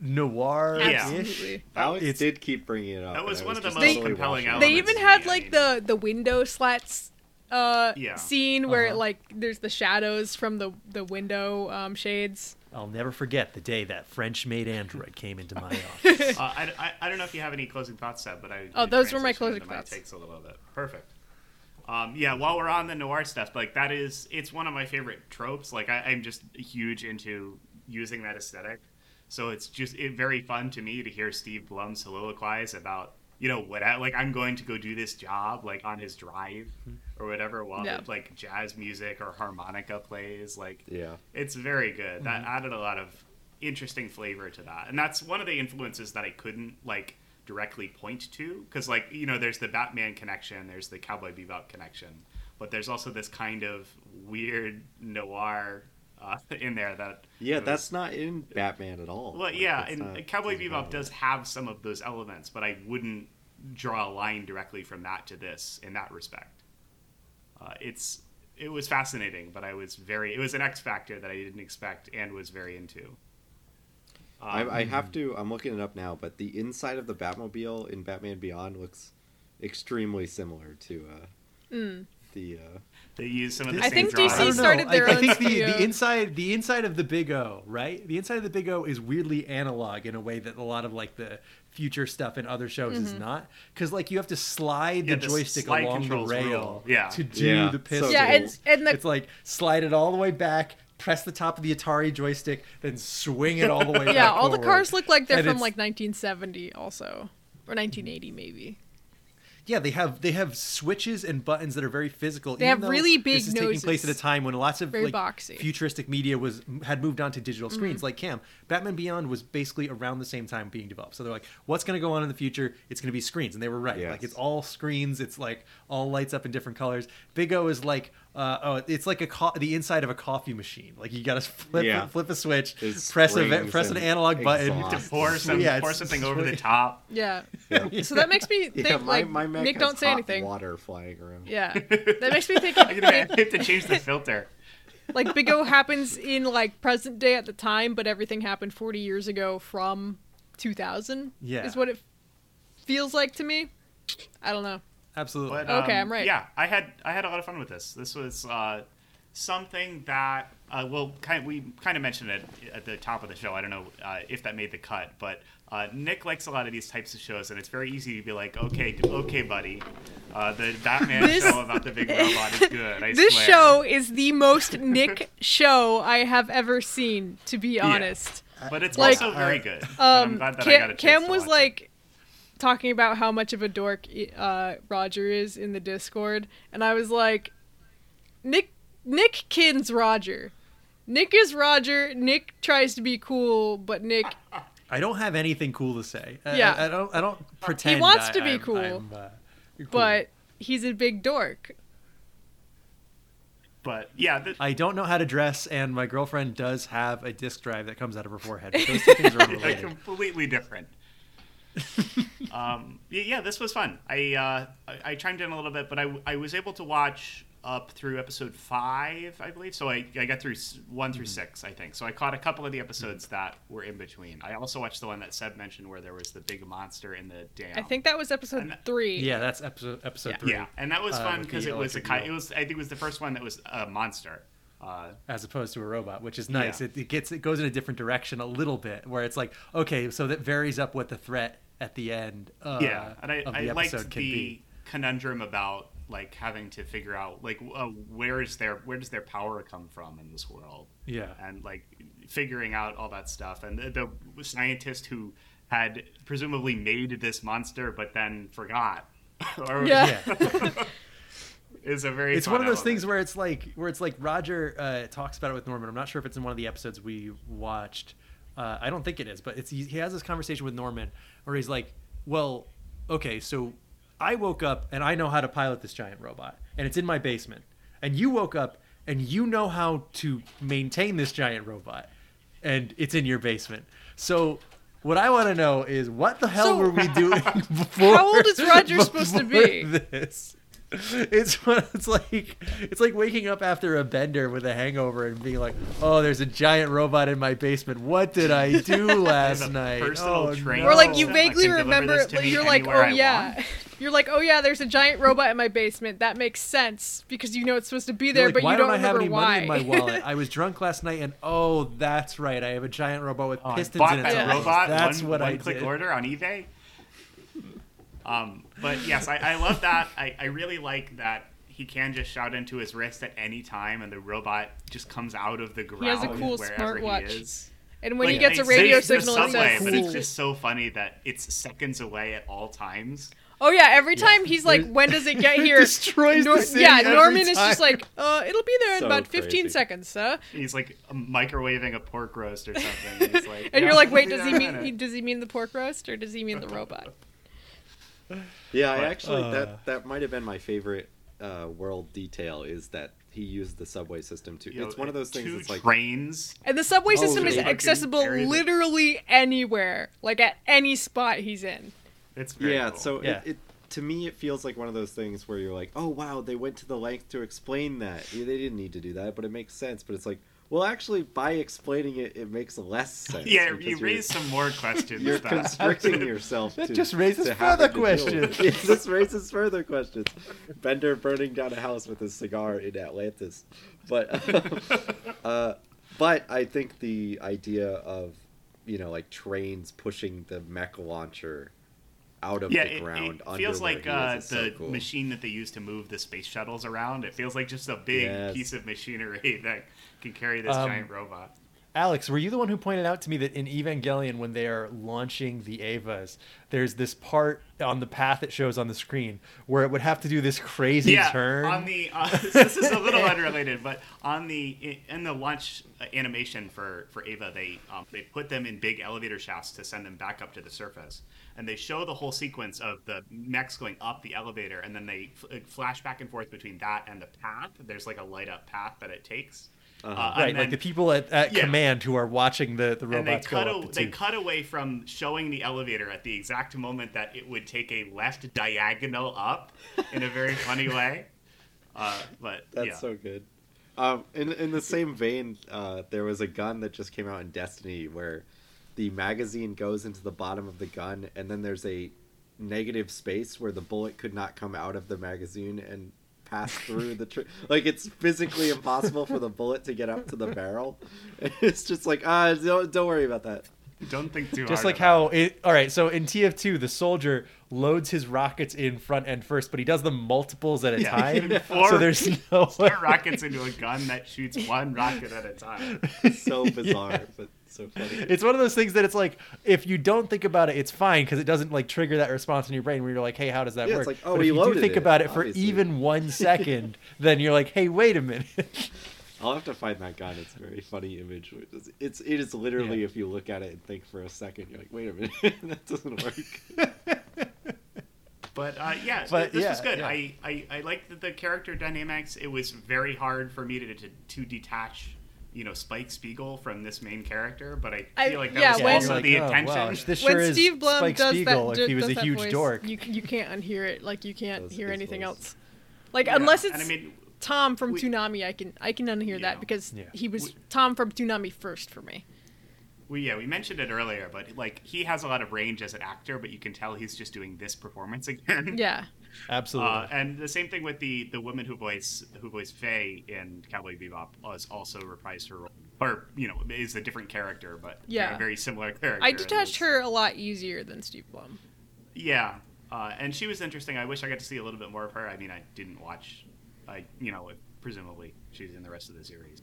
S1: noir ish.
S4: absolutely.
S2: Alex
S1: It's-
S2: did keep bringing it up.
S3: That
S2: and
S3: was
S2: I
S3: one of the
S2: just
S3: most
S2: totally
S3: compelling
S2: watching it.
S4: They
S3: elements
S4: even
S3: in
S4: had
S3: the
S4: like
S3: anime.
S4: the the window slats. Uh,
S3: Yeah.
S4: scene where
S1: Uh-huh.
S4: like there's the shadows from the the window um, shades.
S1: I'll never forget the day that French made android came into my office.
S3: Uh, I, I, I don't know if you have any closing thoughts, Seb, but I
S4: Oh, those were my
S3: transitioned
S4: closing
S3: into
S4: thoughts.
S3: takes a little bit. Perfect. Um, yeah, while we're on the noir stuff, like that is it's one of my favorite tropes. Like I, I'm just huge into using that aesthetic, so it's just it, very fun to me to hear Steve Blum soliloquize about you know what I, like I'm going to go do this job like on his drive or whatever while
S4: Mm-hmm. Yeah.
S3: like jazz music or harmonica plays like
S2: Yeah.
S3: it's very good. That
S2: Mm-hmm.
S3: added a lot of interesting flavor to that, and that's one of the influences that I couldn't like directly point to because, like, you know, there's the Batman connection, there's the Cowboy Bebop connection, but there's also this kind of weird noir uh, in there that
S2: Yeah,
S3: was-
S2: that's not in Batman at all.
S3: well,
S2: Like,
S3: yeah,
S2: that's
S3: and
S2: not-
S3: Cowboy
S2: doesn't
S3: Bebop
S2: have
S3: does have some of those elements, but I wouldn't draw a line directly from that to this in that respect. uh, it's it was fascinating, but I was very it was an X factor that I didn't expect and was very into.
S2: I, I
S4: Um,
S2: have to. I'm looking it up now, but the inside of the Batmobile in Batman Beyond looks extremely similar to uh,
S4: Hmm.
S2: the. Uh,
S3: They used some of the
S4: I
S3: same
S4: think DC
S1: I
S3: drawings.
S1: don't know.
S4: started their
S1: I, I
S4: own
S1: think the,
S4: studio.
S1: the inside the inside of the Big O, right? The inside of the Big O is weirdly analog in a way that a lot of like the future stuff in other shows
S4: Mm-hmm.
S1: is not, because like you have to slide
S3: Yeah,
S1: the
S3: the
S1: joystick
S3: slide
S1: along the
S3: controls
S1: rail
S3: rule. Yeah.
S1: to do
S2: Yeah.
S1: the
S2: So
S1: pistol.
S4: Yeah, and- and the-
S1: it's like slide it all the way back. Press the top of the Atari joystick, then swing it all the way.
S4: Yeah,
S1: back
S4: all the
S1: forward.
S4: cars look like they're
S1: And
S4: from
S1: it's-
S4: like 1970 also or 1980 maybe.
S1: Yeah, they have they have switches and buttons that are very physical.
S4: They
S1: even
S4: have
S1: though
S4: really big
S1: This is taking place at a
S4: noses.
S1: time when lots of
S4: Very
S1: like,
S4: boxy. Mm-hmm.
S1: futuristic media was had moved on to digital screens. Like Cam, Batman Beyond was basically around the same time being developed. So they're like, what's going to go on in the future? It's going to be screens, and they were right.
S2: Yes.
S1: Like it's all screens. It's like all lights up in different colors. Big O is like. Uh, oh, it's like a co- the inside of a coffee machine. Like you got to flip
S2: Yeah.
S1: flip a switch,
S2: There's
S1: press a ve-
S2: springs
S1: press an
S2: and
S1: analog button.
S2: exhaust.
S1: to-
S3: Pour some
S1: Yeah,
S3: pour
S1: it's-
S3: something over the top.
S4: Yeah. So that makes me think
S2: yeah, my,
S4: like
S2: my mech
S4: Nick
S2: has
S4: don't say
S2: hot
S4: anything.
S2: Water flying around.
S4: Yeah. That makes me think
S3: I have to change the filter.
S4: like Big O happens in like present day at the time, but everything happened 40 years ago from 2000.
S1: Yeah.
S4: Is what it feels like to me. I don't know.
S1: Absolutely.
S3: But,
S4: Okay,
S3: um,
S4: I'm right.
S3: Yeah, I had I had a lot of fun with this. This was uh, something that uh, well, kind we kind of mentioned it at the top of the show. I don't know uh, if that made the cut, but uh, Nick likes a lot of these types of shows, and it's very easy to be like, okay, okay, buddy, uh, the Batman
S4: This-
S3: show about the big robot is good. I
S4: This
S3: swear.
S4: show is the most Nick show I have ever seen, to be honest.
S3: but it's
S4: like-
S3: also very good. and I'm
S4: Um,
S3: glad that I got a
S4: Cam,
S3: chance
S4: Cam
S3: to
S4: was
S3: watch it.
S4: like talking about how much of a dork uh, Roger is in the Discord, and I was like, Nick Nick kins Roger. Nick is Roger. Nick tries to be cool, but Nick
S1: I don't have anything cool to say. I-
S4: Yeah.
S1: I, I don't. I don't pretend.
S4: wants
S1: I-
S4: to be
S1: I'm-
S4: cool,
S1: I'm, uh, cool.
S4: but he's a big dork.
S3: but yeah, the,
S1: I don't know how to dress, and my girlfriend does have a disc drive that comes out of her forehead. but Those two things are
S3: They're
S1: unrelated.
S3: completely different. um, y- yeah, this was fun. I, uh, I I chimed in a little bit, but I I was able to watch up through episode five, I believe. So I, I got through s- one
S1: Mm-hmm.
S3: through six, I think. So I caught a couple of the episodes that were in between. I also watched the one that Seb mentioned where there was the big monster in the dam.
S4: I think that was episode
S3: And-
S4: three.
S1: Yeah, that's episode episode
S4: Yeah.
S1: three.
S3: yeah, and that was
S1: uh,
S3: fun
S1: with
S3: because
S1: the
S3: it was a
S1: electric
S3: ki-
S1: eel.
S3: it was I think it was the first one that was a monster. Uh,
S1: as opposed to a robot, which is nice.
S3: Yeah.
S1: It, it gets it goes in a different direction a little bit, where it's like okay, so that varies up what the threat at the end. Uh,
S3: yeah and i,
S1: of the
S3: I liked
S1: episode
S3: the
S1: can be.
S3: conundrum about like having to figure out like uh, where is their where does their power come from in this world
S1: Yeah.
S3: and like figuring out all that stuff and the, the scientist who had presumably made this monster but then forgot or
S4: Yeah.
S3: is a very
S1: it's one
S3: fun
S1: of those
S3: element.
S1: things where it's like where it's like Roger uh, talks about it with Norman. I'm not sure if it's in one of the episodes we watched. Uh, I don't think it is, but it's he, he has this conversation with Norman where he's like, "Well, okay, so I woke up and I know how to pilot this giant robot, and it's in my basement, and you woke up and you know how to maintain this giant robot, and it's in your basement. So." What I want to know is what the hell
S4: So-
S1: were we doing before?
S4: How old is Roger supposed to
S1: before
S4: be?
S1: This? It's one- it's like it's like waking up after a bender with a hangover and being like, "Oh, there's a giant robot in my basement. What did I do last
S3: a
S1: night?"
S3: personal
S1: oh,
S3: trainer.
S1: no."
S4: Or like
S3: Oh.
S4: you
S3: I
S4: vaguely
S3: can deliver
S4: remember
S3: this to me
S4: you're like,
S3: anywhere
S4: oh
S3: I
S4: yeah.
S3: want.
S4: You're like, oh yeah, there's a giant robot in my basement. That makes sense because you know it's supposed to be there,
S1: Like,
S4: but
S1: why
S4: you don't,
S1: I have
S4: remember
S1: any
S4: why.
S1: money in my wallet? I was drunk last night, and oh, that's right, I have a giant robot with
S3: Oh, I
S1: pistons
S3: bought
S1: in
S3: that
S1: its
S4: Yeah.
S1: eyes.
S3: robot
S1: That's
S3: one,
S1: what
S3: one
S1: I
S3: click
S1: did.
S3: order on eBay. Um, but yes, I, I love that. I, I really like that he can just shout into his wrist at any time, and the robot just comes out of the ground
S4: has a cool
S3: wherever
S4: smartwatch.
S3: he is.
S4: and when he
S3: Like,
S4: gets a
S3: it's-
S4: radio
S3: it's the
S4: signal, it
S3: subway,
S4: says,
S3: but it's
S1: Cool.
S3: just so funny that it's seconds away at all times.
S4: oh yeah. Every time he's like, when does it get here?
S1: destroys the city
S4: yeah,
S1: every
S4: Norman is
S1: time.
S4: just like, uh, it'll be there in
S2: So
S4: about 15
S2: crazy.
S4: seconds, sir.
S3: He's like microwaving a pork roast or something. He's like,
S4: And
S3: "Yeah,
S4: you're like,
S3: we'll
S4: wait,
S3: do
S4: does
S3: that
S4: he
S3: in a
S4: mean
S3: minute."
S4: he, does he mean the pork roast or does he mean the robot?
S2: Yeah, I actually
S1: uh,
S2: that that might have been my favorite uh, world detail is that he used the subway system to.
S3: You know,
S2: it's one of those things
S3: two
S2: that's like
S3: trains.
S4: And the subway system is
S2: yeah.
S4: accessible
S3: Very-
S4: literally anywhere, like at any spot he's in.
S3: It's very
S2: yeah.
S3: cool.
S2: So
S1: Yeah.
S2: It, it to me it feels like one of those things where you're like, oh wow, they went to the length to explain that. Yeah, They didn't need to do that, but it makes sense. But it's like, well, actually, by explaining it, it makes less sense.
S3: Yeah,
S2: because
S3: you
S2: you're-
S3: raise some more questions.
S2: You're
S3: Beth.
S2: constricting yourself.
S1: That
S2: to,
S1: just raises
S2: to having
S1: further
S2: to deal with
S1: questions.
S2: it. It just raises further questions. Bender burning down a house with his cigar in Atlantis, but uh, but I think the idea of you know like trains pushing the mech launcher out of
S3: yeah,
S2: the
S3: it,
S2: ground
S3: it
S2: under
S3: feels
S2: where
S3: like
S2: he
S3: uh, the
S2: is is so cool.
S3: machine that they use to move the space shuttles around. It feels like just a big
S2: Yes.
S3: piece of machinery that can carry this
S1: Um,
S3: giant robot.
S1: Alex, were you the one who pointed out to me that in Evangelion, when they are launching the Avas, there's this part on the path it shows on the screen where it would have to do this crazy
S3: yeah,
S1: turn?
S3: on the uh, this is a little unrelated, but on the in the launch uh, animation for for Ava, they um, they put them in big elevator shafts to send them back up to the surface, and they show the whole sequence of the mechs going up the elevator, and then they f- flash back and forth between that and the path. There's like a light up path that it takes.
S2: Uh-huh.
S3: Uh, and
S1: right, like
S3: then-
S1: the people at, at
S3: Yeah.
S1: command who are watching the, the
S3: and they
S1: robots
S3: cut
S1: go
S3: a,
S1: up the
S3: they
S1: tube.
S3: cut away from showing the elevator at the exact moment that it would take a left diagonal up in a very funny way. Uh, but
S2: That's
S3: yeah.
S2: so good. Um, in in the same vein, uh, there was a gun that just came out in Destiny where the magazine goes into the bottom of the gun, and then there's a negative space where the bullet could not come out of the magazine and pass through the tr- like it's physically impossible for the bullet to get up to the barrel. It's just like ah, don't, don't worry about that.
S3: Don't think too
S1: Just
S3: hard
S1: like
S3: about
S1: how it. All right, so in TF2, the soldier loads his rockets in front end first, but he does them multiples at a
S3: Yeah.
S1: time.
S3: Four-
S1: so there's no.
S3: it. Put rockets into a gun that shoots one rocket at a time.
S2: It's so bizarre, but so funny.
S1: it's one of those things that it's like if you don't think about it, it's fine because it doesn't like trigger that response in your brain where you're like, hey, how does that
S2: Yeah, it's
S1: work?
S2: like, oh,
S1: but
S2: he
S1: if you do
S2: loaded
S1: think
S2: it,
S1: about it
S2: obviously.
S1: for even one second, then you're like, hey, wait a minute.
S2: I'll have to find that gun. It's a very funny image. It's it's it is literally
S1: Yeah.
S2: if you look at it and think for a second, you're like, wait a minute, that doesn't work.
S3: But uh, yeah,
S1: But,
S3: this
S1: yeah,
S3: was good.
S1: yeah.
S3: I, I, I liked the, the character dynamics. It was very hard for me to, to, to detach, you know, Spike Spiegel from this main character, but I
S4: I-
S3: feel like that
S4: yeah,
S3: was
S4: when-
S3: also
S1: Like,
S3: the
S1: oh,
S3: intention.
S1: wow, this
S4: when
S1: sure is
S4: Steve Blum
S1: Spike
S4: does
S1: Spiegel if
S4: that, do-
S1: he was
S4: does
S1: a
S4: that
S1: huge
S4: voice,
S1: dork.
S4: you you can't unhear it. Like you can't
S2: Does
S4: hear
S2: his
S4: anything
S2: voice.
S4: else. Like
S3: Yeah,
S4: unless
S3: and
S4: it's
S3: I mean,
S4: Tom from
S3: we-
S4: Toonami, I can I can unhear
S3: Yeah.
S4: that because
S1: Yeah.
S4: he was
S3: We-
S4: Tom from Toonami first for me.
S3: Well, yeah, we mentioned it earlier, but like he has a lot of range as an actor, but you can tell he's just doing this performance again.
S4: Yeah,
S1: Absolutely.
S3: Uh, and the same thing with the the woman who voice who voiced Faye in Cowboy Bebop was also reprised her role, or you know, is a different character, but you know,
S4: Yeah.
S3: a very similar character.
S4: I
S3: in
S4: detached
S3: this.
S4: her a lot easier than Steve Blum.
S3: Yeah, uh, and she was interesting. I wish I got to see a little bit more of her. I mean, I didn't watch. I you know presumably she's in the rest of the series.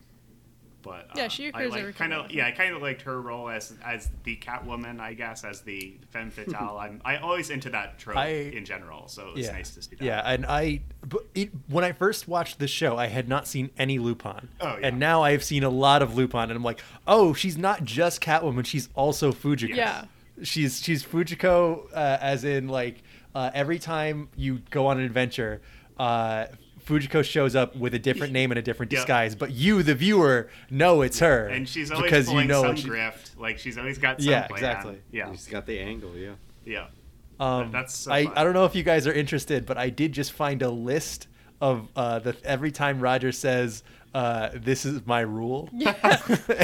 S3: But uh,
S4: Yeah, she
S3: I
S4: appears every
S3: like kind
S4: couple
S3: of
S4: of
S3: yeah, I kind of liked her role as as the Catwoman, I guess, as the femme fatale. I'm I always into that trope
S1: I-
S3: in general, so it's nice to see that.
S1: Yeah, and I but it, when I first watched this show, I had not seen any Lupin.
S3: Oh, yeah.
S1: And now I've seen a lot of Lupin and I'm like, "Oh, she's not just Catwoman, she's also Fujiko."
S4: Yeah.
S1: She's she's Fujiko uh, as in like uh, every time you go on an adventure, uh Fujiko shows up with a different name and a different
S3: Yeah.
S1: disguise, but you, the viewer, know it's her.
S3: And she's always
S1: because
S3: pulling
S1: you know
S3: some
S1: she-
S3: grift. Like she's always got some
S1: Yeah,
S3: plan.
S1: exactly.
S3: Yeah,
S2: he's got the angle. Yeah,
S3: yeah.
S1: Um,
S3: That's so
S1: I,
S3: fun.
S1: I don't know if you guys are interested, but I did just find a list of uh, the every time Roger says uh, this is my rule.
S3: How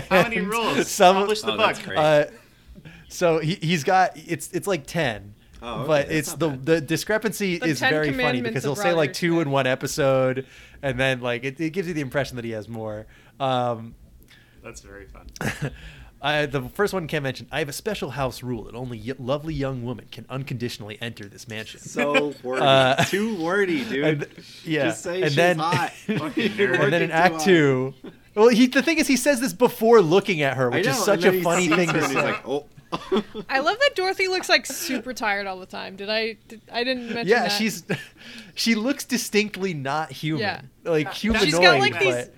S3: many
S1: And
S3: rules?
S1: Some
S3: Publish the
S2: Oh,
S3: book.
S2: that's great.
S1: uh, so he, he's got it's it's like ten.
S2: Oh, okay,
S1: but
S2: that's
S1: it's
S2: not
S1: the
S2: bad.
S1: the discrepancy
S4: The
S1: is
S4: 10
S1: very funny
S4: commandments
S1: because he'll
S4: of
S1: say like
S4: Roger's
S1: two in
S4: Path.
S1: one episode, and then like it, it gives you the impression that he has more. Um,
S3: That's very fun.
S1: I, the first one Ken mentioned, I have a special house rule that only y- lovely young woman can unconditionally enter this mansion.
S2: so wordy,
S1: Uh,
S2: too wordy, dude.
S1: And th- yeah,
S2: just say
S1: and
S2: she's
S1: then-
S2: hot. You're
S1: and then in
S2: working
S1: Act
S2: too
S1: Two, well, he the thing is he says this before looking at her,
S2: hard. I
S1: which is
S2: know,
S1: such
S2: and then
S1: a
S2: he
S1: funny
S2: sees
S1: thing
S2: her
S1: to
S2: and
S1: say.
S2: He's like, oh,
S4: I love that Dorothy looks like super tired all the time. Did I did, I didn't mention
S1: yeah,
S4: that.
S1: she's she looks distinctly not human,
S4: Yeah.
S1: like humanoid,
S4: she's got like
S1: but
S4: these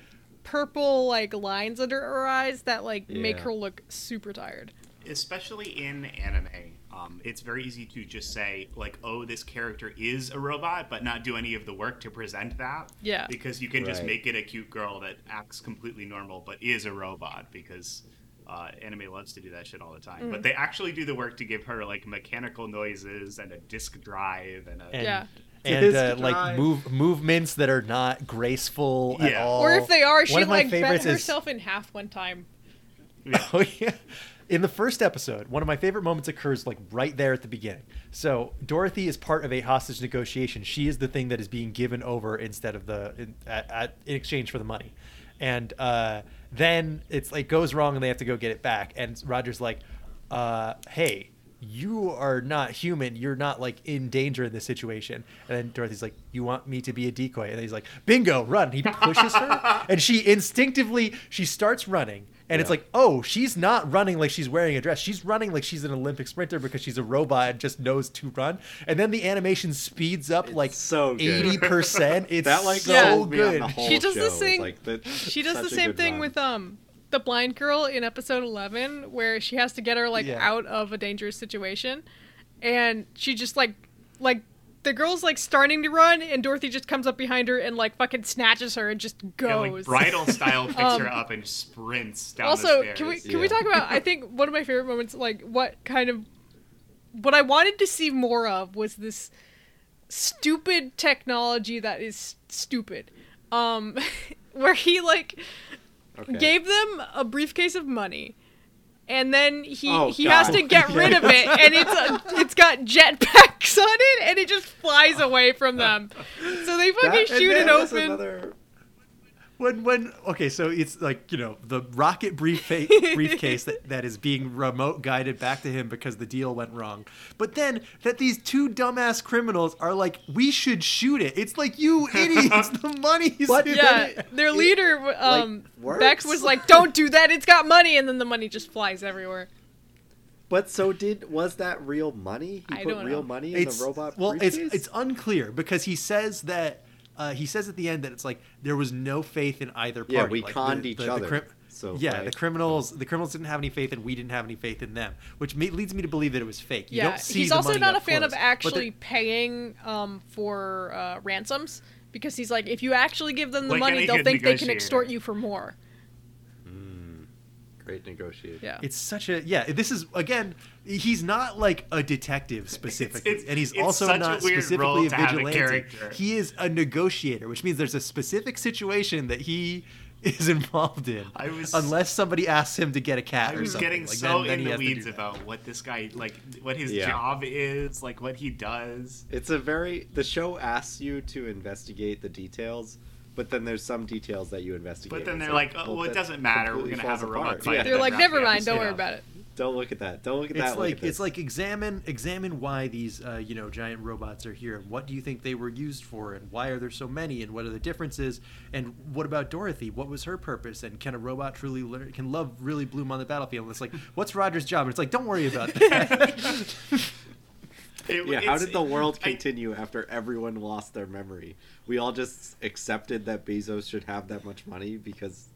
S4: purple like lines under her eyes that like make
S2: Yeah.
S4: her look super tired.
S3: especially in anime um, it's very easy to just say like oh this character is a robot but not do any of the work to present that
S4: Yeah.
S3: because you can just
S2: Right.
S3: make it a cute girl that acts completely normal but is a robot because Uh, anime loves to do that shit all the time,
S4: Mm.
S3: but they actually do the work to give her like mechanical noises and a disc drive and a
S1: and,
S4: Yeah.
S1: and uh,
S2: Disc
S1: like
S2: drive.
S1: move movements that are not graceful at
S3: Yeah.
S1: all.
S4: Or if they are,
S1: Oh, One
S4: she
S1: of my
S4: like bent
S1: favorites is-
S4: herself in half one time.
S1: Oh yeah. In the first episode, one of my favorite moments occurs like right there at the beginning. So Dorothy is part of a hostage negotiation. She is the thing that is being given over instead of the in, at, at, in exchange for the money, and uh, then it's like goes wrong and they have to go get it back. And Roger's like, uh, "Hey, you are not human. You're not like in danger in this situation. And then Dorothy's like, "You want me to be a decoy?" And he's like, "Bingo, run!" He pushes her, and she instinctively she starts running, and it's like, "Oh, she's not running like she's wearing a dress. She's running like she's an Olympic sprinter because she's a robot and just knows to run." And then the animation speeds up like
S2: so good.
S1: eighty percent. It's
S2: That like
S1: so
S4: Yeah.
S2: sold me on
S1: good.
S2: the whole
S4: She does the
S2: show.
S4: same-
S2: Like, that-
S4: She does
S2: such
S4: the
S2: a
S4: same
S2: good
S4: thing
S2: run.
S4: with um the blind girl in episode 11 where she has to get her like
S1: Yeah.
S4: out of a dangerous situation and she just like like the girl's like starting to run and Dorothy just comes up behind her and like fucking snatches her and just
S3: and, like
S4: goes.
S3: bridal style picks her up and sprints down
S4: Um, also,
S3: the stairs.
S4: can we can we
S2: Yeah.
S4: talk about I think one of my favorite moments like what kind of what I wanted to see more of was this stupid technology that is stupid. Um where he like
S2: Okay.
S4: gave them a briefcase of money and then he
S2: Oh,
S4: he
S2: God.
S4: has to get rid of it and it's a, it's got jetpacks on it and it just flies away from them so they
S2: That-
S4: fucking
S2: and
S4: shoot it
S2: that was
S4: open
S2: Another...
S1: When when okay, so it's like you know the rocket briefcase briefcase that, that is being remote guided back to him because the deal went wrong. But then that these two dumbass criminals are like, we should shoot it. It's like you idiots, the money's
S2: But
S1: in
S4: yeah
S1: it."
S4: their leader um
S2: works.
S4: bex was like don't do that it's got money and then the money just flies everywhere
S2: But so did was that real money? He
S4: I
S2: put
S4: don't
S2: real
S4: know.
S2: money in
S1: It's
S2: the robot
S1: well, it's
S2: briefcase?
S1: it's unclear because he says that uh, he says at the end that it's like there was no faith in either party.
S2: Yeah, we
S1: Like,
S2: conned each other, so,
S1: yeah, the
S2: right.
S1: criminals the criminals didn't have any faith, and we didn't have any faith in them, which me, leads me to believe that it was fake. You
S4: yeah
S1: don't see
S4: he's
S1: the
S4: also
S1: money
S4: not a
S1: up
S4: fan of
S1: close, but the-
S4: actually paying um for uh, ransoms because he's like if you actually give them the
S3: Like
S4: money
S3: any
S4: they'll
S3: good
S4: think they can
S3: negotiator.
S4: extort you for more
S2: great negotiator.
S4: yeah
S1: It's such a yeah. This is again. He's not like a detective specifically,
S3: it's-
S1: and he's
S3: it's
S1: also
S3: such a
S1: not
S3: weird
S1: specifically
S3: role
S1: a
S3: to have a
S1: vigilante.
S3: character.
S1: he is a negotiator, which means there's a specific situation that he is involved in.
S3: I was-
S1: unless somebody asks him to get a cat
S3: I
S1: or
S3: was
S1: something.
S3: getting
S1: like,
S3: so
S1: then- then
S3: in
S1: he
S3: the
S1: has to do
S3: weeds
S1: that.
S3: about what this guy like, what his
S2: Yeah.
S3: job is, like what he does.
S2: It's a very the show asks you to investigate the details, but then there's some details that you investigate.
S3: But then
S2: and it's
S3: they're like, oh, well, it
S2: that
S3: doesn't matter. We're
S2: completely
S3: gonna have
S2: falls
S3: a robot
S2: apart.
S3: fight.
S2: Yeah.
S4: they're like
S3: Yeah.
S4: never mind don't worry
S1: Yeah.
S4: about it
S2: Don't look at that. Don't look at that.
S1: It's
S2: look
S1: like
S2: at this.
S1: it's like examine examine why these uh, you know giant robots are here and what do you think they were used for and why are there so many and what are the differences and what about Dorothy what was her purpose and can a robot truly learn can love really bloom on the battlefield and it's like what's Roger's job and it's like don't worry about that
S3: It-
S2: yeah, how
S3: it's-
S2: did the world
S3: I-
S2: continue after everyone lost their memory? We all just accepted that Bezos should have that much money because,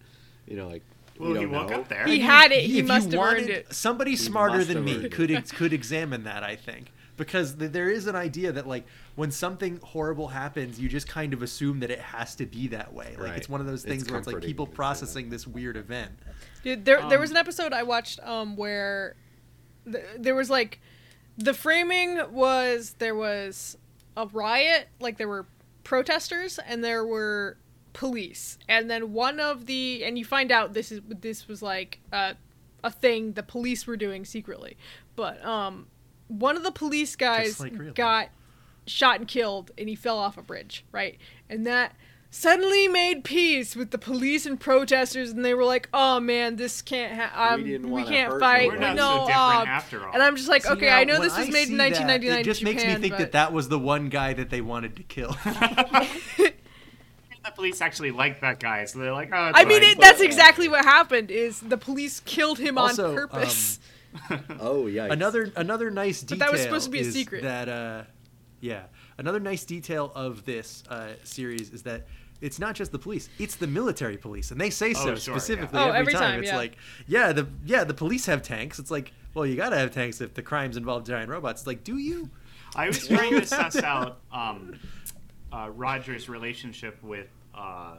S2: you know, like
S3: Well,
S2: we
S3: he
S2: don't
S3: woke
S2: know.
S3: up there.
S4: He had it.
S1: If
S4: He
S1: you
S4: must have earned
S1: wanted-
S4: it.
S1: somebody smarter
S2: must
S1: than
S2: have
S1: me
S2: earned it.
S1: could ex- could examine that I think because th- there is an idea that like when something horrible happens you just kind of assume that it has to be that way like
S2: Right.
S1: it's one of those
S2: It's
S1: things where it's like
S2: comforting
S1: people
S2: to do that.
S1: processing this weird event
S4: Dude, there there was an episode I watched um where th- there was like the framing was there was a riot, like there were protesters and there were police. And then one of the and you find out this is this was like uh, a thing the police were doing secretly. But um one of the police guys
S1: like real life.
S4: got shot and killed and he fell off a bridge, right? And that suddenly made peace with the police and protesters and they were like, "Oh man, this can't ha- um, we,
S2: didn't wanna
S4: can't
S2: hurt
S4: fight."
S3: We're not
S2: anyone.
S4: no,
S3: so different
S4: uh,
S3: after all.
S4: And I'm just like,
S1: See,
S4: "Okay,
S1: now,
S4: I know
S1: when
S4: this was made in
S1: see that,
S4: 1999
S1: It just
S4: in
S1: makes me
S4: Japan,
S1: think that
S4: but-
S1: that was the one guy that they wanted to kill.
S3: the police actually like that guy, so they're like, oh, it's
S4: I mean,
S3: fine.
S4: it, that's exactly what happened is the police killed him
S1: Also, um,
S4: on purpose.
S2: Oh yeah.
S1: another another nice detail.
S4: But that was supposed to be a
S1: is
S4: secret.
S1: That uh, yeah. Another nice detail of this uh, series is that it's not just the police; it's the military police, and they say so
S3: sure, yeah.
S1: specifically
S4: Oh,
S1: every,
S4: every
S1: time.
S4: time,
S1: It's
S4: yeah.
S1: like, yeah, the yeah the police have tanks. It's like, well, you gotta have tanks if the crimes involve giant robots. It's like, do you?
S3: I was trying to suss out um, uh, Roger's relationship with uh,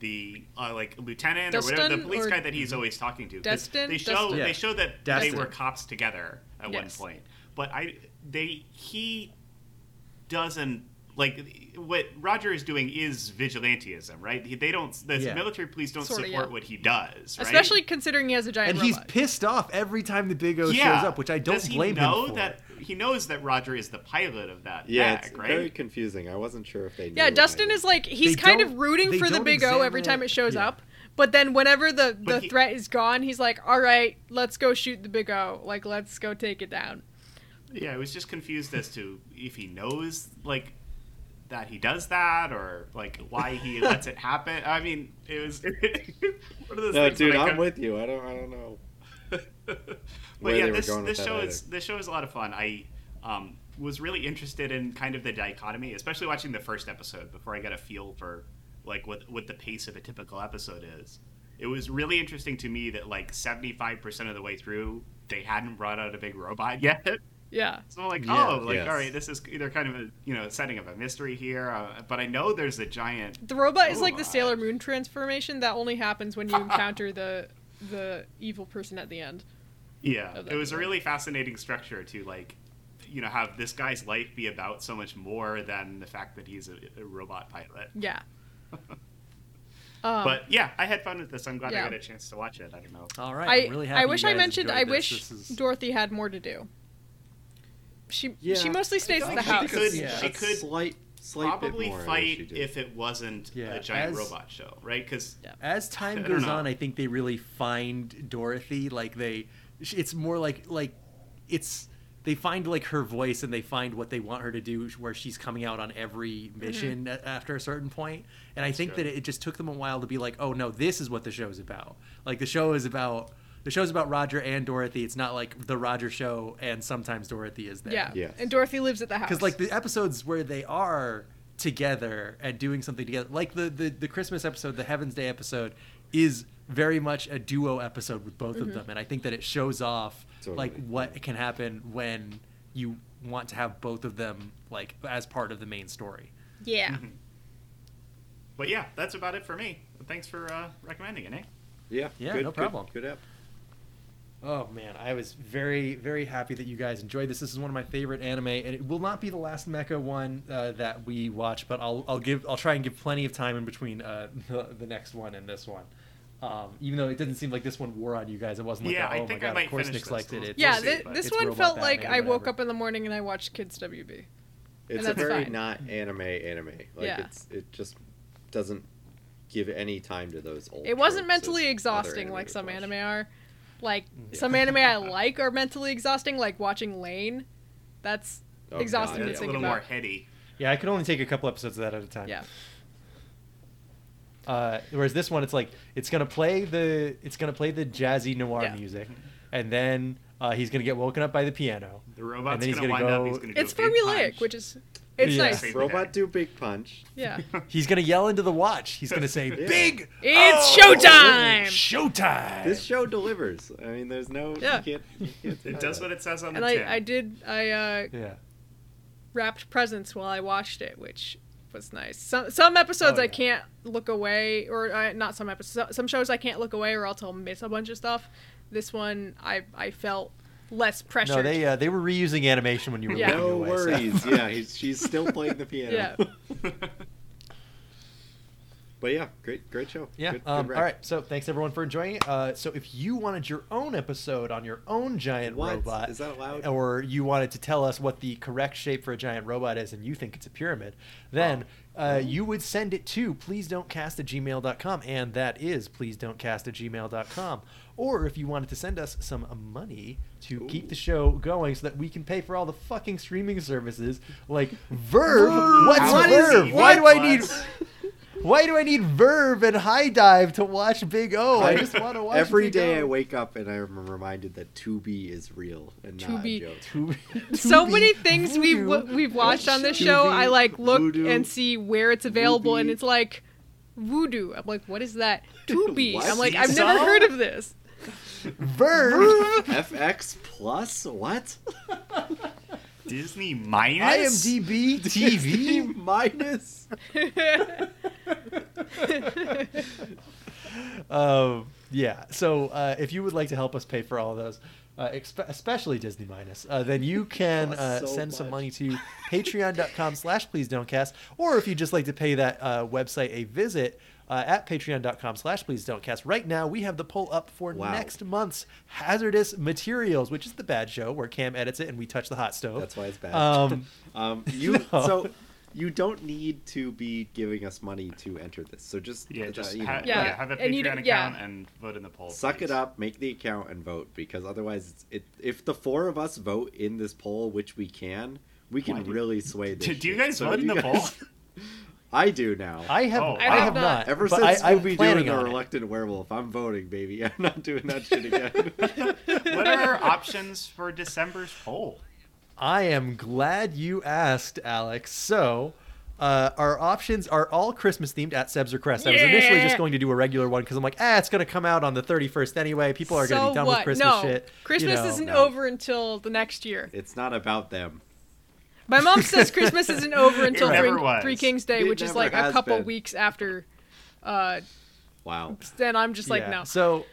S3: the uh, like lieutenant or whatever
S4: Dustin
S3: the police
S4: or-
S3: guy that he's always talking to. 'Cause
S4: Destin?
S3: They show
S4: Dustin.
S1: Mm-hmm. Yeah.
S3: they show that
S1: Destin.
S3: they were cops together at one
S4: Yes.
S3: point, but I they he doesn't like what Roger is doing is vigilantism, right? He- They don't the
S1: Yeah.
S3: military police don't
S4: Sorta,
S3: support
S4: yeah.
S3: what he does, right?
S4: especially considering he has a giant
S1: and he's
S4: robot.
S1: pissed off every time the Big O
S3: yeah.
S1: shows up, which I don't
S3: Does he
S1: blame
S3: know
S1: him for.
S3: that he knows that Roger is the pilot of that
S2: Yeah,
S3: bag,
S2: it's
S3: right?
S2: very confusing. I wasn't sure if they. Knew
S4: yeah, Dustin
S2: either.
S4: is like he's
S1: They
S4: kind
S1: don't-
S4: of rooting
S1: they
S4: for the
S1: don't
S4: Big O every
S1: examine
S4: time
S1: it.
S4: it shows
S1: Yeah.
S4: up. But then whenever the, the
S3: he-
S4: threat is gone, he's like, "All right, let's go shoot the Big O. Like, let's go take it down."
S3: Yeah, I was just confused as to if he knows like that he does that or like why he lets it happen. I mean, it was one of those
S2: No,
S3: things when
S2: dude,
S3: I
S2: I'm
S3: come-
S2: with you. I don't. I don't know.
S3: but
S2: where
S3: yeah,
S2: they were
S3: this
S2: going with
S3: this
S2: that
S3: show
S2: either.
S3: is this show is a lot of fun. I um, was really interested in kind of the dichotomy, especially watching the first episode before I got a feel for like what what the pace of a typical episode is. It was really interesting to me that like seventy five percent of the way through they hadn't brought out a big robot yet.
S4: Yeah,
S3: So I'm like,
S1: Yeah,
S3: oh, like
S2: yes.
S3: all right, this is either kind of a you know setting up a mystery here, uh, but I know there's a giant.
S4: the robot is like the
S3: Robot.
S4: Sailor Moon transformation that only happens when you encounter the the evil person at the end.
S3: Yeah,
S4: Oh, that
S3: it was a
S4: one.
S3: really fascinating structure to like, you know, have this guy's life be about so much more than the fact that he's a, a robot pilot.
S4: Yeah, Um,
S3: but yeah, I had fun with this. I'm glad
S4: yeah.
S3: I got a chance to watch it. I don't know.
S1: All right,
S4: I
S1: I'm really happy
S4: I
S1: you
S4: wish I
S1: guys
S4: mentioned.
S1: enjoyed
S4: I
S1: this.
S4: wish
S1: This is-
S4: Dorothy had more to do. She
S2: Yeah.
S4: she mostly stays in the
S3: think she
S4: house.
S3: could-
S1: Yeah.
S3: she could
S2: slight, slight bit
S3: probably
S2: more I wish she
S3: fight
S2: did.
S3: if it wasn't
S1: Yeah,
S3: a giant
S1: as-
S3: robot show, right? Because
S4: Yeah.
S1: as time
S3: don't
S1: goes
S3: know.
S1: on i think they really find dorothy like they sh- it's more like like it's they find like her voice and they find what they want her to do where she's coming out on every
S4: Mm-hmm.
S1: mission a after a certain point and i think
S3: true.
S1: that it just took them a while to be like oh no this is what the show's about like the show is about the show's about roger and dorothy it's not like the roger show and sometimes dorothy is there
S4: Yeah,
S2: Yes.
S4: and Dorothy lives at the house.
S1: because like the episodes where they are together and doing something together like the the, the christmas episode the heavens day episode is very much a duo episode with both of them and i think that it shows off like
S2: Totally.
S1: what can happen when you want to have both of them like as part of the main story
S4: yeah,
S1: Mhm.
S3: but yeah, that's about it for me. Thanks for uh, recommending it. Eh?
S2: yeah,
S1: Yeah,
S2: good,
S1: no
S2: good-
S1: problem.
S2: Good, app.
S1: Oh man, I was very, very happy that you guys enjoyed this. This is one of my favorite anime, and it will not be the last Mecha one uh, that we watch, but I'll, I'll give, I'll try and give plenty of time in between uh, the, the next one and this one. Um, even though it didn't seem like this one wore on you guys, it wasn't like,
S3: Yeah,
S1: that,
S3: I
S1: oh my
S3: think I
S1: god,
S3: might
S1: of course
S3: finish
S1: Nick's
S3: this.
S1: liked it.
S3: We'll
S1: It's,
S4: yeah.
S3: see,
S4: thi-
S3: but
S4: this
S1: it's
S4: one
S1: Robot
S4: felt like
S1: Batman or
S4: I woke
S1: whatever.
S4: up in the morning and I watched Kids WB.
S2: It's a
S4: that's
S2: very
S4: fine.
S2: not anime anime. Like
S4: Yeah.
S2: it's it just doesn't give any time to those old.
S4: It wasn't
S2: tropes of
S4: mentally
S2: other
S4: exhausting
S2: anime
S4: like
S2: to
S4: some
S2: watch.
S4: anime are. Like some anime I like are mentally exhausting, like watching Lane. That's
S2: Oh,
S4: exhausting
S2: God,
S4: to
S3: It's a
S4: think
S3: little
S4: about.
S3: more heady.
S1: yeah, I could only take a couple episodes of that at a time.
S4: Yeah.
S1: Uh, whereas this one, it's like it's gonna play the, it's gonna play the jazzy noir
S4: Yeah.
S1: music, and then uh, he's gonna get woken up by the piano.
S3: The robot's
S1: then he's
S3: gonna wind
S1: gonna
S3: up.
S1: go-
S3: He's gonna do
S4: It's
S3: a big
S4: formulaic,
S3: punch.
S4: which is it's
S1: Yeah.
S4: nice.
S3: Save the day.
S2: Robot do big punch.
S4: Yeah.
S3: Oh,
S1: He's gonna yell into the watch. He's gonna say, "Big
S4: It's showtime.
S1: showtime!"
S2: This show delivers. I mean, there's no.
S4: Yeah.
S2: You can't, you can't deny
S3: It does
S2: that.
S3: what it says on
S4: And
S3: the tin.
S4: I, I did I uh,
S1: yeah.
S4: wrapped presents while I watched it, which was nice. Some some episodes
S1: Oh,
S4: I
S1: yeah.
S4: can't look away, or uh, not some episodes. Some shows I can't look away, or else I'll miss a bunch of stuff. This one I I felt less pressure.
S1: No, they uh, they were reusing animation when you were
S4: Yeah.
S1: looking
S2: No
S1: away, so-
S2: worries. yeah, he's, she's still playing the piano.
S4: yeah.
S2: But yeah, great, great show.
S1: Yeah.
S2: Good- good
S1: um,
S2: rec.
S1: all right. So thanks everyone for enjoying it. Uh, so if you wanted your own episode on your own giant
S2: What?
S1: robot,
S2: Is that allowed?
S1: Or you wanted to tell us what the correct shape for a giant robot is, and you think it's a pyramid, then
S2: Oh.
S1: uh, you would send it to please don't cast at gmail.com, and that is please don't cast at gmail.com. Or if you wanted to send us some money to keep the show going so that we can pay for all the fucking streaming services like Verve. What's
S3: What is
S1: Verve?
S3: it?
S1: Why do I need
S3: What?
S1: why do I need Verve and High Dive to watch Big O? I just want to watch
S2: Every
S1: Big
S2: day I
S1: O.
S2: wake up and I'm reminded that Tubi is real and not
S4: Tubi.
S2: a joke.
S1: To- to
S4: so
S1: be
S4: many things we've
S1: voodoo.
S4: we've watched on this
S1: Voodoo,
S4: show. I like look
S2: voodoo,
S4: and see where it's available, and
S2: voodoo.
S4: it's like voodoo. I'm like, what is that? Tubi.
S2: What?
S4: I'm like, I've
S1: Seesaw?
S4: never heard of this.
S1: Verve,
S2: FX Plus? What?
S3: Disney minus.
S1: IMDb, TV.
S2: minus.
S1: um, yeah. So uh, if you would like to help us pay for all of those, uh, expe- especially Disney minus, uh, then you can
S2: Costs
S1: uh,
S2: Oh, so
S1: send some
S2: much.
S1: money to patreon.com slash please don't cast. Or if you'd just like to pay that uh, website a visit uh, at patreon.com slash please don't cast. Right now, we have the poll up for
S2: Wow.
S1: next month's hazardous materials, which is the bad show where Cam edits it and we touch the hot stove.
S2: That's why it's bad.
S1: Um,
S2: Um, you
S1: No.
S2: so you don't need to be giving us money to enter this. So just uh,
S3: Yeah, just
S2: you know,
S3: ha-
S4: Yeah.
S3: yeah. have a
S4: and
S3: Patreon
S4: you
S3: account
S4: d- yeah.
S3: and vote in the poll.
S2: suck
S3: please.
S2: it up, make the account and vote because otherwise, it's, it if the four of us vote in this poll, which we can, we can really sway this.
S3: Do, do you
S2: shit.
S3: guys
S2: So
S3: vote in
S2: you
S3: the
S2: guys-
S3: poll?
S2: I do now.
S1: I have,
S3: Oh,
S1: I
S3: wow.
S1: have not.
S2: Ever
S1: but
S2: since
S1: I, I'm
S2: Scooby doing
S1: planning
S2: the
S1: on it.
S2: reluctant werewolf, I'm voting, baby. I'm not doing that shit again.
S3: what are our options for December's poll?
S1: I am glad you asked, Alex. So, uh, our options are all Christmas themed at Seb's request. I was initially
S4: Yeah.
S1: just going to do a regular one because I'm like, ah, it's going to come out on the 31st anyway. People are going to
S4: so
S1: be done
S4: what?
S1: with Christmas
S4: no.
S1: shit. you
S4: Christmas
S1: know.
S4: isn't
S2: No.
S4: over until the next year.
S2: it's not about them.
S4: My mom says Christmas isn't over until
S3: never
S4: Three,
S3: was.
S4: Three Kings Day,
S2: It
S4: which is
S2: never
S4: like a
S2: has
S4: couple
S2: been.
S4: weeks after. Uh,
S2: Wow.
S4: then I'm just like,
S1: Yeah.
S4: no.
S1: So,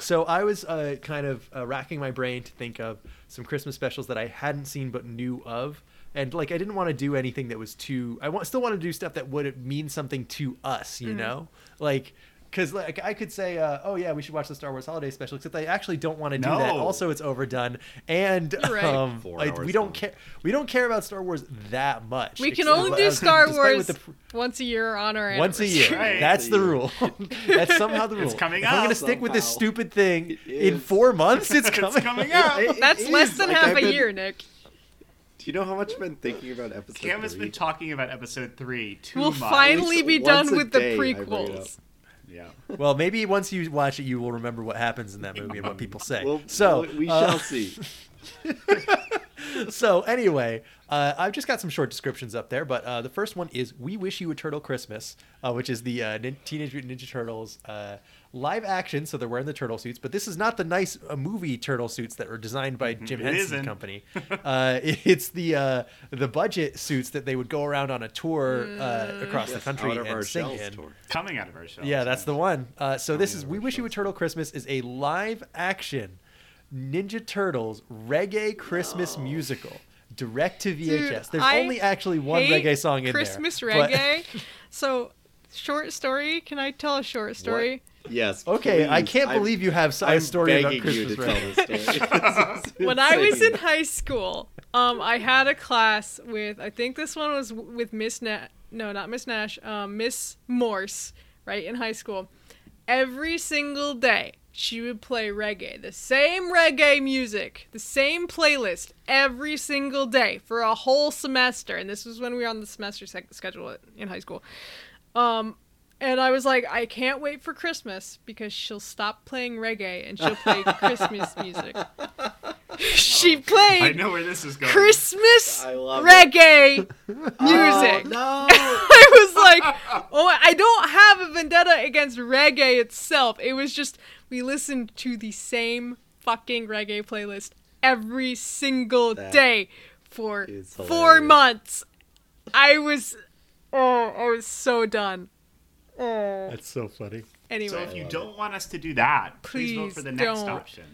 S1: so I was uh, kind of uh, racking my brain to think of some Christmas specials that I hadn't seen but knew of, and like I didn't want to do anything that was too. I want, still want to do stuff that would mean something to us,
S4: Mm-hmm.
S1: you know, like. Because like I could say, uh, oh yeah, we should watch the Star Wars Holiday Special. Except I actually don't want to do that.
S3: No.
S1: Also, it's overdone, and
S4: You're right.
S1: um,
S2: Four
S1: I,
S2: hours
S1: we don't
S2: long.
S1: care. We don't care about Star Wars that much.
S4: we can
S1: except-
S4: only do Star
S1: despite
S4: Wars
S1: what the pr-
S4: once a year on our
S1: once a year.
S4: anniversary.
S3: Right.
S1: That's the rule.
S2: Once
S1: That's somehow the rule.
S3: It's coming
S1: if I'm gonna
S3: out
S1: stick with this
S2: somehow.
S1: stupid thing
S2: It
S1: in
S2: is.
S1: four months. It's coming.
S3: It's coming out.
S2: It- it
S4: That's
S2: is,
S4: less than
S2: like,
S4: half
S2: I've
S4: a
S2: been-
S4: year, Nick.
S2: Do you know how much I've been thinking about episode
S3: Cam has
S2: three?
S3: been talking about episode three too
S4: We'll
S3: much.
S4: finally be
S2: Once
S4: done
S2: a
S4: with the
S2: day, I bring it
S4: prequels.
S3: Yeah.
S1: Well, maybe once you watch it, you will remember what happens in that movie and what people say.
S2: Well,
S1: so
S2: we we
S1: uh,
S2: shall see.
S1: so anyway, uh, I've just got some short descriptions up there, but uh, the first one is "We Wish You a Turtle Christmas," uh, which is the uh, Nin- Teenage Mutant Ninja Turtles uh, live action. So they're wearing the turtle suits, but this is not the nice uh, movie turtle suits that were designed by Jim
S3: Mm-hmm. it
S1: Henson's
S3: isn't.
S1: company. Uh, it- it's the uh, the budget suits that they would go around on a tour uh,
S3: Mm.
S1: across the country
S2: Out of
S1: and
S2: our
S1: sing
S2: shells
S1: in.
S2: tour.
S3: Coming out of our show.
S1: Yeah, that's the one. Uh, so this is "We Wish You a Turtle Christmas" is a live action Ninja Turtles reggae Christmas musical, direct to VHS. There's
S4: I
S1: only actually one
S4: hate
S1: reggae song in
S4: Christmas
S1: there. but-
S4: reggae. so, short story. Can I tell a short story?
S2: Yes.
S1: okay, I
S2: please.
S1: can't
S2: I'm-
S1: believe you have s- a
S2: I'm
S1: story about
S2: begging
S1: Christmas
S2: you to
S1: reggae.
S2: tell this story. This is
S4: when I was in
S2: insane.
S4: high school, um, I had a class with I think this one was w- with Miss Nash. No, not Miss Nash. Um, Miss Morse. Right in high school, every single day she would play reggae, the same reggae music, the same playlist every single day for a whole semester. And this was when we were on the semester sec- schedule at- in high school. Um, and I was like, I can't wait for Christmas because she'll stop playing reggae and she'll play Christmas music. she
S3: I
S4: played
S3: know where this is going.
S4: Christmas
S2: I love
S4: reggae music.
S2: Oh,
S4: I was like, oh, I don't have a vendetta against reggae itself. It was just we listened to the same fucking reggae playlist every single
S2: That
S4: day for
S2: is
S4: four
S2: hilarious.
S4: months. I was, oh, I was so done. Oh,
S1: That's so funny.
S4: anyway,
S3: So if you don't want us to do that, please, vote
S4: Please
S3: for the next
S4: don't.
S3: option.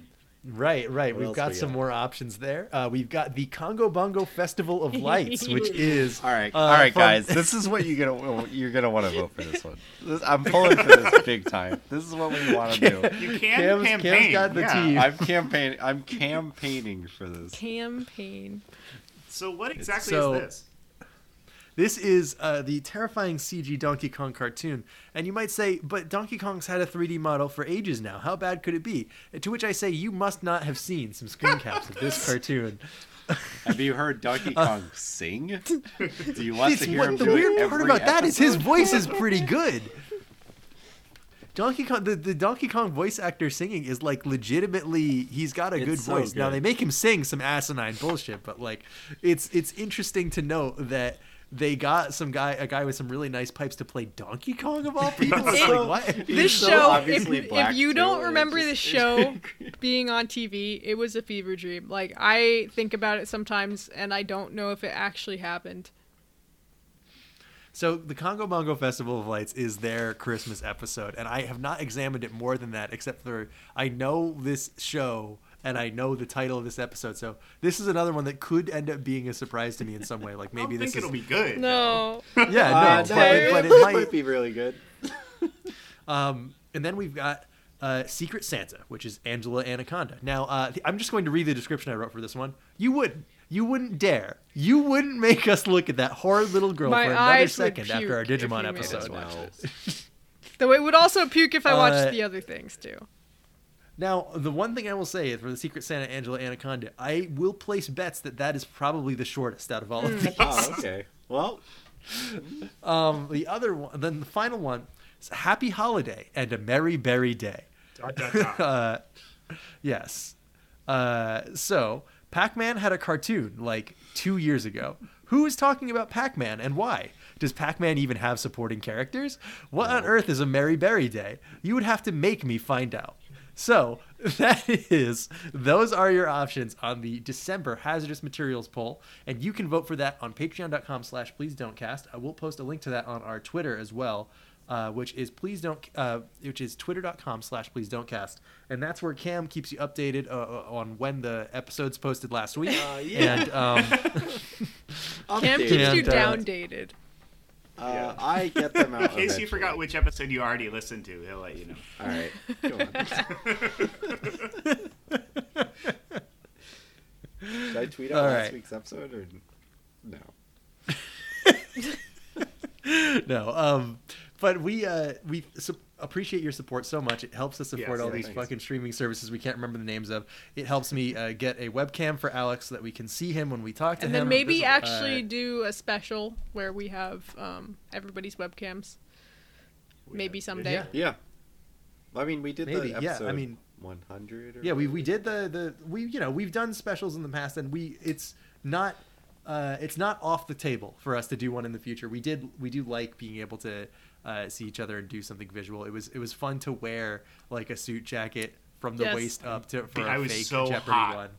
S1: Right, right.
S2: What
S1: we've
S2: else
S1: got
S2: we
S1: some
S2: got?
S1: more options there. Uh, we've got the Congo Bongo Festival of Lights, which is
S2: All right,
S1: uh,
S2: all right,
S1: from-
S2: guys. This is what you're gonna you're gonna want to vote for this one. This, I'm pulling for this big time. This is what we want to do.
S3: You can
S1: Cam's- Cam's
S3: campaign.
S1: got the
S3: yeah.
S1: team.
S2: I'm campaigning. I'm campaigning for this.
S4: campaign.
S3: So what exactly
S1: So-
S3: is this?
S1: This is uh, the terrifying CG Donkey Kong cartoon. And you might say, but Donkey Kong's had a 3D model for ages now. How bad could it be? To which I say, you must not have seen some screen caps of this cartoon.
S2: Have you heard Donkey Kong sing? Do you want to
S1: Uh, It's-
S2: hear
S1: what-
S2: him
S1: the
S2: do it
S1: weird part
S2: every
S1: about that is his
S2: episode?
S1: voice is pretty good. Donkey Kong, the, the Donkey Kong voice actor singing is like legitimately, he's got a
S2: It's
S1: good
S2: so
S1: voice. Now
S2: good.
S1: they make him sing some asinine bullshit, but like, it's it's interesting to note that they got some guy, a guy with some really nice pipes to play Donkey Kong of all people. It's like, what?
S2: He's
S4: This
S2: so
S4: show, if,
S2: obviously
S4: if
S2: black,
S4: you
S2: too,
S4: don't
S2: and it
S4: remember
S2: just-
S4: this show being on TV, it was a fever dream. Like, I think about it sometimes and I don't know if it actually happened.
S1: So the Congo Bongo Festival of Lights is their Christmas episode, and I have not examined it more than that, except for I know this show and I know the title of this episode. So this is another one that could end up being a surprise to me in some way. Like maybe
S3: I
S1: this
S3: think
S1: is
S3: it'll be good.
S4: No.
S1: yeah, no,
S2: Uh,
S1: but,
S4: no,
S1: but it
S2: this
S1: might.
S2: be really good.
S1: Um, and then we've got uh, Secret Santa, which is Angela Anaconda. Now, uh, th- I'm just going to read the description I wrote for this one. You wouldn't. You wouldn't dare. You wouldn't make us look at that horrid little girl
S4: My
S1: for another
S4: eyes would
S1: second after our
S4: puke if
S1: Digimon
S4: you made us
S1: episode.
S4: watch Though it would also puke if I watched
S1: Uh,
S4: the other things too.
S1: Now, the one thing I will say is for the Secret Santa Angela Anaconda, I will place bets that that is probably the shortest out of all of these.
S2: Oh, okay. Well,
S1: Um, the other one, then the final one is Happy Holiday and a Merry Berry Day.
S3: Dot, dot, dot.
S1: uh, yes. Uh, so Pac Man had a cartoon like two years ago. Who is talking about Pac Man and why? Does Pac Man even have supporting characters? What on earth is a Merry Berry Day? You would have to make me find out. So that is, those are your options on the December hazardous materials poll, and you can vote for that on patreon.com slash please don't cast. I will post a link to that on our Twitter as well uh, which is please don't uh, which is twitter.com slash please don't cast and that's where cam keeps you updated uh, uh, on when the episodes posted last week
S3: Uh,
S1: and um,
S4: Cam
S2: update.
S4: keeps you
S1: And, uh,
S4: downdated.
S2: Uh, I get them
S3: In
S2: out.
S3: case you forgot which episode you already listened to, he'll let you know.
S2: All right. Go on. Should I tweet out
S1: All
S2: last
S1: right.
S2: week's episode or n- no?
S1: no um, but we uh, we su- appreciate your support so much it helps us support
S3: Yes,
S1: all
S3: yeah,
S1: these
S2: thanks.
S1: fucking streaming services we can't remember the names of it helps me uh, get a webcam for alex so that we can see him when we talk to
S4: And
S1: him
S4: then maybe
S1: This-
S4: actually
S1: uh,
S4: do a special where we have um, everybody's webcams. Maybe someday.
S1: yeah.
S2: Yeah. I mean, we did
S1: Maybe,
S2: the
S1: yeah, I
S2: episode.
S1: mean-
S2: 100. Or
S1: yeah we,
S2: whatever.
S1: we did the the we you know we've done specials in the past and we it's not uh it's not off the table for us to do one in the future we did we do like being able to uh, see each other and do something visual it was it was fun to wear like a suit jacket from the
S4: Yes.
S1: waist up to for
S3: I
S1: a
S3: was
S1: fake
S3: so
S1: jeopardy
S3: hot.
S1: one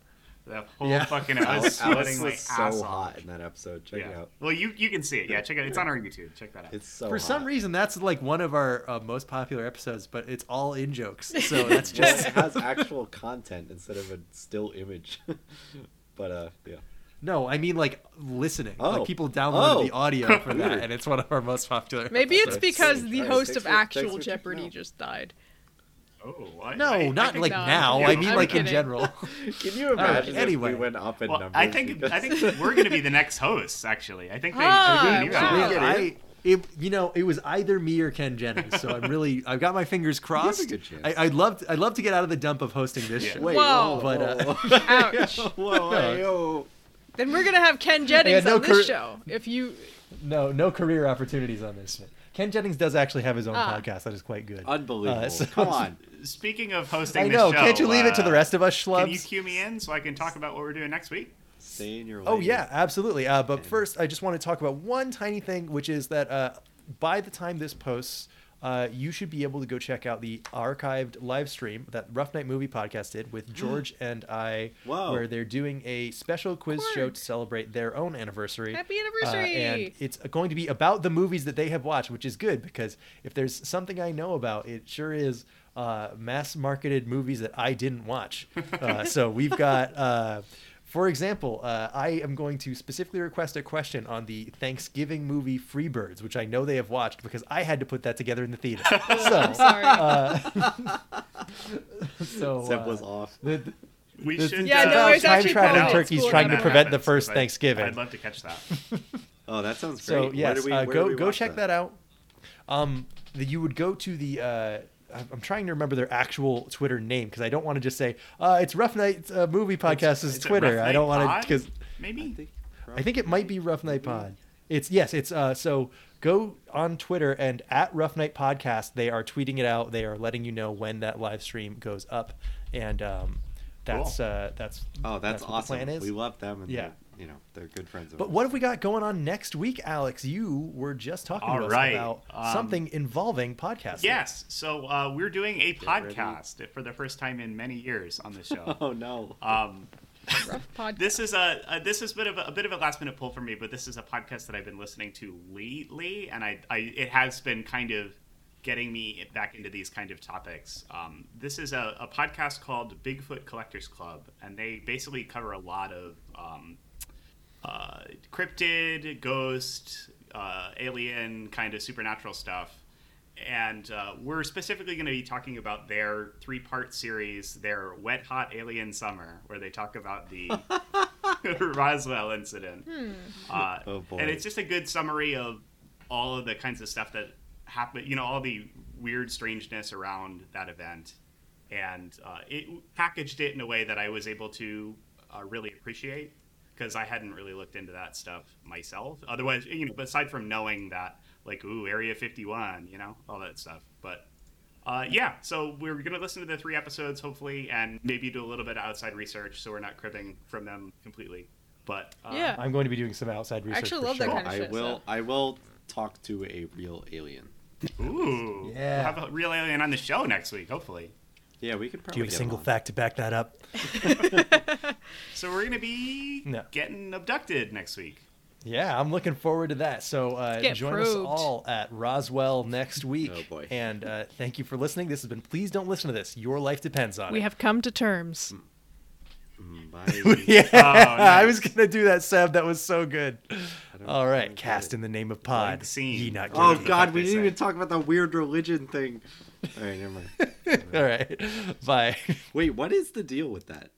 S3: The whole
S1: Yeah.
S3: fucking I was
S2: Alex,
S3: sweating
S2: Alex
S3: my
S2: was
S3: ass
S2: so
S3: off.
S2: hot in that episode. Check it
S3: Yeah.
S2: out.
S3: Well, you you can see it. Yeah, check it. out. It's on our YouTube. Check that out.
S2: It's so
S1: for some
S2: hot.
S1: reason that's like one of our uh, most popular episodes but it's all in jokes so that's just
S2: it has actual content instead of a still image. but uh, yeah.
S1: no i mean like listening
S2: Oh.
S1: like people downloaded
S2: Oh.
S1: the audio for that
S2: Weird.
S1: and it's one of our most popular
S4: Maybe it's
S2: Sorry.
S4: because
S2: Sorry.
S4: the
S2: Sorry.
S4: host
S2: Thanks
S4: of
S2: for- thanks
S4: actual
S2: for checking
S4: Jeopardy
S2: out.
S4: just died.
S3: oh, I-
S1: No,
S3: I- I
S1: not
S3: think
S1: like
S4: not.
S1: now.
S3: Yeah,
S1: I mean,
S3: I'm
S1: like in
S4: kidding.
S1: general.
S2: Can you imagine
S1: anyway.
S2: if we went up in
S3: Well,
S2: numbers?
S3: I think
S2: because-
S3: I think we're going to be the next hosts. Actually, I think they.
S4: Ah,
S3: I think they knew
S4: wow.
S3: that.
S2: Did we get
S1: I, it, you know, it was either me or Ken Jennings. So I'm really, I've got my fingers crossed.
S2: good chance.
S1: I, would love, to, I'd love to get out of the dump of hosting this
S3: Yeah.
S1: show.
S2: Wait, oh,
S4: Whoa.
S2: whoa,
S1: But, uh,
S2: whoa,
S4: Ouch.
S2: whoa, hey, yo.
S4: then we're gonna have Ken Jennings
S1: no
S4: on this
S1: cur-
S4: show. If you
S1: No, no career opportunities on this. Ken Jennings does actually have his own
S4: Ah.
S1: podcast that is quite good.
S2: Unbelievable.
S1: Uh, so-
S2: Come on.
S3: Speaking of hosting,
S1: I know.
S3: This show,
S1: Can't you leave it to the
S3: uh,
S1: rest of us,
S3: Can you
S1: schlubs?
S3: cue me in so I can talk about what we're doing next week?
S2: Stay in your lane.
S1: Oh yeah, absolutely. Uh, but first, I just want to talk about one tiny thing, which is that uh, by the time this posts, uh, you should be able to go check out the archived live stream that Rough Night Movie Podcast did
S4: Mm.
S1: with George and I,
S2: Wow.
S1: where they're doing a special quiz show to celebrate their own anniversary.
S4: Happy
S1: Uh,
S4: anniversary!
S1: and it's going to be about the movies that they have watched, which is good because if there's something I know about, it sure is uh, mass marketed movies that I didn't watch. Uh, so we've got, uh, for example, uh, I am going to specifically request a question on the Thanksgiving movie Freebirds, which I know they have watched because I had to put that together in the theater. So,
S4: I'm sorry.
S2: Uh,
S1: so
S2: Zeb
S1: uh,
S2: was off.
S1: the- the-
S3: We
S1: This-
S3: should. uh,
S1: it's
S4: Yeah, no,
S1: about
S4: it's
S1: time
S4: actually probably
S1: traveling
S4: in
S1: turkeys
S4: school
S1: trying
S4: now.
S1: to prevent the
S3: Happens,
S1: first
S3: but
S1: Thanksgiving.
S3: I'd love to catch that.
S2: Oh, that sounds great.
S1: So
S2: Where
S1: yes,
S2: do we-
S1: uh,
S2: where do
S1: go
S2: we
S1: go
S2: watch
S1: check that? out. Um, the, you would go to the. Uh, I'm- I'm trying to remember their actual Twitter name because I don't want to just say uh, it's Rough Night uh, Movie Podcast's
S3: Is it
S1: Twitter.
S3: Rough
S1: I don't
S3: Night
S1: want
S3: Pod?
S1: to because
S3: maybe.
S1: I think it might be Rough Night Pod. It's yes, it's uh, so go on Twitter and at Rough Night Podcast. They are tweeting it out. They are letting you know when that live stream goes up, and um, that's
S3: Cool.
S1: uh, that's
S2: Oh, that's,
S1: what
S2: awesome.
S1: The plan is.
S2: We love them. And
S1: Yeah.
S2: they're, You know, they're good friends of
S1: But
S2: ours.
S1: what have we got going on next week, Alex? You were just talking
S3: All
S1: to us
S3: right,
S1: about
S3: um,
S1: something involving podcasting.
S3: Yes. So uh, we're doing a
S2: ready.
S3: podcast for the first time in many years on the show.
S2: Oh, no.
S3: um,
S4: Rough podcast.
S3: This is a, a this is a bit of a, a bit of a last minute pull for me, but this is a podcast that I've been listening to lately, and I, I it has been kind of getting me back into these kind of topics. Um, this is a, a podcast called Bigfoot Collectors Club, and they basically cover a lot of um, uh, cryptid, ghost, uh, alien kind of supernatural stuff. And uh, we're specifically going to be talking about their three part series, their Wet Hot Alien Summer, where they talk about the Roswell incident. Uh,
S2: Oh, boy.
S3: And it's just a good summary of all of the kinds of stuff that happened, you know, all the weird strangeness around that event. And uh, it packaged it in a way that I was able to uh, really appreciate because I hadn't really looked into that stuff myself. Otherwise, you know, aside from knowing that, like, ooh, Area 51, you know, all that stuff. But uh, yeah, so we're going to listen to the three episodes, hopefully, and maybe do a little bit of outside research so we're not cribbing from them completely. But uh,
S4: yeah.
S1: I'm going to be doing some outside research.
S4: actually
S1: for
S4: love that
S1: sure.
S4: kind of
S2: I
S4: shit,
S2: will.
S4: so-
S2: I will talk to a real alien.
S3: ooh,
S1: Yeah.
S3: we'll have a real alien on the show next week, hopefully.
S2: Yeah, we could probably
S1: Do you have a
S2: get
S1: single
S2: him on.
S1: fact to back that up?
S3: So we're going to be
S1: No.
S3: getting abducted next week.
S1: Yeah, I'm looking forward to that. So uh,
S4: Get
S1: join us
S4: probed.
S1: all at Roswell next week.
S2: Oh, boy.
S1: And uh, thank you for listening. This has been Please Don't Listen to This. Your life depends on
S4: We
S1: it.
S4: have come to terms.
S2: Bye.
S1: yeah,
S3: Oh, nice.
S1: I was gonna do that, Seb. That was so good. All
S2: I
S1: right,
S2: get
S1: cast
S2: it.
S1: in the name of Pod.
S3: Like scene.
S1: Ye not
S2: Oh
S1: guilty.
S2: God, we
S3: they
S2: didn't
S3: say.
S2: even talk about the weird religion thing. All right, never mind.
S1: All right, bye.
S2: Wait, what is the deal with that?